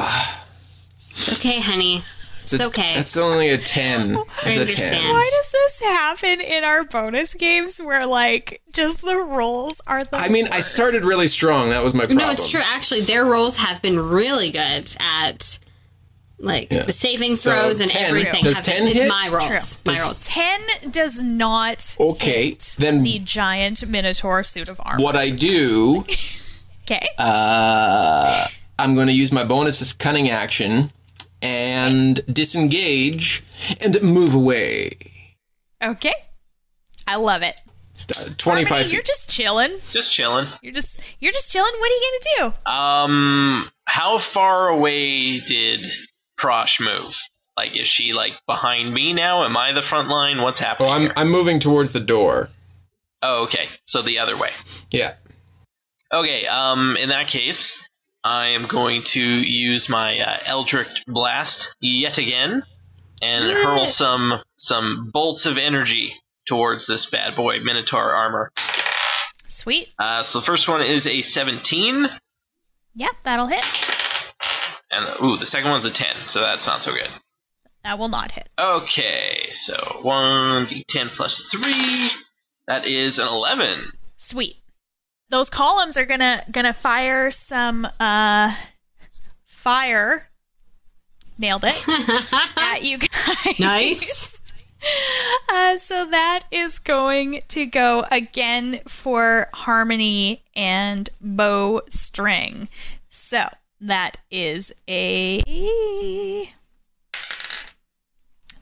Speaker 5: It's okay, honey.
Speaker 3: It's,
Speaker 5: It's
Speaker 3: a-
Speaker 5: okay.
Speaker 3: That's only a 10. It's a 10.
Speaker 5: understand.
Speaker 1: Why does this happen in our bonus games where like just the rolls are the?
Speaker 3: I mean, I
Speaker 1: worst?
Speaker 3: started really strong. That was my problem.
Speaker 5: No, it's true. Actually, their roles have been really good at like the saving
Speaker 3: So,
Speaker 5: throws and
Speaker 3: 10.
Speaker 5: everything.
Speaker 3: Does
Speaker 5: have been-
Speaker 3: 10
Speaker 5: it's
Speaker 3: hit?
Speaker 5: my roles.
Speaker 1: True.
Speaker 5: My roles.
Speaker 1: Ten does not.
Speaker 3: Okay,
Speaker 1: hit
Speaker 3: Oh, then-
Speaker 1: the giant minotaur suit of armor.
Speaker 3: What I do
Speaker 1: Okay.
Speaker 3: Uh, I'm going to use my bonus as cunning action and disengage and move away.
Speaker 1: okay. I love it.
Speaker 3: St-
Speaker 1: Harmony,
Speaker 3: 25
Speaker 1: you're
Speaker 3: feet.
Speaker 1: just chilling.
Speaker 4: Just chilling.
Speaker 1: You're just you're just chilling. What are you gonna do?
Speaker 4: Um, how far away did Prosh move? Like, is she like behind me now? Am I the front line? What's
Speaker 3: Oh,
Speaker 4: happening?
Speaker 3: I'm,
Speaker 4: here?
Speaker 3: I'm moving towards the door.
Speaker 4: oh, okay. So the other way.
Speaker 3: Yeah.
Speaker 4: Okay. Um, in that case, I am going to use my uh, Eldritch Blast yet again and hurl some some bolts of energy towards this bad boy Minotaur armor.
Speaker 1: Sweet.
Speaker 4: Uh, so the first one is a 17,
Speaker 1: Yep, that'll hit.
Speaker 4: and ooh, the second one's a 10, so that's not so good.
Speaker 1: That will not hit.
Speaker 4: Okay, so 1d10 plus 3, that is an 11.
Speaker 1: Sweet. Those columns are gonna gonna fire some uh fire. Nailed it. at you guys.
Speaker 5: Nice.
Speaker 1: Uh, so that is going to go again for harmony and bow string. So that is a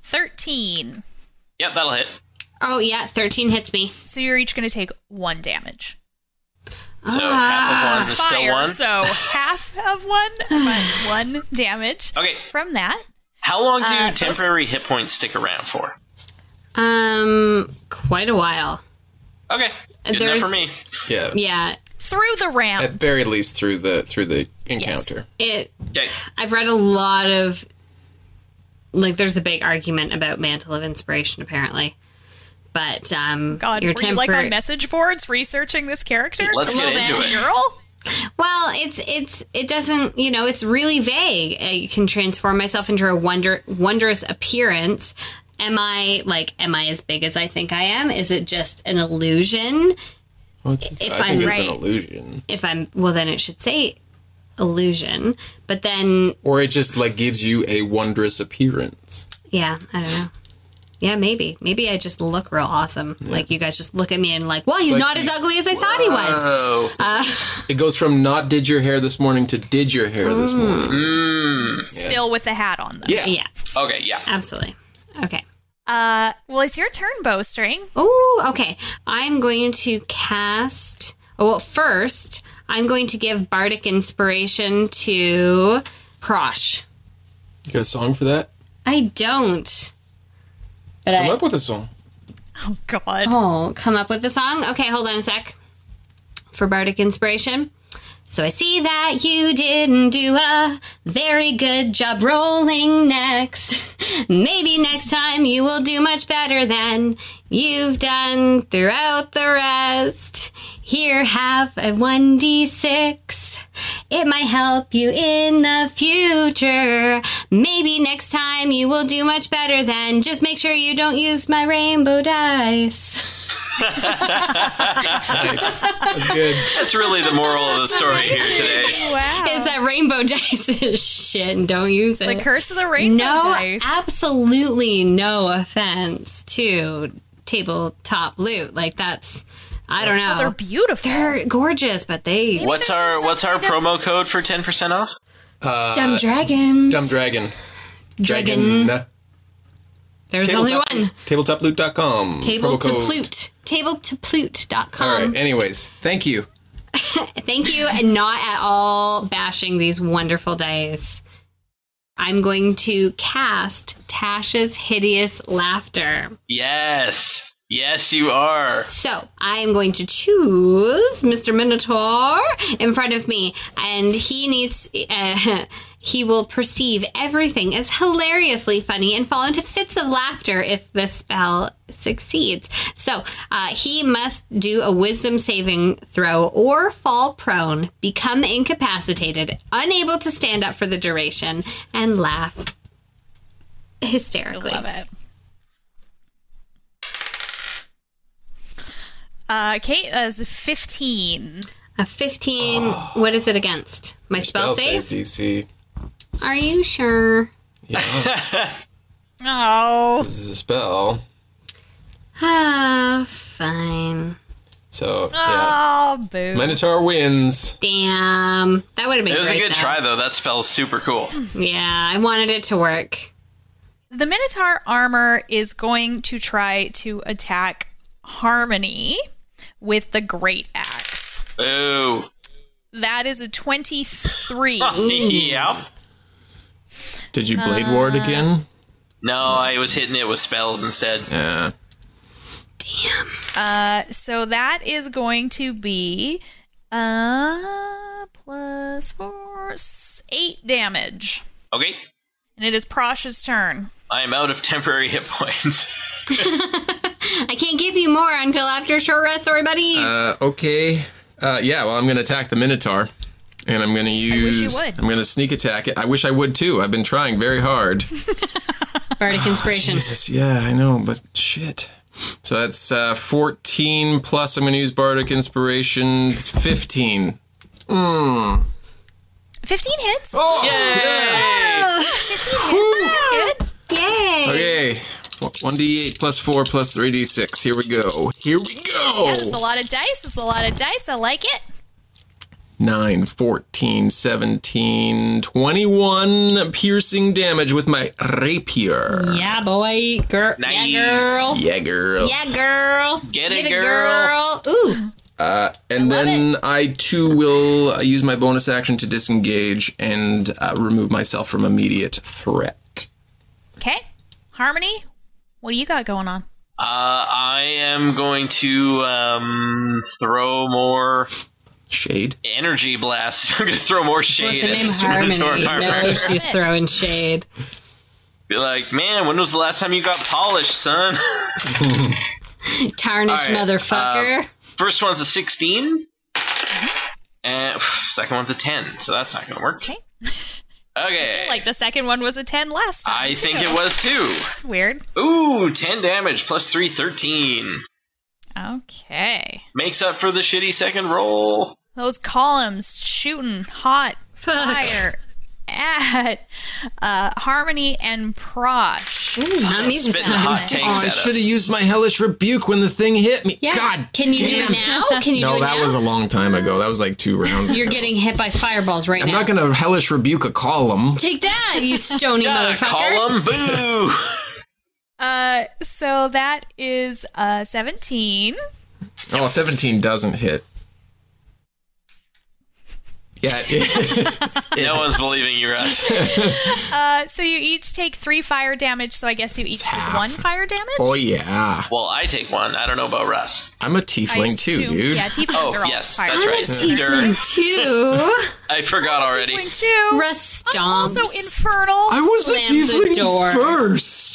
Speaker 1: 13.
Speaker 4: Yep, that'll hit.
Speaker 5: Oh yeah, thirteen hits me.
Speaker 1: So you're each going to take one damage.
Speaker 4: So half of one is
Speaker 1: It's
Speaker 4: still
Speaker 1: Ah, fire,
Speaker 4: one.
Speaker 1: so half of one, but one damage
Speaker 4: Okay.
Speaker 1: from that.
Speaker 4: How long do
Speaker 1: Uh, those-
Speaker 4: temporary hit points stick around for?
Speaker 5: Um, quite a while.
Speaker 4: Okay, good enough
Speaker 5: There's-
Speaker 4: for me.
Speaker 3: Yeah.
Speaker 5: Yeah,
Speaker 1: Through the
Speaker 3: At
Speaker 1: round.
Speaker 3: very least through the through the encounter.
Speaker 5: it.
Speaker 4: Okay.
Speaker 5: I've read a lot of. Like, there's a big argument about mantle of inspiration, apparently. But um,
Speaker 1: God,
Speaker 5: your
Speaker 1: were you like on
Speaker 5: temper-
Speaker 1: message boards researching this character?
Speaker 4: Let's get
Speaker 5: little
Speaker 4: into
Speaker 5: bit.
Speaker 4: it.
Speaker 1: Girl?
Speaker 5: Well, it's it's it doesn't you know it's really vague. I can transform myself into a wonder wondrous appearance. Am I like am I as big as I think I am? Is it just an illusion?
Speaker 3: Well, it's just-
Speaker 5: If
Speaker 3: I think
Speaker 5: I'm
Speaker 3: it's
Speaker 5: right.
Speaker 3: an illusion.
Speaker 5: If I'm well, then it should say illusion. But then
Speaker 3: Or it just like gives you a wondrous appearance.
Speaker 5: yeah, I don't know. Yeah, maybe. Maybe I just look real awesome. Like you guys just look at me and like, well, he's
Speaker 3: Like
Speaker 5: not as ugly as I thought he was.
Speaker 4: Oh,
Speaker 3: It goes from not did your hair this morning to did your hair this morning.
Speaker 1: Still with the hat on, though.
Speaker 3: Yeah.
Speaker 5: Yeah,
Speaker 4: okay, yeah.
Speaker 5: absolutely. Okay.
Speaker 1: Uh, well, it's your turn, Bowstring.
Speaker 5: Oh, okay. I'm going to cast. Oh, well, first, I'm going to give bardic inspiration to Prosh.
Speaker 3: You got a song for that?
Speaker 5: I don't. But
Speaker 3: Come
Speaker 5: I.
Speaker 3: up with a song.
Speaker 1: Oh God.
Speaker 5: Oh, come up with the song? Okay, hold on a sec. For bardic inspiration. So I see that you didn't do a very good job rolling next. Maybe next time you will do much better than you've done throughout the rest. Here, have a 1d6. It might help you in the future. Maybe next time you will do much better than just make sure you don't use my rainbow dice.
Speaker 3: That's good.
Speaker 4: That's really the moral of the story here today.
Speaker 5: Oh,
Speaker 1: Wow.
Speaker 5: It's that rainbow dice is shit and don't use
Speaker 1: the
Speaker 5: it.
Speaker 1: curse of the rainbow
Speaker 5: no,
Speaker 1: dice.
Speaker 5: absolutely no offense to tabletop loot. Like that's, I don't know.
Speaker 1: Oh, they're beautiful.
Speaker 5: They're gorgeous, but they
Speaker 4: What's
Speaker 1: there's
Speaker 4: our
Speaker 1: just
Speaker 4: what's
Speaker 1: some
Speaker 4: our
Speaker 1: kind
Speaker 4: promo code for ten percent off?
Speaker 5: dumb dragons.
Speaker 3: Dumb Dragon.
Speaker 5: Dragon. There's only
Speaker 3: Tabletop-
Speaker 5: one.
Speaker 3: Tabletoploot.com.
Speaker 5: Table
Speaker 3: Promo
Speaker 5: to
Speaker 3: code.
Speaker 5: plute. Table to
Speaker 3: All
Speaker 5: plute.com.
Speaker 3: right. Anyways, thank you.
Speaker 5: Thank you, and not at all bashing these wonderful dice. I'm going to cast Tasha's Hideous Laughter.
Speaker 4: Yes, yes, you are.
Speaker 5: So I am going to choose Mr. Minotaur in front of me, and he needs. Uh, he will perceive everything as hilariously funny and fall into fits of laughter if the spell succeeds. So uh, he must do a wisdom saving throw or fall prone, become incapacitated, unable to stand up for the duration, and laugh hysterically.
Speaker 1: Love it. Uh, Kate is fifteen.
Speaker 5: A 15. What is it against? My spell, save?
Speaker 3: DC.
Speaker 5: Are you sure?
Speaker 1: Oh,
Speaker 3: This is a spell.
Speaker 5: Ah, fine.
Speaker 3: So, yeah.
Speaker 1: oh, boo.
Speaker 3: Minotaur wins.
Speaker 5: Damn. That would have been
Speaker 4: It was a
Speaker 5: great,
Speaker 4: good
Speaker 5: though.
Speaker 4: try though. That spell's super cool.
Speaker 1: Hmm.
Speaker 5: Yeah, I wanted it to work.
Speaker 1: the Minotaur armor is going to try to attack Harmony with the great axe.
Speaker 4: Ooh,
Speaker 1: That is a twenty-three.
Speaker 4: yeah.
Speaker 3: Did you Blade Ward
Speaker 1: Uh.
Speaker 3: again?
Speaker 4: No, I was hitting it with spells instead.
Speaker 3: Yeah.
Speaker 1: Uh, So that is going to be uh plus four s- eight damage.
Speaker 4: Okay,
Speaker 1: And it is Prosh's turn.
Speaker 4: I am out of temporary hit points.
Speaker 5: I can't give you more until after a short rest. Sorry, buddy.
Speaker 3: Uh, okay. Uh, yeah, well, I'm going to attack the Minotaur. And I'm going to use.
Speaker 1: you would.
Speaker 3: I'm going to sneak attack it. I wish I would too. I've been trying very hard.
Speaker 5: Bardic
Speaker 4: oh,
Speaker 5: inspiration.
Speaker 3: Jesus, yeah, I know, but shit. So that's uh, 14 plus I'm going to use Bardic Inspiration. It's Hmm. 15.
Speaker 1: 15 hits.
Speaker 3: Oh!
Speaker 4: Yay!
Speaker 1: Good.
Speaker 5: Yay!
Speaker 3: Okay. Well, 1d8 plus 4 plus 3d6. Here we go. Here we
Speaker 1: It's a
Speaker 3: go.
Speaker 1: lot of dice. It's a lot of dice. I like it.
Speaker 3: 9, 14, 17, 21 piercing damage with my rapier.
Speaker 5: Yeah, boy. Girl.
Speaker 4: Nice.
Speaker 5: Yeah, girl.
Speaker 3: Yeah, girl.
Speaker 5: Yeah, girl.
Speaker 4: Get it,
Speaker 5: Get it,
Speaker 4: girl.
Speaker 5: girl. Ooh.
Speaker 3: and then I too will uh, use my bonus action to disengage and uh, remove myself from immediate threat.
Speaker 1: Okay. Harmony, what do you got going on?
Speaker 4: Uh, I am going to um, throw more
Speaker 3: Shade.
Speaker 4: energy blasts. I'm going to throw more
Speaker 5: What's
Speaker 4: shade.
Speaker 5: the
Speaker 4: at
Speaker 5: name?
Speaker 4: this Sword
Speaker 5: Harmony.
Speaker 4: Armor.
Speaker 5: No, she's
Speaker 1: Love it.
Speaker 5: throwing shade.
Speaker 4: Be like, man, when was the last time you got polished, son?
Speaker 5: Tarnished
Speaker 4: All right, uh,
Speaker 5: motherfucker.
Speaker 4: First one's a 16,
Speaker 5: Mm-hmm.
Speaker 4: and second one's a 10. So that's not going to work.
Speaker 1: Okay.
Speaker 4: Okay.
Speaker 1: Like the second one was a 10 last time.
Speaker 4: I
Speaker 1: too.
Speaker 4: think it was too.
Speaker 1: It's weird.
Speaker 4: Ooh, 10 damage plus 3, 13.
Speaker 1: Okay.
Speaker 4: Makes up for the shitty second roll.
Speaker 1: Those columns shooting hot
Speaker 5: Fuck.
Speaker 1: fire at uh, Harmony and Prosh.
Speaker 5: I'm using
Speaker 4: Spitting
Speaker 5: some.
Speaker 4: hot takes at us.
Speaker 3: Oh, used my hellish rebuke when the thing hit me.
Speaker 5: Yeah. Can you do it now? Can you do
Speaker 3: No,
Speaker 5: it
Speaker 3: that
Speaker 5: now?
Speaker 3: was a long time ago. That was like two rounds.
Speaker 5: You're getting hit by fireballs right
Speaker 3: I'm
Speaker 5: now.
Speaker 3: not going to hellish rebuke a column.
Speaker 5: Take that, you stony
Speaker 4: Ah,
Speaker 5: motherfucker.
Speaker 4: column, boo!
Speaker 1: Uh, so that is uh, 17.
Speaker 3: Oh, 17 doesn't hit. Yeah, it,
Speaker 4: no one's believing you, Russ.
Speaker 1: Uh, so you each take three fire damage, so I guess you each take
Speaker 3: half.
Speaker 1: one fire damage?
Speaker 3: oh yeah.
Speaker 4: well, I take one. I don't know about Russ. I'm
Speaker 3: I'm a
Speaker 1: I
Speaker 3: tiefling too,
Speaker 1: assume-
Speaker 3: dude.
Speaker 1: Yeah, tieflings
Speaker 4: Oh,
Speaker 1: are all
Speaker 4: yes,
Speaker 1: fire
Speaker 4: that's right.
Speaker 1: damage.
Speaker 4: Dirt.
Speaker 5: Tiefling two.
Speaker 4: I forgot already.
Speaker 1: Tiefling too.
Speaker 5: Rust
Speaker 1: I'm also
Speaker 5: stomps.
Speaker 1: infernal.
Speaker 3: I was the
Speaker 5: Slam the
Speaker 3: tiefling
Speaker 5: door.
Speaker 3: first.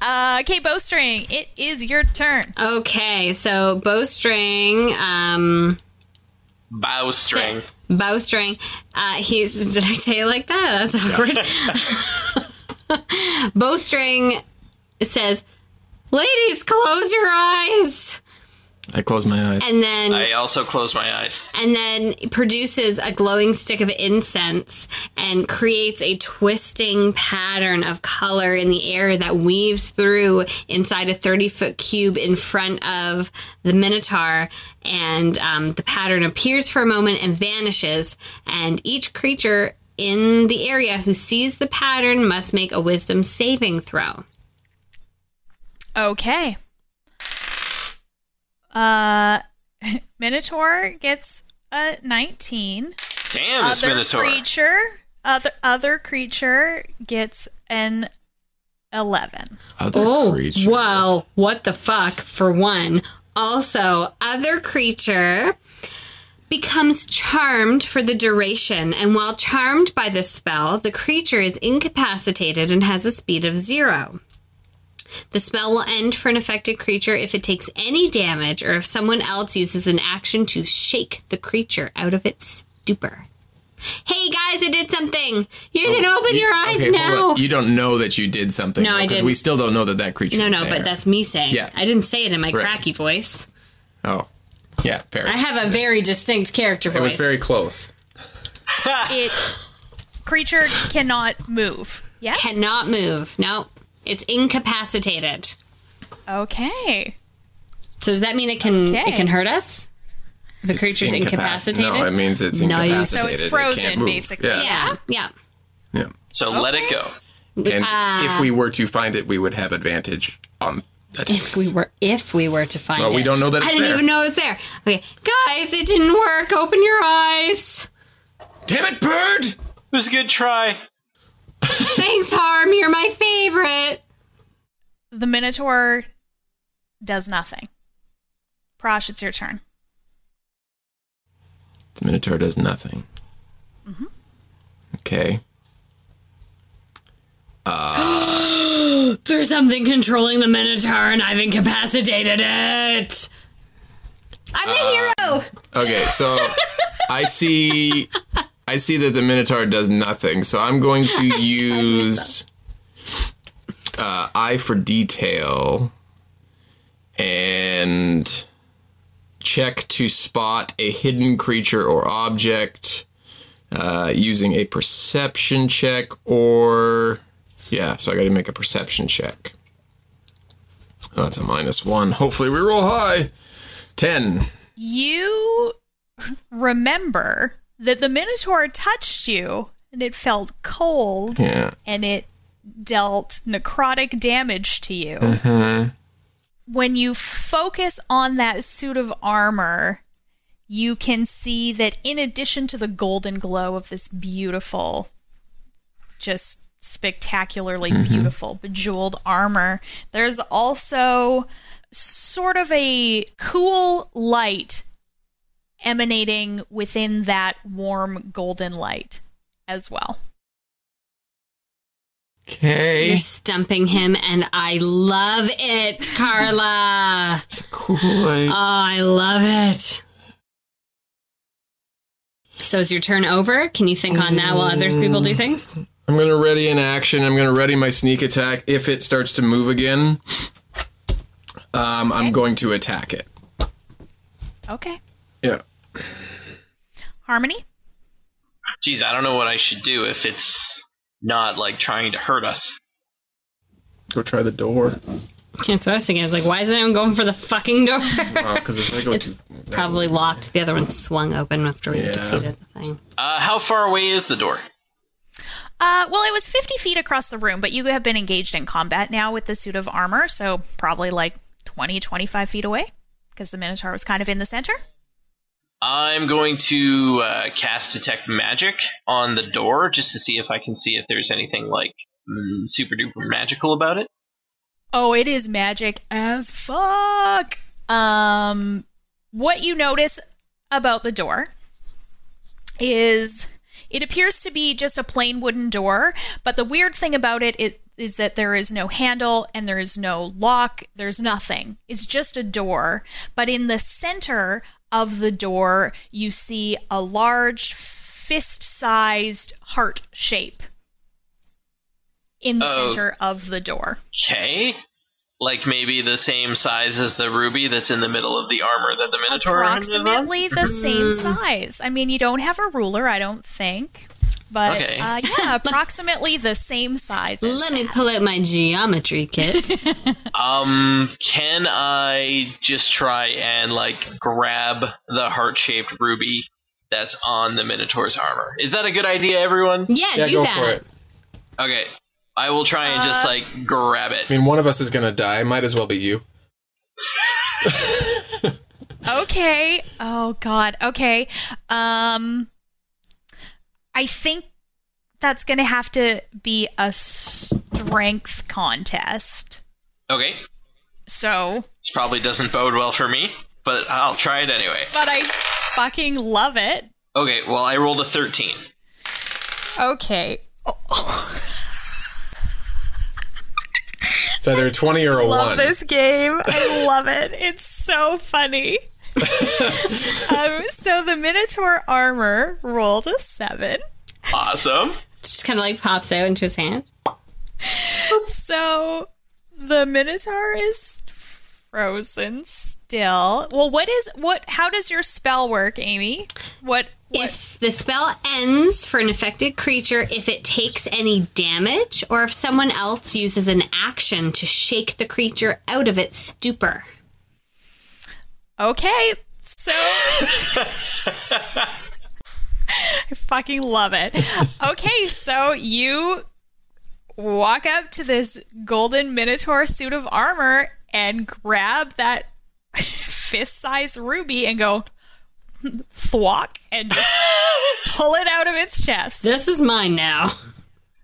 Speaker 1: Uh, okay, bowstring, it is your turn.
Speaker 5: Okay, so bowstring, um,
Speaker 4: Bowstring.
Speaker 5: bowstring. Uh, he's. Did I say it like that? That's awkward. bowstring says, "Ladies, close your eyes,"
Speaker 3: I closed my eyes.
Speaker 5: and then
Speaker 4: I also closed my eyes.
Speaker 5: and then produces a glowing stick of incense and creates a twisting pattern of color in the air that weaves through inside a 30 foot cube in front of the Minotaur. And um, the pattern appears for a moment and vanishes. And each creature in the area who sees the pattern must make a wisdom saving throw.
Speaker 1: Okay. Uh, Minotaur gets a 19.
Speaker 4: Damn, this
Speaker 1: Other
Speaker 4: Minotaur.
Speaker 1: creature, other other creature gets an 11.
Speaker 3: Other creature.
Speaker 5: whoa, Oh, what the fuck, for one. Also, other creature becomes charmed for the duration, and while charmed by this spell, the creature is incapacitated and has a speed of zero. The spell will end for an affected creature if it takes any damage or if someone else uses an action to shake the creature out of its stupor. Hey guys, I did something! You can open
Speaker 3: Oh, You-
Speaker 5: your eyes
Speaker 3: okay, hold
Speaker 5: now!
Speaker 3: on. You don't know that you did something.
Speaker 5: No,
Speaker 3: though,
Speaker 5: I
Speaker 3: 'cause
Speaker 5: didn't.
Speaker 3: We still don't know that that creature.
Speaker 5: No,
Speaker 3: is
Speaker 5: no,
Speaker 3: there.
Speaker 5: but that's me saying.
Speaker 3: Yeah.
Speaker 5: it. I didn't say it in my
Speaker 3: Right.
Speaker 5: cracky voice.
Speaker 3: Oh, yeah, fair.
Speaker 5: I have a very distinct character voice.
Speaker 3: it was very close.
Speaker 1: It creature cannot move. Yes.
Speaker 5: cannot move. Nope. It's incapacitated.
Speaker 1: okay.
Speaker 5: So does that mean it can
Speaker 1: Okay.
Speaker 5: it can hurt us? If a creature's
Speaker 3: Incapac-
Speaker 5: incapacitated?
Speaker 3: No, it means it's
Speaker 5: Nice.
Speaker 3: incapacitated.
Speaker 1: So it's
Speaker 3: It can't
Speaker 1: frozen,
Speaker 3: move.
Speaker 1: basically.
Speaker 3: Yeah.
Speaker 5: yeah. Yeah.
Speaker 3: yeah.
Speaker 4: So let it go.
Speaker 3: And
Speaker 5: Ah. Uh,
Speaker 3: if we were to find it, we would have advantage on attacks.
Speaker 5: If we were if we were to find
Speaker 3: Well,
Speaker 5: it.
Speaker 3: we don't know that
Speaker 5: I
Speaker 3: it's
Speaker 5: didn't
Speaker 3: there.
Speaker 5: even know it's there. Okay. Guys, it didn't work. Open your eyes.
Speaker 3: Damn it, bird!
Speaker 4: It was a good try.
Speaker 5: Thanks, Harm. You're my favorite.
Speaker 1: The Minotaur does nothing. Prosh, it's your turn.
Speaker 3: The Minotaur does nothing.
Speaker 5: Mm-hmm.
Speaker 3: Okay.
Speaker 5: There's something controlling the Minotaur and I've incapacitated it. I'm the hero.
Speaker 3: Okay, so I see I see that the Minotaur does nothing, so I'm going to use uh, eye for detail and check to spot a hidden creature or object uh, using a perception check or Yeah, so I got to make a perception check. Oh, that's a minus one. Hopefully, we roll high. Ten.
Speaker 1: You remember that the Minotaur touched you and it felt cold
Speaker 3: Yeah.
Speaker 1: and it dealt necrotic damage to you. When you focus on that suit of armor, you can see that in addition to the golden glow of this beautiful, just spectacularly beautiful, bejeweled armor, there's also sort of a cool light emanating within that warm golden light as well.
Speaker 3: Okay.
Speaker 2: You're stumping him, and I love it, Carla.
Speaker 3: It's a cool light.
Speaker 2: Oh, I love it. So is your turn over? Can you think on that while other people do things?
Speaker 3: I'm gonna ready an action. I'm gonna ready my sneak attack. If it starts to move again, um, I'm going to attack it.
Speaker 1: Okay.
Speaker 3: Yeah.
Speaker 1: Harmony?
Speaker 4: Geez, I don't know what I should do if it's not like trying to hurt us.
Speaker 3: Go try the door.
Speaker 5: That's what I was thinking. I was like, why isn't anyone going for the fucking door?
Speaker 3: Because Uh, if I go
Speaker 5: it's
Speaker 3: to
Speaker 5: probably locked. The other one swung open after we
Speaker 3: Yeah.
Speaker 5: defeated the thing.
Speaker 4: Uh, how far away is the door?
Speaker 1: Uh, well, it was 50 feet across the room, but you have been engaged in combat now with the suit of armor, so probably like 20, 25 feet away because the Minotaur was kind of in the center.
Speaker 4: I'm going to uh, cast detect magic on the door just to see if I can see if there's anything like mm, super duper magical about it.
Speaker 1: Oh, it is magic as fuck. Um, what you notice about the door is it appears to be just a plain wooden door, but the weird thing about it is, is that there is no handle and there is no lock. There's nothing. It's just a door. But in the center of the door, you see a large fist sized heart shape in the
Speaker 4: Oh.
Speaker 1: center of the door.
Speaker 4: Okay. Like maybe the same size as the ruby that's in the middle of the armor that the Minotaur has on?
Speaker 1: approximately the same size. I mean, you don't have a ruler, I don't think, but
Speaker 4: Okay.
Speaker 1: uh, yeah, approximately the same size. as
Speaker 5: Let me pull out my geometry kit.
Speaker 4: Um, can I just try and like grab the heart-shaped ruby that's on the Minotaur's armor? Is that a good idea, everyone?
Speaker 5: Yeah, do that.
Speaker 4: Okay, I will try and just like grab
Speaker 3: I
Speaker 4: it.
Speaker 3: mean, one of us is gonna die. Might as well be you.
Speaker 1: Okay. Oh God. Okay. Um, I think that's going to have to be a strength contest.
Speaker 4: Okay,
Speaker 1: So,
Speaker 4: this probably doesn't bode well for me, but I'll try it anyway.
Speaker 1: but I fucking love it.
Speaker 4: Okay, well I rolled a thirteen.
Speaker 1: Okay.
Speaker 3: It's either a twenty or a
Speaker 1: love
Speaker 3: one.
Speaker 1: this game. I love it. It's so funny. um, so the Minotaur armor rolled a seven.
Speaker 4: Awesome.
Speaker 5: Just kind of like pops out into his hand.
Speaker 1: So the Minotaur is frozen still. Well, what is what? How does your spell work, Amy? What? what
Speaker 5: If the spell ends for an affected creature, if it takes any damage, or if someone else uses an action to shake the creature out of its stupor.
Speaker 1: okay. So I fucking love it. Okay, so you walk up to this golden minotaur suit of armor and grab that fist-sized ruby and go thwack and just pull it out of its chest.
Speaker 5: This is mine now.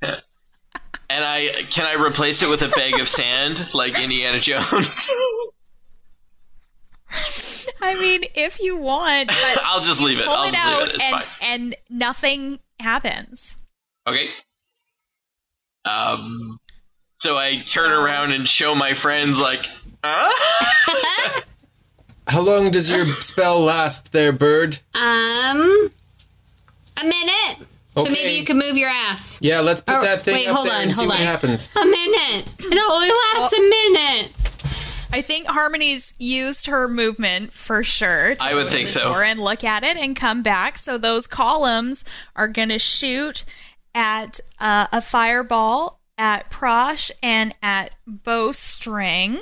Speaker 4: And I can I replace it with a bag of sand like Indiana Jones?
Speaker 1: I mean, if you want, but
Speaker 4: I'll just leave it.
Speaker 1: pull
Speaker 4: I'll
Speaker 1: it
Speaker 4: just leave
Speaker 1: out
Speaker 4: it. It's
Speaker 1: and,
Speaker 4: fine.
Speaker 1: and nothing happens.
Speaker 4: Okay. Um, so I turn around and show my friends, like, huh?
Speaker 3: How long does your spell last, there, bird?
Speaker 5: Um, a minute. So
Speaker 3: Okay.
Speaker 5: maybe you can move your ass.
Speaker 3: Yeah, let's put
Speaker 5: Oh,
Speaker 3: that thing
Speaker 5: wait,
Speaker 3: up
Speaker 5: hold
Speaker 3: there
Speaker 5: on,
Speaker 3: and see
Speaker 5: hold
Speaker 3: what
Speaker 5: on.
Speaker 3: happens.
Speaker 5: A minute. It only lasts a minute.
Speaker 1: I think Harmony's used her movement for sure. to
Speaker 4: I would
Speaker 1: go
Speaker 4: think
Speaker 1: to the
Speaker 3: Oh.
Speaker 4: so.
Speaker 1: door And look at it and come back. So those columns are going to shoot at uh, a fireball at Prosh and at Bowstring.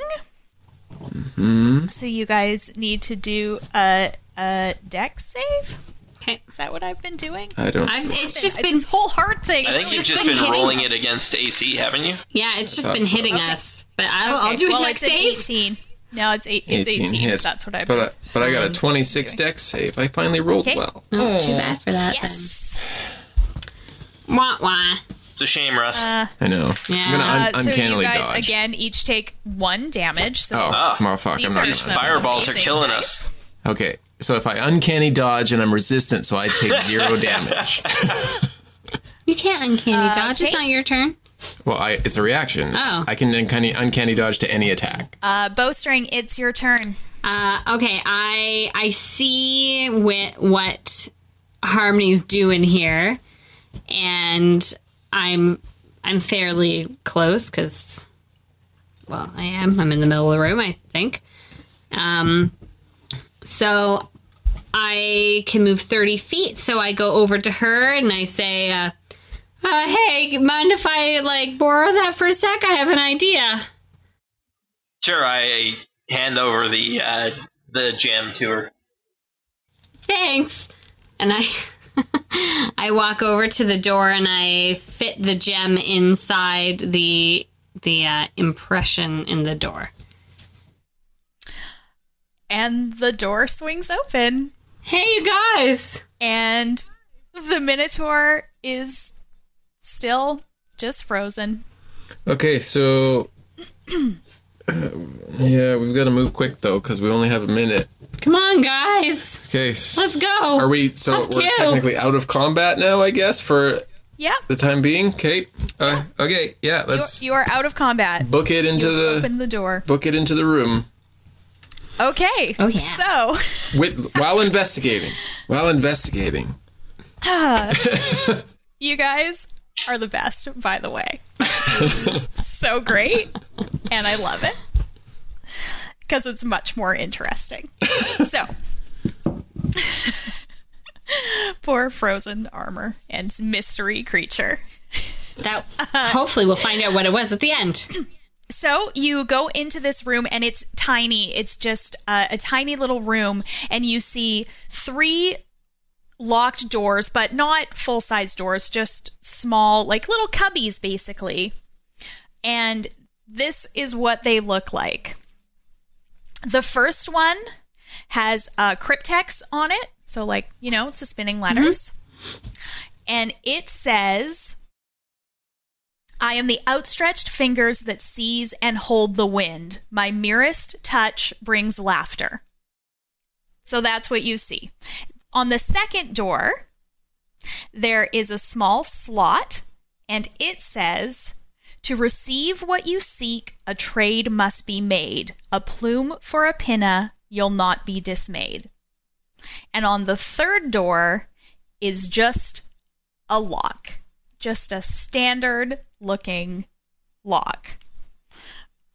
Speaker 3: Mm-hmm.
Speaker 1: So you guys need to do a a deck save.
Speaker 5: Okay.
Speaker 1: Is that what I've been doing?
Speaker 3: I don't.
Speaker 5: I've, it's just been
Speaker 1: this whole heart thing.
Speaker 4: I think
Speaker 1: It's
Speaker 4: you've
Speaker 5: just
Speaker 4: just
Speaker 5: been
Speaker 4: been,
Speaker 5: hitting-
Speaker 4: rolling it against AC, haven't you?
Speaker 5: yeah, it's just been hitting us. But I'll, I'll do a
Speaker 1: well,
Speaker 5: deck
Speaker 1: it's an
Speaker 5: save.
Speaker 1: 18. No, it's eight, it's 18.
Speaker 3: hits.
Speaker 1: That's what I've
Speaker 3: But
Speaker 1: been
Speaker 3: I, but I
Speaker 5: Um,
Speaker 3: got a 26 deck save. I finally rolled
Speaker 1: Okay.
Speaker 3: well.
Speaker 5: Too bad for that.
Speaker 1: Yes.
Speaker 5: Then. Wah wah.
Speaker 4: It's a shame, Russ.
Speaker 5: Uh.
Speaker 3: I know. I'm gonna un-
Speaker 1: Uh, so you
Speaker 3: uncannily
Speaker 1: guys
Speaker 3: dodge.
Speaker 1: again each take one damage. So
Speaker 3: Oh,
Speaker 4: Ah,
Speaker 3: motherfuck! I'm
Speaker 1: these
Speaker 3: not
Speaker 1: are
Speaker 3: gonna.
Speaker 4: These
Speaker 1: some
Speaker 4: fireballs are
Speaker 1: amazing
Speaker 4: killing
Speaker 1: dice.
Speaker 4: us.
Speaker 3: Okay, so if I uncanny dodge and I'm resistant, so I take zero damage.
Speaker 5: You can't uncanny dodge. It's not your turn.
Speaker 3: Well, I, it's a reaction.
Speaker 5: Oh.
Speaker 3: I can uncanny, uncanny dodge to any attack.
Speaker 1: Uh, Bowstring, it's your turn.
Speaker 5: Uh, okay, I I see what what Harmony's doing here, and I'm I'm fairly close because, well, I am. I'm in the middle of the room, I think. Um, so I can move thirty feet. So I go over to her and I say, uh, uh, "Hey, mind if I like borrow that for a sec? I have an idea."
Speaker 4: Sure, I hand over the uh, the gem to her.
Speaker 5: thanks and i i walk over to the door and i fit the gem inside the the uh, impression in the door
Speaker 1: And the door swings open.
Speaker 5: hey you guys
Speaker 1: And the Minotaur is still just frozen.
Speaker 3: Okay, so. uh, yeah, we've got to move quick though, because we only have a minute.
Speaker 5: come on guys
Speaker 3: Okay, s-
Speaker 5: let's go
Speaker 3: Are we? So
Speaker 5: Up
Speaker 3: we're
Speaker 5: two.
Speaker 3: technically out of combat now, I guess, for
Speaker 1: Yep.
Speaker 3: the time being. Kate. Uh, okay, yeah,
Speaker 1: You,
Speaker 3: let's
Speaker 1: you are out of combat.
Speaker 3: book it into
Speaker 1: You
Speaker 3: the
Speaker 1: open the door.
Speaker 3: book it into the room
Speaker 1: Okay.
Speaker 5: Oh, yeah.
Speaker 1: So
Speaker 3: with while investigating. While investigating.
Speaker 1: you guys are the best, by the way. This is so great. And I love it. Because it's much more interesting. So poor frozen armor and mystery creature.
Speaker 5: that hopefully we'll find out what it was at the end
Speaker 1: So you go into this room and it's tiny. It's just uh, a tiny little room, and you see three locked doors, but not full size doors, just small, like little cubbies, basically. And this is what they look like. The first one has uh, cryptex on it, so like you know, it's a spinning letters, and it says. I am the outstretched fingers that seize and hold the wind. My merest touch brings laughter. So that's what you see. On the second door, there is a small slot, and it says, To receive what you seek, a trade must be made. A plume for a pinna, you'll not be dismayed. And on the third door is just a lock, just a standard looking lock.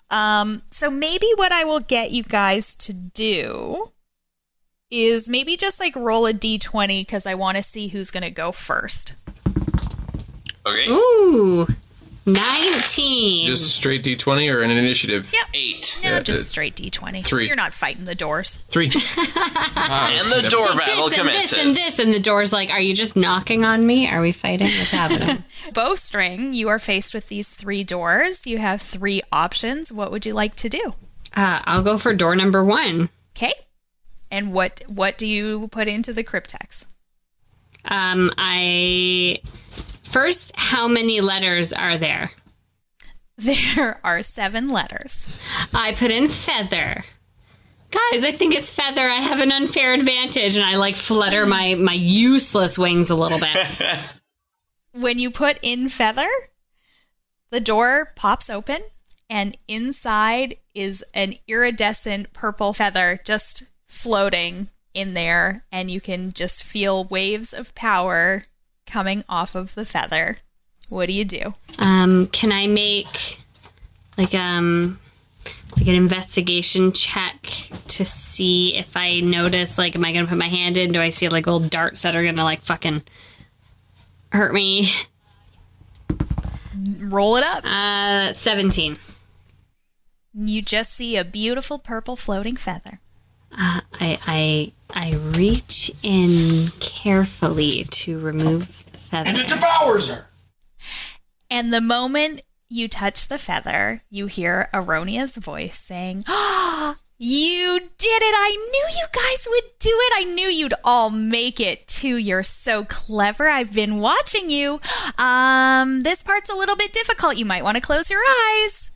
Speaker 1: Um, so maybe what I will get you guys to do is maybe just like roll a d20 because I want to see who's going to go first.
Speaker 4: Okay,
Speaker 5: ooh 19
Speaker 3: Just straight D twenty or an initiative?
Speaker 1: Yep.
Speaker 4: eight.
Speaker 1: No,
Speaker 3: Yeah,
Speaker 1: just
Speaker 3: it's
Speaker 1: straight d20.
Speaker 3: three.
Speaker 1: You're not fighting the doors.
Speaker 3: Three. Ah,
Speaker 4: And the door battle
Speaker 5: this and this
Speaker 4: commences.
Speaker 5: and this and the door's like are you just knocking on me are we fighting what's happening
Speaker 1: Bowstring, you are faced with these three doors. You have three options. What would you like to do?
Speaker 5: uh, i'll go for door number one
Speaker 1: Okay. And what what do you put into the cryptex?
Speaker 5: Um, I first, how many letters are there?
Speaker 1: There are seven letters.
Speaker 5: I put in feather. Guys, I think it's feather. I have an unfair advantage, and I like flutter my my useless wings a little bit.
Speaker 1: when you put in feather, the door pops open and inside is an iridescent purple feather just floating in there and you can just feel waves of power coming off of the feather. What do you do?
Speaker 5: Um, can I make like um like an investigation check to see if I notice? Like, am I gonna put my hand in? Do I see like little darts that are gonna like fucking hurt me?
Speaker 1: Roll it up.
Speaker 5: Uh, that's 17.
Speaker 1: You just see a beautiful purple floating feather.
Speaker 5: Uh, I, I, I reach in carefully to remove the
Speaker 6: And it
Speaker 5: feather.
Speaker 6: devours her.
Speaker 1: And the moment you touch the feather, you hear Aronia's voice saying, oh, You did it! I knew you guys would do it! I knew you'd all make it too. You're so clever. I've been watching you. Um, this part's a little bit difficult. You might want to close your eyes.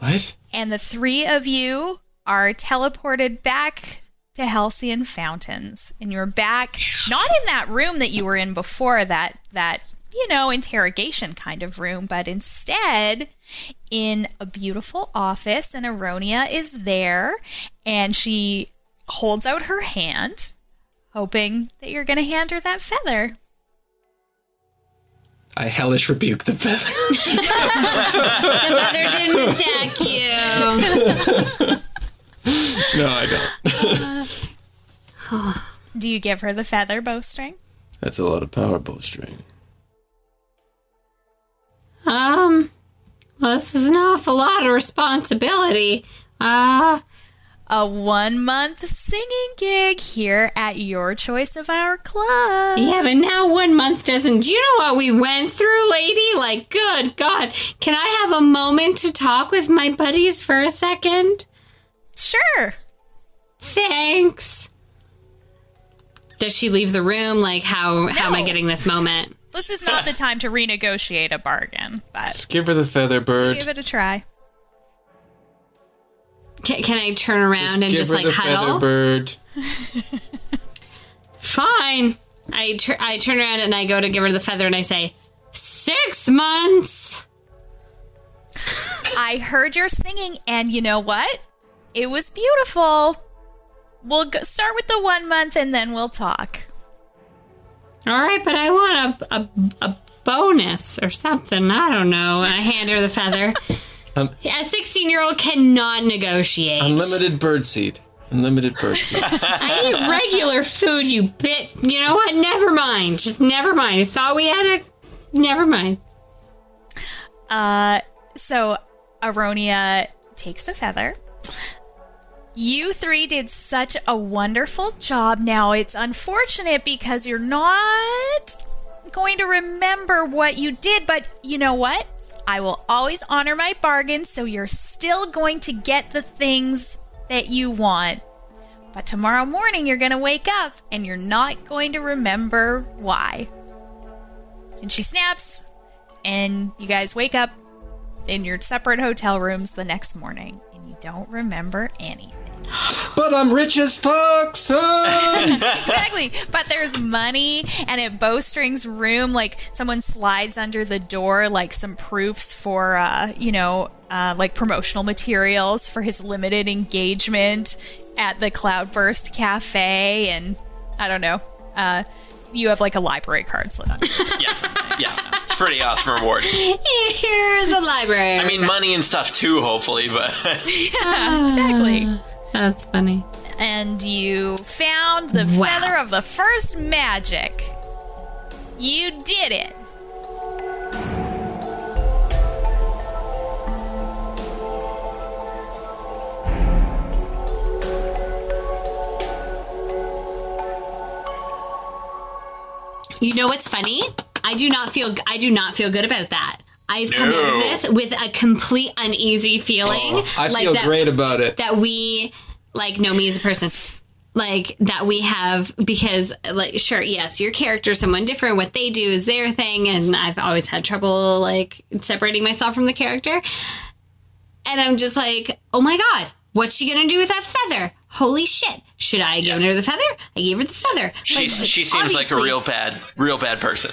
Speaker 3: What?
Speaker 1: And the three of you are teleported back to Halcyon Fountains. And you're back not in that room that you were in before that that, you know, interrogation kind of room, but instead in a beautiful office and Aronia is there and she holds out her hand hoping that you're going to hand her that feather.
Speaker 3: I hellish rebuke the feather.
Speaker 5: The feather didn't attack you.
Speaker 3: no, I don't.
Speaker 1: Do you give her the feather bowstring?
Speaker 3: That's a lot of power bowstring.
Speaker 5: Um, well, this is an awful lot of responsibility. Uh,
Speaker 1: a one month singing gig here at your choice of our club.
Speaker 5: yeah, but now one month doesn't. Do you know what we went through, lady? Like, good God. Can I have a moment to talk with my buddies for a second?
Speaker 1: Sure.
Speaker 5: Thanks. Does she leave the room? Like, how, how am I
Speaker 1: No.
Speaker 5: getting this moment?
Speaker 1: This is not the time to renegotiate a bargain, but
Speaker 3: Just give her the feather bird.
Speaker 1: give it a try.
Speaker 5: Can, can I turn around and
Speaker 3: give
Speaker 5: just
Speaker 3: her
Speaker 5: like
Speaker 3: the
Speaker 5: huddle?
Speaker 3: feather bird.
Speaker 5: Fine. I, tur- I turn around and I go to give her the feather and I say, Six months!
Speaker 1: I heard your singing, and you know what? It was beautiful. We'll go- start with the one month and then we'll talk.
Speaker 5: All right, but I want a, a, a bonus or something. I don't know. And I hand her the feather.
Speaker 3: Um,
Speaker 5: a 16 year old cannot negotiate.
Speaker 3: Unlimited bird seed. Unlimited bird seed.
Speaker 5: I eat regular food, you bit. You know what? Never mind. Just never mind. I thought we had a. Never mind.
Speaker 1: Uh, so Aronia takes the feather. You three did such a wonderful job. Now it's unfortunate because you're not going to remember what you did, but you know what? I will always honor my bargain, so you're still going to get the things that you want. But tomorrow morning, you're going to wake up and you're not going to remember why. And she snaps, and you guys wake up in your separate hotel rooms the next morning and you don't remember anything.
Speaker 3: but I'm rich as fuck, son!
Speaker 1: Exactly. But there's money and at Bowstring's room, like someone slides under the door like some proofs for uh, you know, uh, like promotional materials for his limited engagement at the Cloudburst Cafe and I don't know. Uh you have like a library card slid on.
Speaker 4: Yes. Yeah. It's a pretty awesome reward.
Speaker 5: Here's the library.
Speaker 4: I mean, money and stuff too, hopefully, but
Speaker 1: exactly.
Speaker 5: That's funny.
Speaker 1: and you found the
Speaker 5: Wow.
Speaker 1: feather of the first magic. You did it.
Speaker 5: You know what's funny? I do not feel. I do not feel good about that. I've come out of
Speaker 4: No. Oh,
Speaker 5: this with a complete uneasy feeling.
Speaker 3: I
Speaker 5: like
Speaker 3: feel
Speaker 5: that,
Speaker 3: great about it.
Speaker 5: that we like know me as a person like that we have because like sure yes your character is someone different what they do is their thing and i've always had trouble like separating myself from the character and i'm just like oh my god what's she gonna do with that feather holy shit should i have given her the feather i gave her the feather
Speaker 4: she, she seems like a
Speaker 5: obviously-
Speaker 4: real bad, real bad person.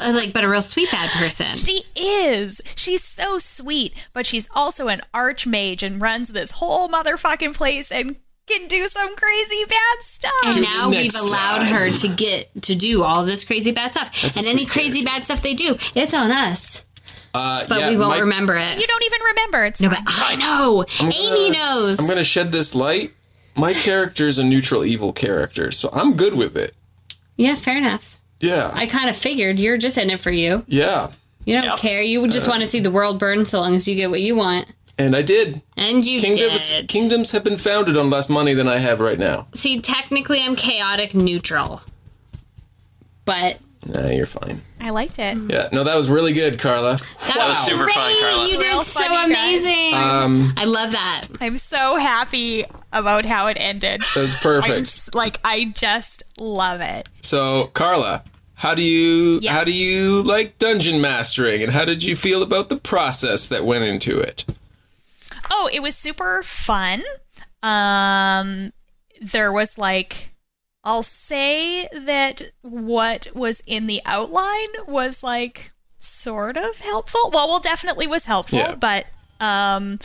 Speaker 5: uh, like but a real sweet bad person
Speaker 1: She is. She's so sweet, but she's also an archmage and runs this whole motherfucking place and can do some crazy bad stuff.
Speaker 5: and
Speaker 3: Do it
Speaker 5: now we've
Speaker 3: next
Speaker 5: allowed
Speaker 3: time.
Speaker 5: her to get to do all this crazy bad stuff
Speaker 3: That's a
Speaker 5: and any
Speaker 3: sweet
Speaker 5: crazy bad stuff they do it's on us
Speaker 3: Uh,
Speaker 5: but
Speaker 3: yeah,
Speaker 5: we won't
Speaker 3: my-
Speaker 5: remember it
Speaker 1: you don't even remember. It's
Speaker 5: No, but I know. Amy knows.
Speaker 3: I'm gonna shed this light. My character is a neutral evil character, so I'm good with it.
Speaker 5: yeah, fair enough.
Speaker 3: Yeah.
Speaker 5: I kind of figured you're just in it for you.
Speaker 3: yeah.
Speaker 5: You don't
Speaker 4: Yeah.
Speaker 5: care. You just
Speaker 3: Uh,
Speaker 5: want to see the world burn so long as you get what you want.
Speaker 3: And I did.
Speaker 5: And you
Speaker 3: Kingdoms
Speaker 5: did.
Speaker 3: kingdoms have been founded on less money than I have right now.
Speaker 5: see, technically, I'm chaotic neutral. But
Speaker 3: Nah, you're fine.
Speaker 1: I liked it.
Speaker 3: Yeah, no, that was really good, Carla.
Speaker 5: that
Speaker 4: was super fun, Carla.
Speaker 5: You did
Speaker 1: Real
Speaker 5: so
Speaker 1: funny, guys.
Speaker 5: amazing.
Speaker 3: Um,
Speaker 5: I love that.
Speaker 1: I'm so happy about how it ended.
Speaker 3: that was
Speaker 1: I'm
Speaker 3: perfect.
Speaker 1: s- like I just love it.
Speaker 3: So, Carla, how do you
Speaker 1: Yeah.
Speaker 3: how do you like dungeon mastering, and how did you feel about the process that went into it?
Speaker 1: Oh, it was super fun. Um, there was like, I'll say that what was in the outline was like sort of helpful. Well, well, definitely was helpful,
Speaker 3: Yeah.
Speaker 1: but um,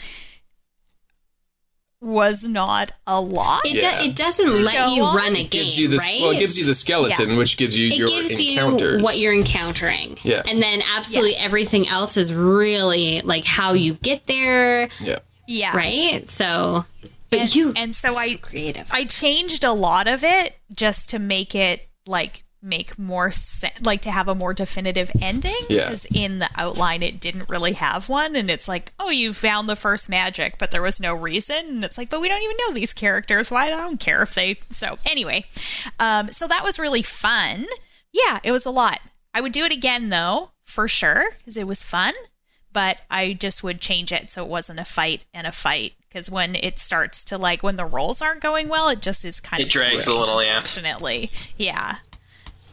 Speaker 1: was not a lot.
Speaker 5: It,
Speaker 3: Yeah.
Speaker 5: do, it doesn't let
Speaker 1: go
Speaker 5: you
Speaker 1: on.
Speaker 5: run a game,
Speaker 3: gives you the
Speaker 5: right?
Speaker 3: well, it gives you the skeleton, which gives you
Speaker 5: It
Speaker 3: your
Speaker 5: gives
Speaker 3: encounters.
Speaker 5: you what you're encountering.
Speaker 3: Yeah.
Speaker 5: And then absolutely
Speaker 1: Yes.
Speaker 5: everything else is really like how you get there,
Speaker 3: yeah.
Speaker 1: yeah,
Speaker 5: right? So, but
Speaker 1: And-
Speaker 5: you
Speaker 1: and so I-
Speaker 5: creative.
Speaker 1: I changed a lot of it just to make it like make more sense, like to have a more definitive ending.
Speaker 3: Yeah.
Speaker 1: in the outline, it didn't really have one. And it's like, oh, you found the first magic, but there was no reason. And it's like, but we don't even know these characters. Why? I don't care if they. So, anyway, um, so that was really fun. Yeah, it was a lot. I would do it again, though, for sure, because it was fun but I just would change it so it wasn't a fight and a fight. Because when it starts to like when the rolls aren't going well, it just is kind
Speaker 4: It
Speaker 1: of
Speaker 4: drags a little, yeah.
Speaker 1: Unfortunately, yeah,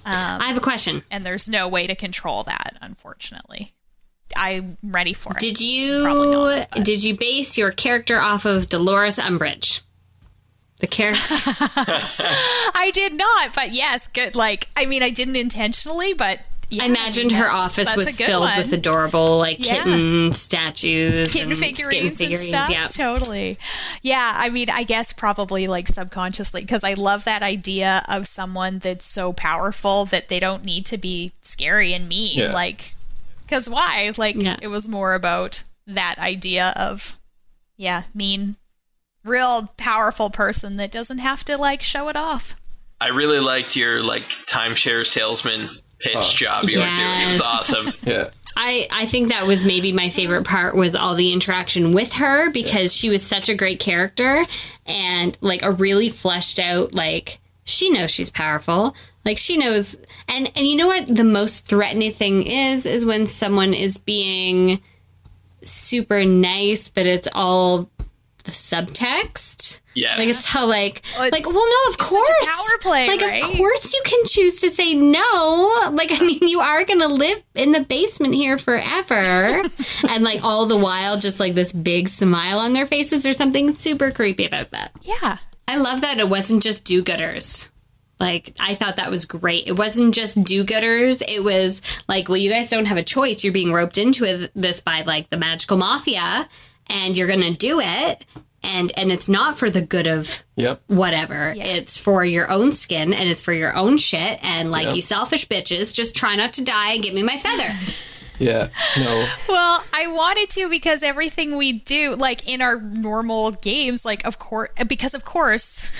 Speaker 5: I have a question.
Speaker 1: and there's no way to control that. Unfortunately, I'm ready for it.
Speaker 5: Did
Speaker 1: Probably
Speaker 5: you
Speaker 1: not, but-
Speaker 5: did you base your character off of Dolores Umbridge? The character
Speaker 1: I did not, but yes, good. Like I mean, I didn't intentionally, but yeah,
Speaker 5: I imagined
Speaker 1: mean,
Speaker 5: her
Speaker 1: that's-
Speaker 5: office
Speaker 1: that's
Speaker 5: was
Speaker 1: a good
Speaker 5: filled
Speaker 1: one.
Speaker 5: with adorable like
Speaker 1: Yeah.
Speaker 5: kitten statues,
Speaker 1: kitten
Speaker 5: and
Speaker 1: figurines, and stuff.
Speaker 5: yeah.
Speaker 1: Totally. Yeah. I mean, I guess probably like subconsciously because I love that idea of someone that's so powerful that they don't need to be scary and mean.
Speaker 3: Yeah.
Speaker 1: Like, because why? Like,
Speaker 5: Yeah.
Speaker 1: it was more about that idea of, yeah, mean, real powerful person that doesn't have to like show it off.
Speaker 4: I really liked your like timeshare salesman pitch
Speaker 3: Oh.
Speaker 4: job you were doing. It was
Speaker 5: Yes.
Speaker 4: awesome.
Speaker 3: Yeah.
Speaker 5: I, I think that was maybe my favorite part was all the interaction with her because she was such a great character and like a really fleshed out like she knows she's powerful like she knows and and you know what the most threatening thing is is when someone is being super nice but it's all the subtext
Speaker 4: Yes.
Speaker 5: like it's how like
Speaker 1: it's-
Speaker 5: like well no of course
Speaker 1: power play,
Speaker 5: like of
Speaker 1: right?
Speaker 5: course you can choose to say no like I mean you are gonna live in the basement here forever and like all the while just like this big smile on their faces or something super creepy about that
Speaker 1: Yeah.
Speaker 5: I love that it wasn't just do-gooders like I thought that was great it wasn't just do-gooders it was like well you guys don't have a choice you're being roped into it- this by like the magical mafia and you're gonna do it and and it's not for the good of
Speaker 3: Yep.
Speaker 5: whatever. It's for your own skin and it's for your own shit. And like,
Speaker 3: Yeah.
Speaker 5: you selfish bitches, just try not to die and give me my feather.
Speaker 3: Yeah. No.
Speaker 1: Well, I wanted to because everything we do, like in our normal games, like of course, because of course,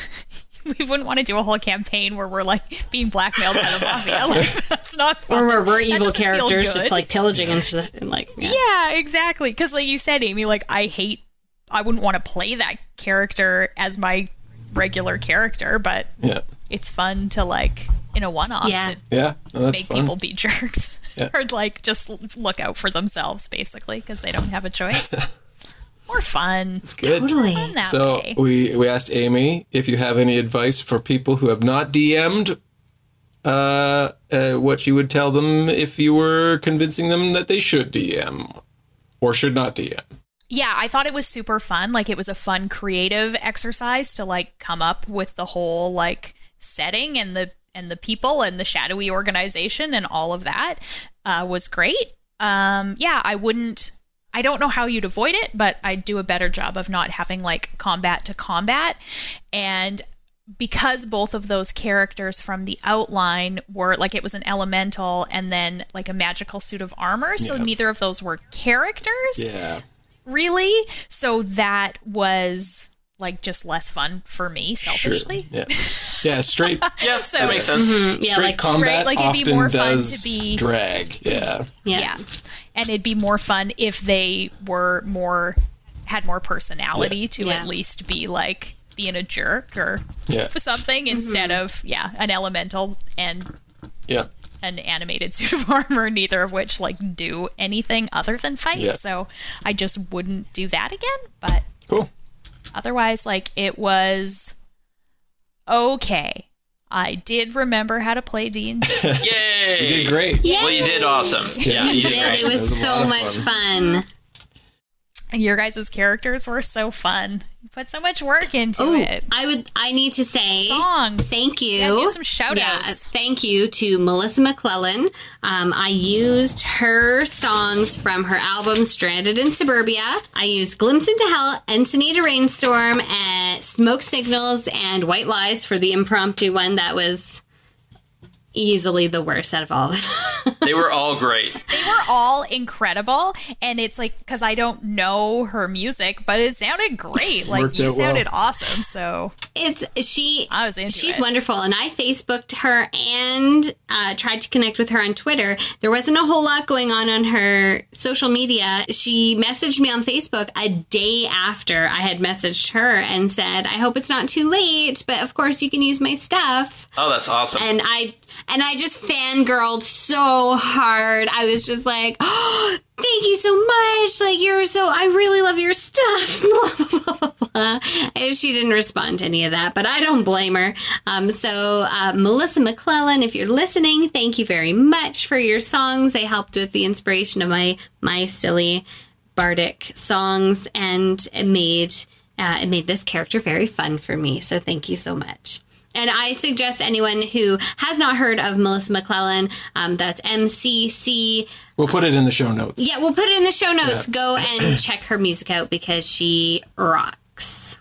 Speaker 1: we wouldn't want to do a whole campaign where we're like being blackmailed by the mafia. Like that's not fun.
Speaker 5: or where we're evil
Speaker 1: doesn't feel
Speaker 5: characters just
Speaker 1: good.
Speaker 5: like pillaging and, shit, and like, yeah.
Speaker 1: Yeah, exactly. Because like you said, Amy, like I hate, I wouldn't want to play that character as my regular character, but
Speaker 3: Yeah.
Speaker 1: it's fun to like in a one-off
Speaker 5: Yeah.
Speaker 1: to
Speaker 3: Yeah. No, that's
Speaker 1: make
Speaker 3: fun.
Speaker 1: people be jerks.
Speaker 3: Yeah.
Speaker 1: or like just l- look out for themselves basically because they don't have a choice. More fun.
Speaker 3: It's good.
Speaker 5: Totally.
Speaker 1: fun that
Speaker 3: So
Speaker 1: way.
Speaker 3: we we asked Amy if you have any advice for people who have not DM'd. Uh, uh, what you would tell them if you were convincing them that they should DM or should not DM.
Speaker 1: yeah, I thought it was super fun. Like it was a fun creative exercise to like come up with the whole like setting and the and the people and the shadowy organization and all of that uh, was great. Um, yeah, I wouldn't. I don't know how you'd avoid it, but I'd do a better job of not having like combat to combat. And because both of those characters from the outline were like it was an elemental and then like a magical suit of armor, so
Speaker 3: Yeah.
Speaker 1: neither of those were characters
Speaker 3: Yeah.
Speaker 1: really. So that was like just less fun for me selfishly.
Speaker 3: Yeah. Yeah. Straight.
Speaker 4: yeah,
Speaker 1: So-
Speaker 4: that makes sense.
Speaker 5: Yeah,
Speaker 3: straight
Speaker 5: like,
Speaker 1: right,
Speaker 3: combat
Speaker 1: like, it'd be
Speaker 3: often
Speaker 1: more fun
Speaker 3: does
Speaker 1: to be-
Speaker 3: drag. Yeah.
Speaker 5: yeah.
Speaker 1: Yeah. and it'd be more fun if they were more had more personality to
Speaker 5: Yeah.
Speaker 1: at least be like being a jerk or
Speaker 3: Yeah.
Speaker 1: something instead of yeah an elemental and
Speaker 3: Yeah.
Speaker 1: an animated suit of armor, neither of which like do anything other than fight.
Speaker 3: Yeah.
Speaker 1: So I just wouldn't do that again. But
Speaker 3: Cool.
Speaker 1: otherwise, like it was okay. I did remember how to play D and
Speaker 4: Yay!
Speaker 3: You did great.
Speaker 4: Well, you did awesome. Yeah, you did
Speaker 5: It
Speaker 4: great.
Speaker 5: was,
Speaker 3: was a lot
Speaker 5: so
Speaker 3: of
Speaker 5: much fun.
Speaker 1: your guys' characters were so fun. You put so much work into
Speaker 5: Ooh,
Speaker 1: it.
Speaker 5: I would. I need to say
Speaker 1: Songs.
Speaker 5: thank you.
Speaker 1: Yeah, do some shout outs.
Speaker 5: thank you to Melissa McClellan. Um, I used her songs from her album Stranded in Suburbia. I used Glimpse into Hell, Encinita Rainstorm, and Smoke Signals and White Lies for the impromptu one that was easily the worst out of all of it.
Speaker 4: They were all great.
Speaker 1: They were all incredible, and it's like because I don't know her music, but it sounded great. Like
Speaker 3: Worked
Speaker 1: you
Speaker 3: out well.
Speaker 1: sounded awesome. So
Speaker 5: It's she.
Speaker 1: I was into
Speaker 5: She's
Speaker 1: it.
Speaker 5: wonderful, and I Facebooked her and uh, tried to connect with her on Twitter. There wasn't a whole lot going on on her social media. She messaged me on Facebook a day after I had messaged her and said, "I hope it's not too late, but of course you can use my stuff."
Speaker 4: Oh, that's awesome.
Speaker 5: And I and I just fangirled so hard. I was just like, "Oh, thank you so much! Like you're so I really love your stuff." blah, blah, blah, blah, blah. And she didn't respond to any of that, but I don't blame her. Um, so uh, Melissa McClellan, if you're listening, thank you very much for your songs. They helped with the inspiration of my my silly bardic songs, and it made uh, it made this character very fun for me. So thank you so much. And I suggest anyone who has not heard of Melissa McClellan, um, that's MCC.
Speaker 3: We'll put it in the show notes.
Speaker 5: Yeah, we'll put it in the show notes. Go and check her music out because she rocks.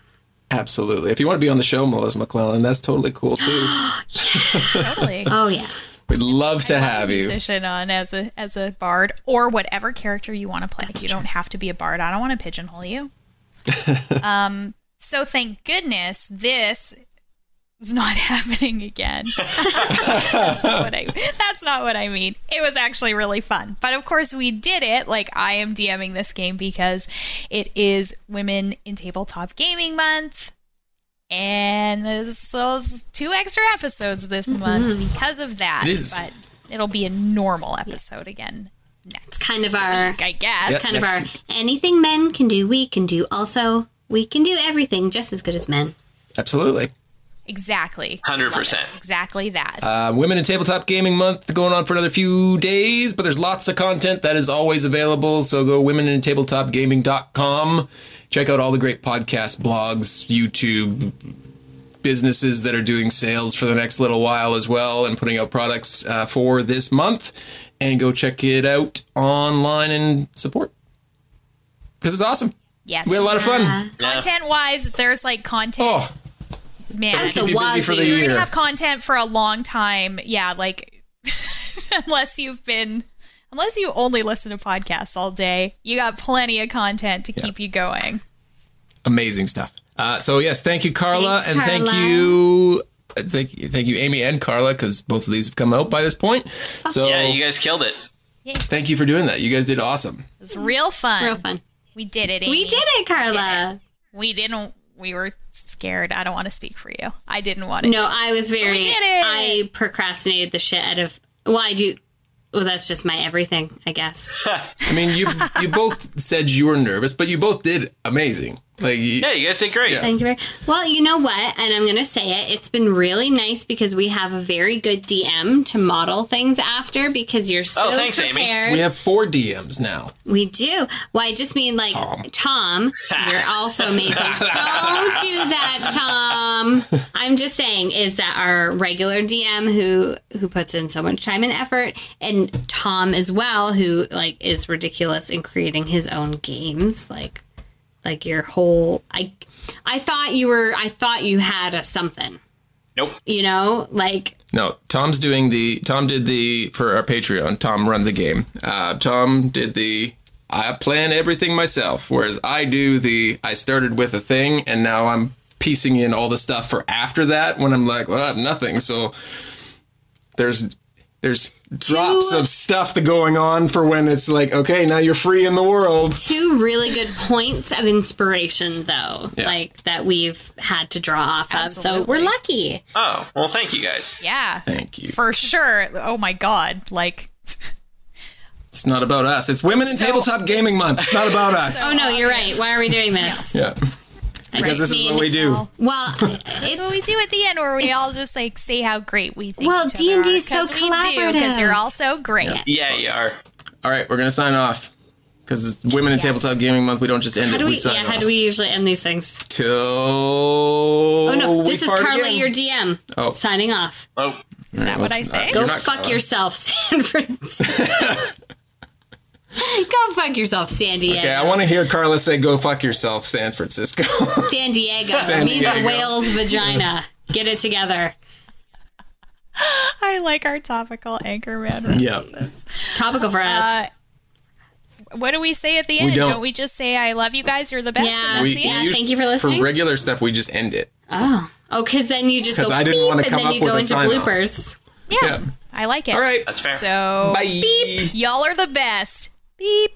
Speaker 3: Absolutely. If you want to be on the show, Melissa McClellan, that's totally cool too.
Speaker 1: totally.
Speaker 5: Oh yeah,
Speaker 3: We'd love to have you.
Speaker 1: musician on as a as a bard or whatever character you want to play. you don't have to be a bard. I don't want to pigeonhole you. um, so thank goodness this is not happening again. that's, not what I, that's not what I mean. It was actually really fun. But of course we did it. Like I am DMing this game because it is Women in Tabletop Gaming Month. And this was two extra episodes this month because of that.
Speaker 3: Mm-hmm. It is.
Speaker 1: But it'll be a normal episode again next
Speaker 5: kind of our
Speaker 1: I guess.
Speaker 5: kind of our anything men can do, we can do. Also, we can do everything just as good as men.
Speaker 3: Absolutely.
Speaker 1: Exactly.
Speaker 4: 100%.
Speaker 1: Exactly that.
Speaker 3: Um, Women in Tabletop Gaming Month going on for another few days, but there's lots of content that is always available. So go womenintabletopgaming.com. Check out all the great podcasts, blogs, YouTube, businesses that are doing sales for the next little while as well and putting out products uh, for this month. And go check it out online and support because it's awesome.
Speaker 1: yes.
Speaker 3: We had a lot of fun.
Speaker 1: content wise, there's like content.
Speaker 3: Oh,
Speaker 1: man,
Speaker 5: The
Speaker 3: be busy for the
Speaker 5: wazoo.
Speaker 1: you're
Speaker 3: year.
Speaker 1: gonna have content for a long time. Yeah, like unless you've been, unless you only listen to podcasts all day, you got plenty of content to keep you going.
Speaker 3: amazing stuff. Uh, so yes, thank you, Carla,
Speaker 5: Thanks,
Speaker 3: and
Speaker 5: Carla.
Speaker 3: thank you, thank you, thank you, Amy and Carla, because both of these have come out by this point.
Speaker 5: Oh.
Speaker 3: So
Speaker 4: Yeah, you guys killed it.
Speaker 3: thank you for doing that. You guys did awesome.
Speaker 1: It's real fun.
Speaker 5: Real fun.
Speaker 1: We did it.
Speaker 5: We
Speaker 1: Amy.
Speaker 5: did it, Carla.
Speaker 1: We didn't. We were scared. I don't want to speak for you. I didn't want to.
Speaker 5: No, I was very.
Speaker 1: We did it.
Speaker 5: I procrastinated the shit out of. Well, I do. Well, that's just my everything, I guess.
Speaker 3: I mean, you you both said you were nervous, but you both did amazing. Like you-
Speaker 4: Yeah, you guys did great.
Speaker 5: Thank you very well. You know what? And I'm going to say it. It's been really nice because we have a very good DM to model things after because you're so
Speaker 4: Oh, thanks, Amy.
Speaker 5: prepared.
Speaker 3: we have four DMs now.
Speaker 5: We do. Well, I just mean like Tom. you're also amazing. Don't do that, Tom. I'm just saying is that our regular DM who who puts in so much time and effort, and Tom as well, who like is ridiculous in creating his own games, like like your whole. I I thought you were. I thought you had a something.
Speaker 4: Nope.
Speaker 5: You know, like
Speaker 3: No, Tom's doing the. Tom did the for our Patreon. Tom runs a game. Uh, Tom did the. I plan everything myself, whereas I do the. I started with a thing, and now I'm piecing in all the stuff for after that. When I'm like, well, I have nothing. So there's There's drops of stuff that going on for when it's like, okay, now you're free in the world.
Speaker 5: two really good points of inspiration though
Speaker 3: Yeah.
Speaker 5: like that we've had to draw off of so we're lucky
Speaker 4: Oh, well, thank you guys.
Speaker 1: Yeah.
Speaker 3: Thank you.
Speaker 1: For sure. Oh my god. Like
Speaker 3: It's not about us. It's Women in
Speaker 1: So-
Speaker 3: Tabletop Gaming Month. It's not about us.
Speaker 5: oh no you're right why are we doing this
Speaker 3: yeah. Because this is
Speaker 5: mean,
Speaker 3: what we do.
Speaker 5: well
Speaker 1: what
Speaker 5: it's
Speaker 1: we do at the end where we all just like say how great we think.
Speaker 5: Well,
Speaker 1: each other
Speaker 5: D&D
Speaker 1: are,
Speaker 5: is so
Speaker 1: 'cause we do,
Speaker 5: collaborative.
Speaker 1: you're all so great.
Speaker 4: Yeah, you are.
Speaker 3: All right, we're going to sign off. Because it's Women in Tabletop Gaming Month, we don't just end
Speaker 5: how
Speaker 3: it,
Speaker 5: do
Speaker 3: we,
Speaker 5: we
Speaker 3: sign
Speaker 5: yeah
Speaker 3: off.
Speaker 5: how do we usually end these things
Speaker 3: Till.
Speaker 5: oh
Speaker 3: Oh,
Speaker 5: no
Speaker 3: we
Speaker 5: this is
Speaker 3: fart
Speaker 5: carla
Speaker 3: again.
Speaker 5: your dm
Speaker 3: Oh.
Speaker 5: signing off
Speaker 4: Oh,
Speaker 1: Is that what I say?
Speaker 5: go
Speaker 3: not
Speaker 5: fuck
Speaker 3: Carla.
Speaker 5: yourself san francisco go fuck yourself san diego
Speaker 3: Okay, I want to hear Carla say, go fuck yourself, San Francisco.
Speaker 5: san diego
Speaker 3: San
Speaker 5: it means a
Speaker 3: Diego.
Speaker 5: whale's vagina get it together
Speaker 1: I like our topical anchorman.
Speaker 3: yeah.
Speaker 5: topical for us
Speaker 1: Uh, what do we say at the end?
Speaker 3: don't.
Speaker 1: we just say I love you guys, you're the best,
Speaker 5: Yeah.
Speaker 1: and that's
Speaker 5: We-
Speaker 1: the
Speaker 5: yeah,
Speaker 1: end?
Speaker 3: usu-
Speaker 5: thank you for listening.
Speaker 3: For regular stuff, we just end it.
Speaker 5: Oh, oh, because then you just
Speaker 3: 'Cause
Speaker 5: go
Speaker 3: I didn't
Speaker 5: beep,
Speaker 3: wanna come
Speaker 5: and then
Speaker 3: up
Speaker 5: you
Speaker 3: with
Speaker 5: go
Speaker 3: a
Speaker 5: into
Speaker 3: sign-off.
Speaker 5: bloopers.
Speaker 1: Yeah.
Speaker 3: Yeah.
Speaker 1: I like it.
Speaker 3: All right.
Speaker 4: that's fair.
Speaker 1: So
Speaker 3: Bye.
Speaker 1: y'all are the best. Beep.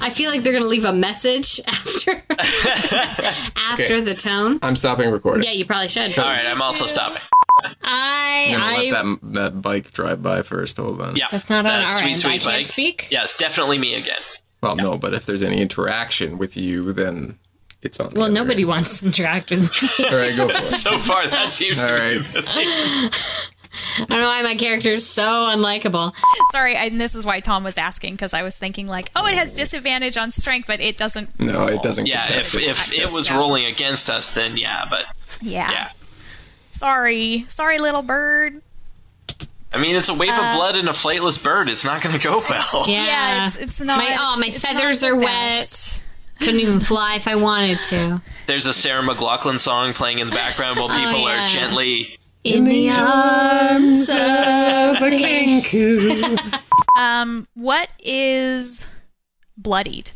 Speaker 5: I feel like they're gonna leave a message after after
Speaker 3: Okay.
Speaker 5: the tone.
Speaker 3: I'm stopping recording.
Speaker 5: Yeah, you probably should.
Speaker 4: all right. I'm also stopping.
Speaker 3: I'm gonna
Speaker 5: I, I,
Speaker 3: let that that bike drive by first. Hold on.
Speaker 4: Yeah,
Speaker 5: That's not on
Speaker 4: That
Speaker 5: our
Speaker 4: sweet,
Speaker 5: end.
Speaker 4: sweet
Speaker 5: I can't
Speaker 4: mic.
Speaker 5: speak?
Speaker 4: Yes, definitely me again.
Speaker 3: Well, no, but if there's any interaction with you, then it's on. the
Speaker 5: well,
Speaker 3: other
Speaker 5: nobody
Speaker 3: end.
Speaker 5: wants to interact with me.
Speaker 3: All right, go for it.
Speaker 4: So far, that seems
Speaker 3: All
Speaker 4: to
Speaker 3: right.
Speaker 5: I don't know why my character is so unlikable.
Speaker 1: Sorry, and this is why Tom was asking because I was thinking like, oh, it has disadvantage on strength, but it doesn't.
Speaker 3: No, it doesn't.
Speaker 4: be. Yeah, if,
Speaker 3: contest it.
Speaker 4: if it was rolling against us, then yeah, but
Speaker 5: Ah.
Speaker 1: Yeah.
Speaker 4: yeah.
Speaker 1: Sorry, sorry, little bird.
Speaker 4: I mean, it's a wave
Speaker 5: Uh,
Speaker 4: of blood and a flightless bird. It's not going to go well.
Speaker 5: Yeah,
Speaker 1: Yeah, it's it's not.
Speaker 5: my oh, my
Speaker 1: it's not
Speaker 5: feathers
Speaker 1: the
Speaker 5: are
Speaker 1: best.
Speaker 5: wet. Couldn't even fly if I wanted to.
Speaker 4: There's a Sarah McLaughlin song playing in the background while people
Speaker 5: Oh, yeah.
Speaker 4: are gently.
Speaker 5: In the arms of
Speaker 1: Um, what is bloodied?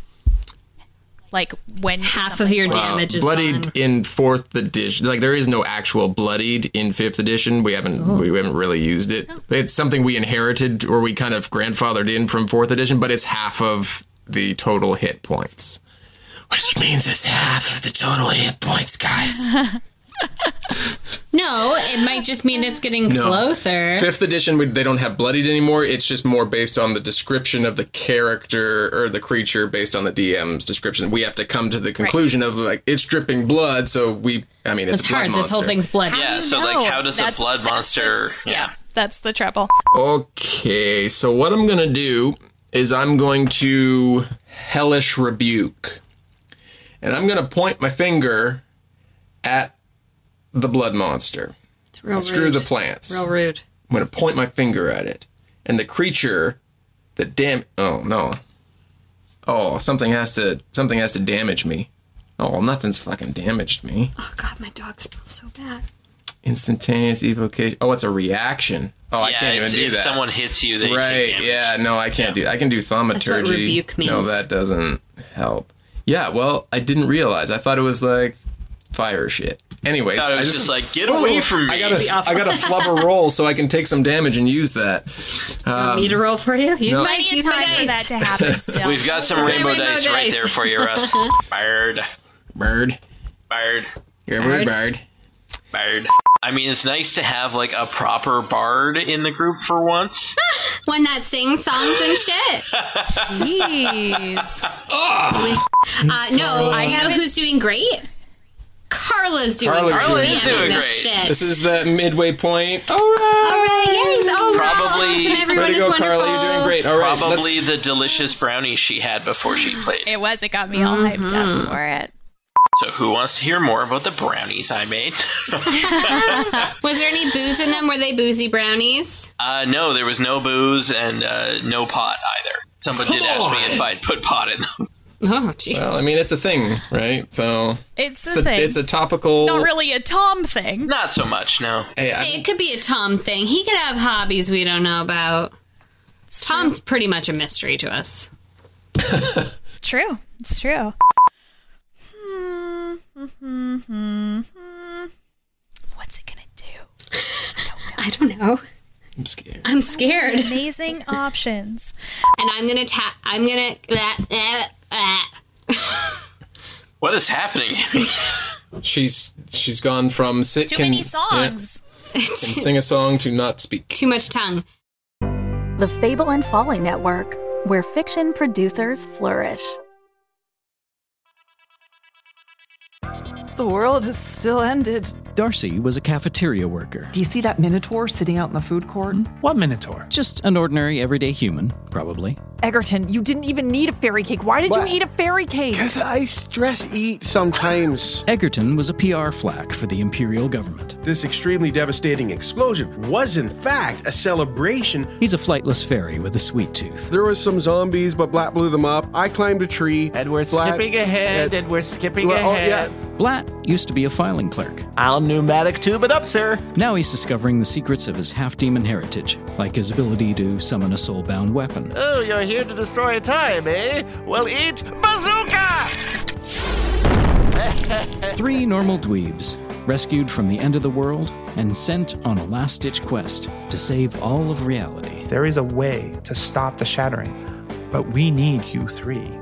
Speaker 1: Like when
Speaker 5: half
Speaker 1: something-
Speaker 5: of your
Speaker 3: Uh,
Speaker 5: damage is
Speaker 3: bloodied
Speaker 5: gone.
Speaker 3: in fourth edition. Like there is no actual bloodied in fifth edition. We haven't
Speaker 5: Oh.
Speaker 3: we haven't really used it. It's something we inherited or we kind of grandfathered in from fourth edition, but it's half of the total hit points, which means it's half of the total hit points, guys.
Speaker 5: No, it might just mean it's getting
Speaker 3: No.
Speaker 5: closer.
Speaker 3: Fifth edition, we, they don't have bloodied anymore. It's just more based on the description of the character or the creature based on the DM's description. We have to come to the conclusion of like it's dripping blood, so we. I mean, it's,
Speaker 5: It's
Speaker 3: a blood
Speaker 5: hard. This whole
Speaker 3: monster.
Speaker 5: thing's bloody.
Speaker 1: How do
Speaker 4: Yeah,
Speaker 1: you
Speaker 4: so, like,
Speaker 1: know?
Speaker 4: how does a blood
Speaker 1: the-
Speaker 4: monster-
Speaker 1: yeah.
Speaker 4: yeah.
Speaker 1: that's the trouble.
Speaker 3: Okay, so what I'm gonna do is I'm going to hellish rebuke, and I'm gonna point my finger at the blood monster.
Speaker 5: Real
Speaker 3: Screw
Speaker 5: rude.
Speaker 3: the plants.
Speaker 5: Real rude.
Speaker 3: I'm going to point my finger at it. And the creature that dam oh no. Oh, something has to something has to damage me. Oh, nothing's fucking damaged me.
Speaker 5: Oh god, my dog smells so bad.
Speaker 3: Instantaneous evocation. Oh, it's a reaction. Oh, I
Speaker 4: yeah,
Speaker 3: can't even
Speaker 4: it's-
Speaker 3: do
Speaker 4: if
Speaker 3: that.
Speaker 4: someone hits you, they take
Speaker 3: right.
Speaker 4: damage.
Speaker 3: Yeah, no, I can't do I can do thaumaturgy.
Speaker 5: rebuke
Speaker 3: No,
Speaker 5: means.
Speaker 3: that doesn't help. Yeah, well, I didn't realize. I thought it was like fire shit. Anyways,
Speaker 4: I thought it was
Speaker 3: just-
Speaker 4: just, like, get away from me.
Speaker 3: I gotta, I gotta flub a roll so I can take some damage and use that.
Speaker 5: Want me to roll for you? Use
Speaker 3: Um, no.
Speaker 5: my,
Speaker 1: Plenty of
Speaker 5: use my
Speaker 1: time for
Speaker 5: dice.
Speaker 1: that to happen. Still,
Speaker 4: We've got some rainbow,
Speaker 5: rainbow
Speaker 4: dice, right
Speaker 5: dice.
Speaker 4: there for you, Russ. Bird.
Speaker 3: Bird.
Speaker 4: Bird.
Speaker 3: You're a bird,
Speaker 5: Bird.
Speaker 3: bird.
Speaker 4: Bird. I mean, it's nice to have, like, a proper bard in the group for once.
Speaker 5: One that sings songs and shit.
Speaker 1: Jeez.
Speaker 5: Uh, no, you know who's doing great? Carla's doing
Speaker 3: Carla's
Speaker 5: great.
Speaker 3: doing
Speaker 4: Carla's doing
Speaker 5: this
Speaker 4: great.
Speaker 5: Shit.
Speaker 3: This is the midway point. All right.
Speaker 5: All right, yes. Oh,
Speaker 4: Probably-
Speaker 5: Probably. Awesome.
Speaker 3: Way
Speaker 5: Everyone
Speaker 3: to
Speaker 5: is
Speaker 3: go,
Speaker 5: wonderful.
Speaker 3: Carla. You're doing great. All right.
Speaker 4: Probably
Speaker 3: let's-
Speaker 4: the delicious brownie she had before she played.
Speaker 1: it was. It got me all hyped up
Speaker 5: Mm-hmm.
Speaker 1: for it.
Speaker 4: So, who wants to hear more about the brownies I made?
Speaker 5: Was there any booze in them? Were they boozy brownies?
Speaker 4: uh, no, there was no booze and uh, no pot either. Somebody did ask me if I'd put pot in them.
Speaker 5: Oh, jeez.
Speaker 3: Well, I mean, it's a thing, right? So
Speaker 1: It's
Speaker 3: it's,
Speaker 1: a
Speaker 3: a,
Speaker 1: thing.
Speaker 3: it's a topical.
Speaker 1: Not really a Tom thing.
Speaker 4: Not so much, no.
Speaker 3: Hey, I-
Speaker 5: it could be a Tom thing. He could have hobbies we don't know about. Tom's pretty much a mystery to us.
Speaker 1: True. It's true. What's it gonna do?
Speaker 5: I don't know.
Speaker 3: I'm scared.
Speaker 5: I'm scared.
Speaker 1: Amazing options.
Speaker 5: And I'm gonna tap. I'm gonna. Uh, uh, uh.
Speaker 4: What is happening?
Speaker 3: She's she's gone from sit
Speaker 1: Too
Speaker 3: can,
Speaker 1: many
Speaker 3: yeah,
Speaker 1: songs.
Speaker 3: can sing a song to not speak.
Speaker 5: Too much tongue.
Speaker 7: The Fable and Folly Network, where fiction producers flourish.
Speaker 6: The world has still ended.
Speaker 8: Darcy was a cafeteria worker.
Speaker 6: Do you see that minotaur sitting out in the food court?
Speaker 9: What Minotaur?
Speaker 8: Just an ordinary, everyday human, probably.
Speaker 6: Egerton, you didn't even need a fairy cake. Why did
Speaker 10: What?
Speaker 6: you eat a fairy cake?
Speaker 10: Because I stress eat sometimes.
Speaker 8: Egerton was a PR flack for the imperial government.
Speaker 10: This extremely devastating explosion was, in fact, a celebration.
Speaker 8: He's a flightless fairy with a sweet tooth.
Speaker 10: There was some zombies, but Black blew them up. I climbed a tree.
Speaker 11: And we're
Speaker 10: Black-
Speaker 11: skipping ahead,
Speaker 10: Yeah.
Speaker 11: and we're skipping
Speaker 10: Well, oh,
Speaker 11: ahead.
Speaker 8: Blatt used to be a filing clerk.
Speaker 11: I'll pneumatic tube it up, sir.
Speaker 8: Now he's discovering the secrets of his half demon heritage, like his ability to summon a soulbound weapon.
Speaker 11: Oh, you're here to destroy time, eh? Well, eat bazooka!
Speaker 8: Three normal dweebs, rescued from the end of the world and sent on a last ditch quest to save all of reality.
Speaker 12: There is a way to stop the shattering, but we need you three.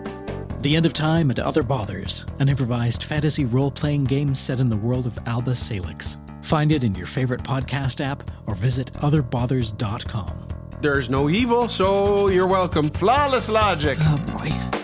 Speaker 9: The End of Time and Other Bothers, an improvised fantasy role playing game set in the world of Alba Salix. Find it in your favorite podcast app or visit otherbothers.com.
Speaker 10: There's no evil, so you're welcome.
Speaker 11: Flawless logic.
Speaker 9: Oh boy.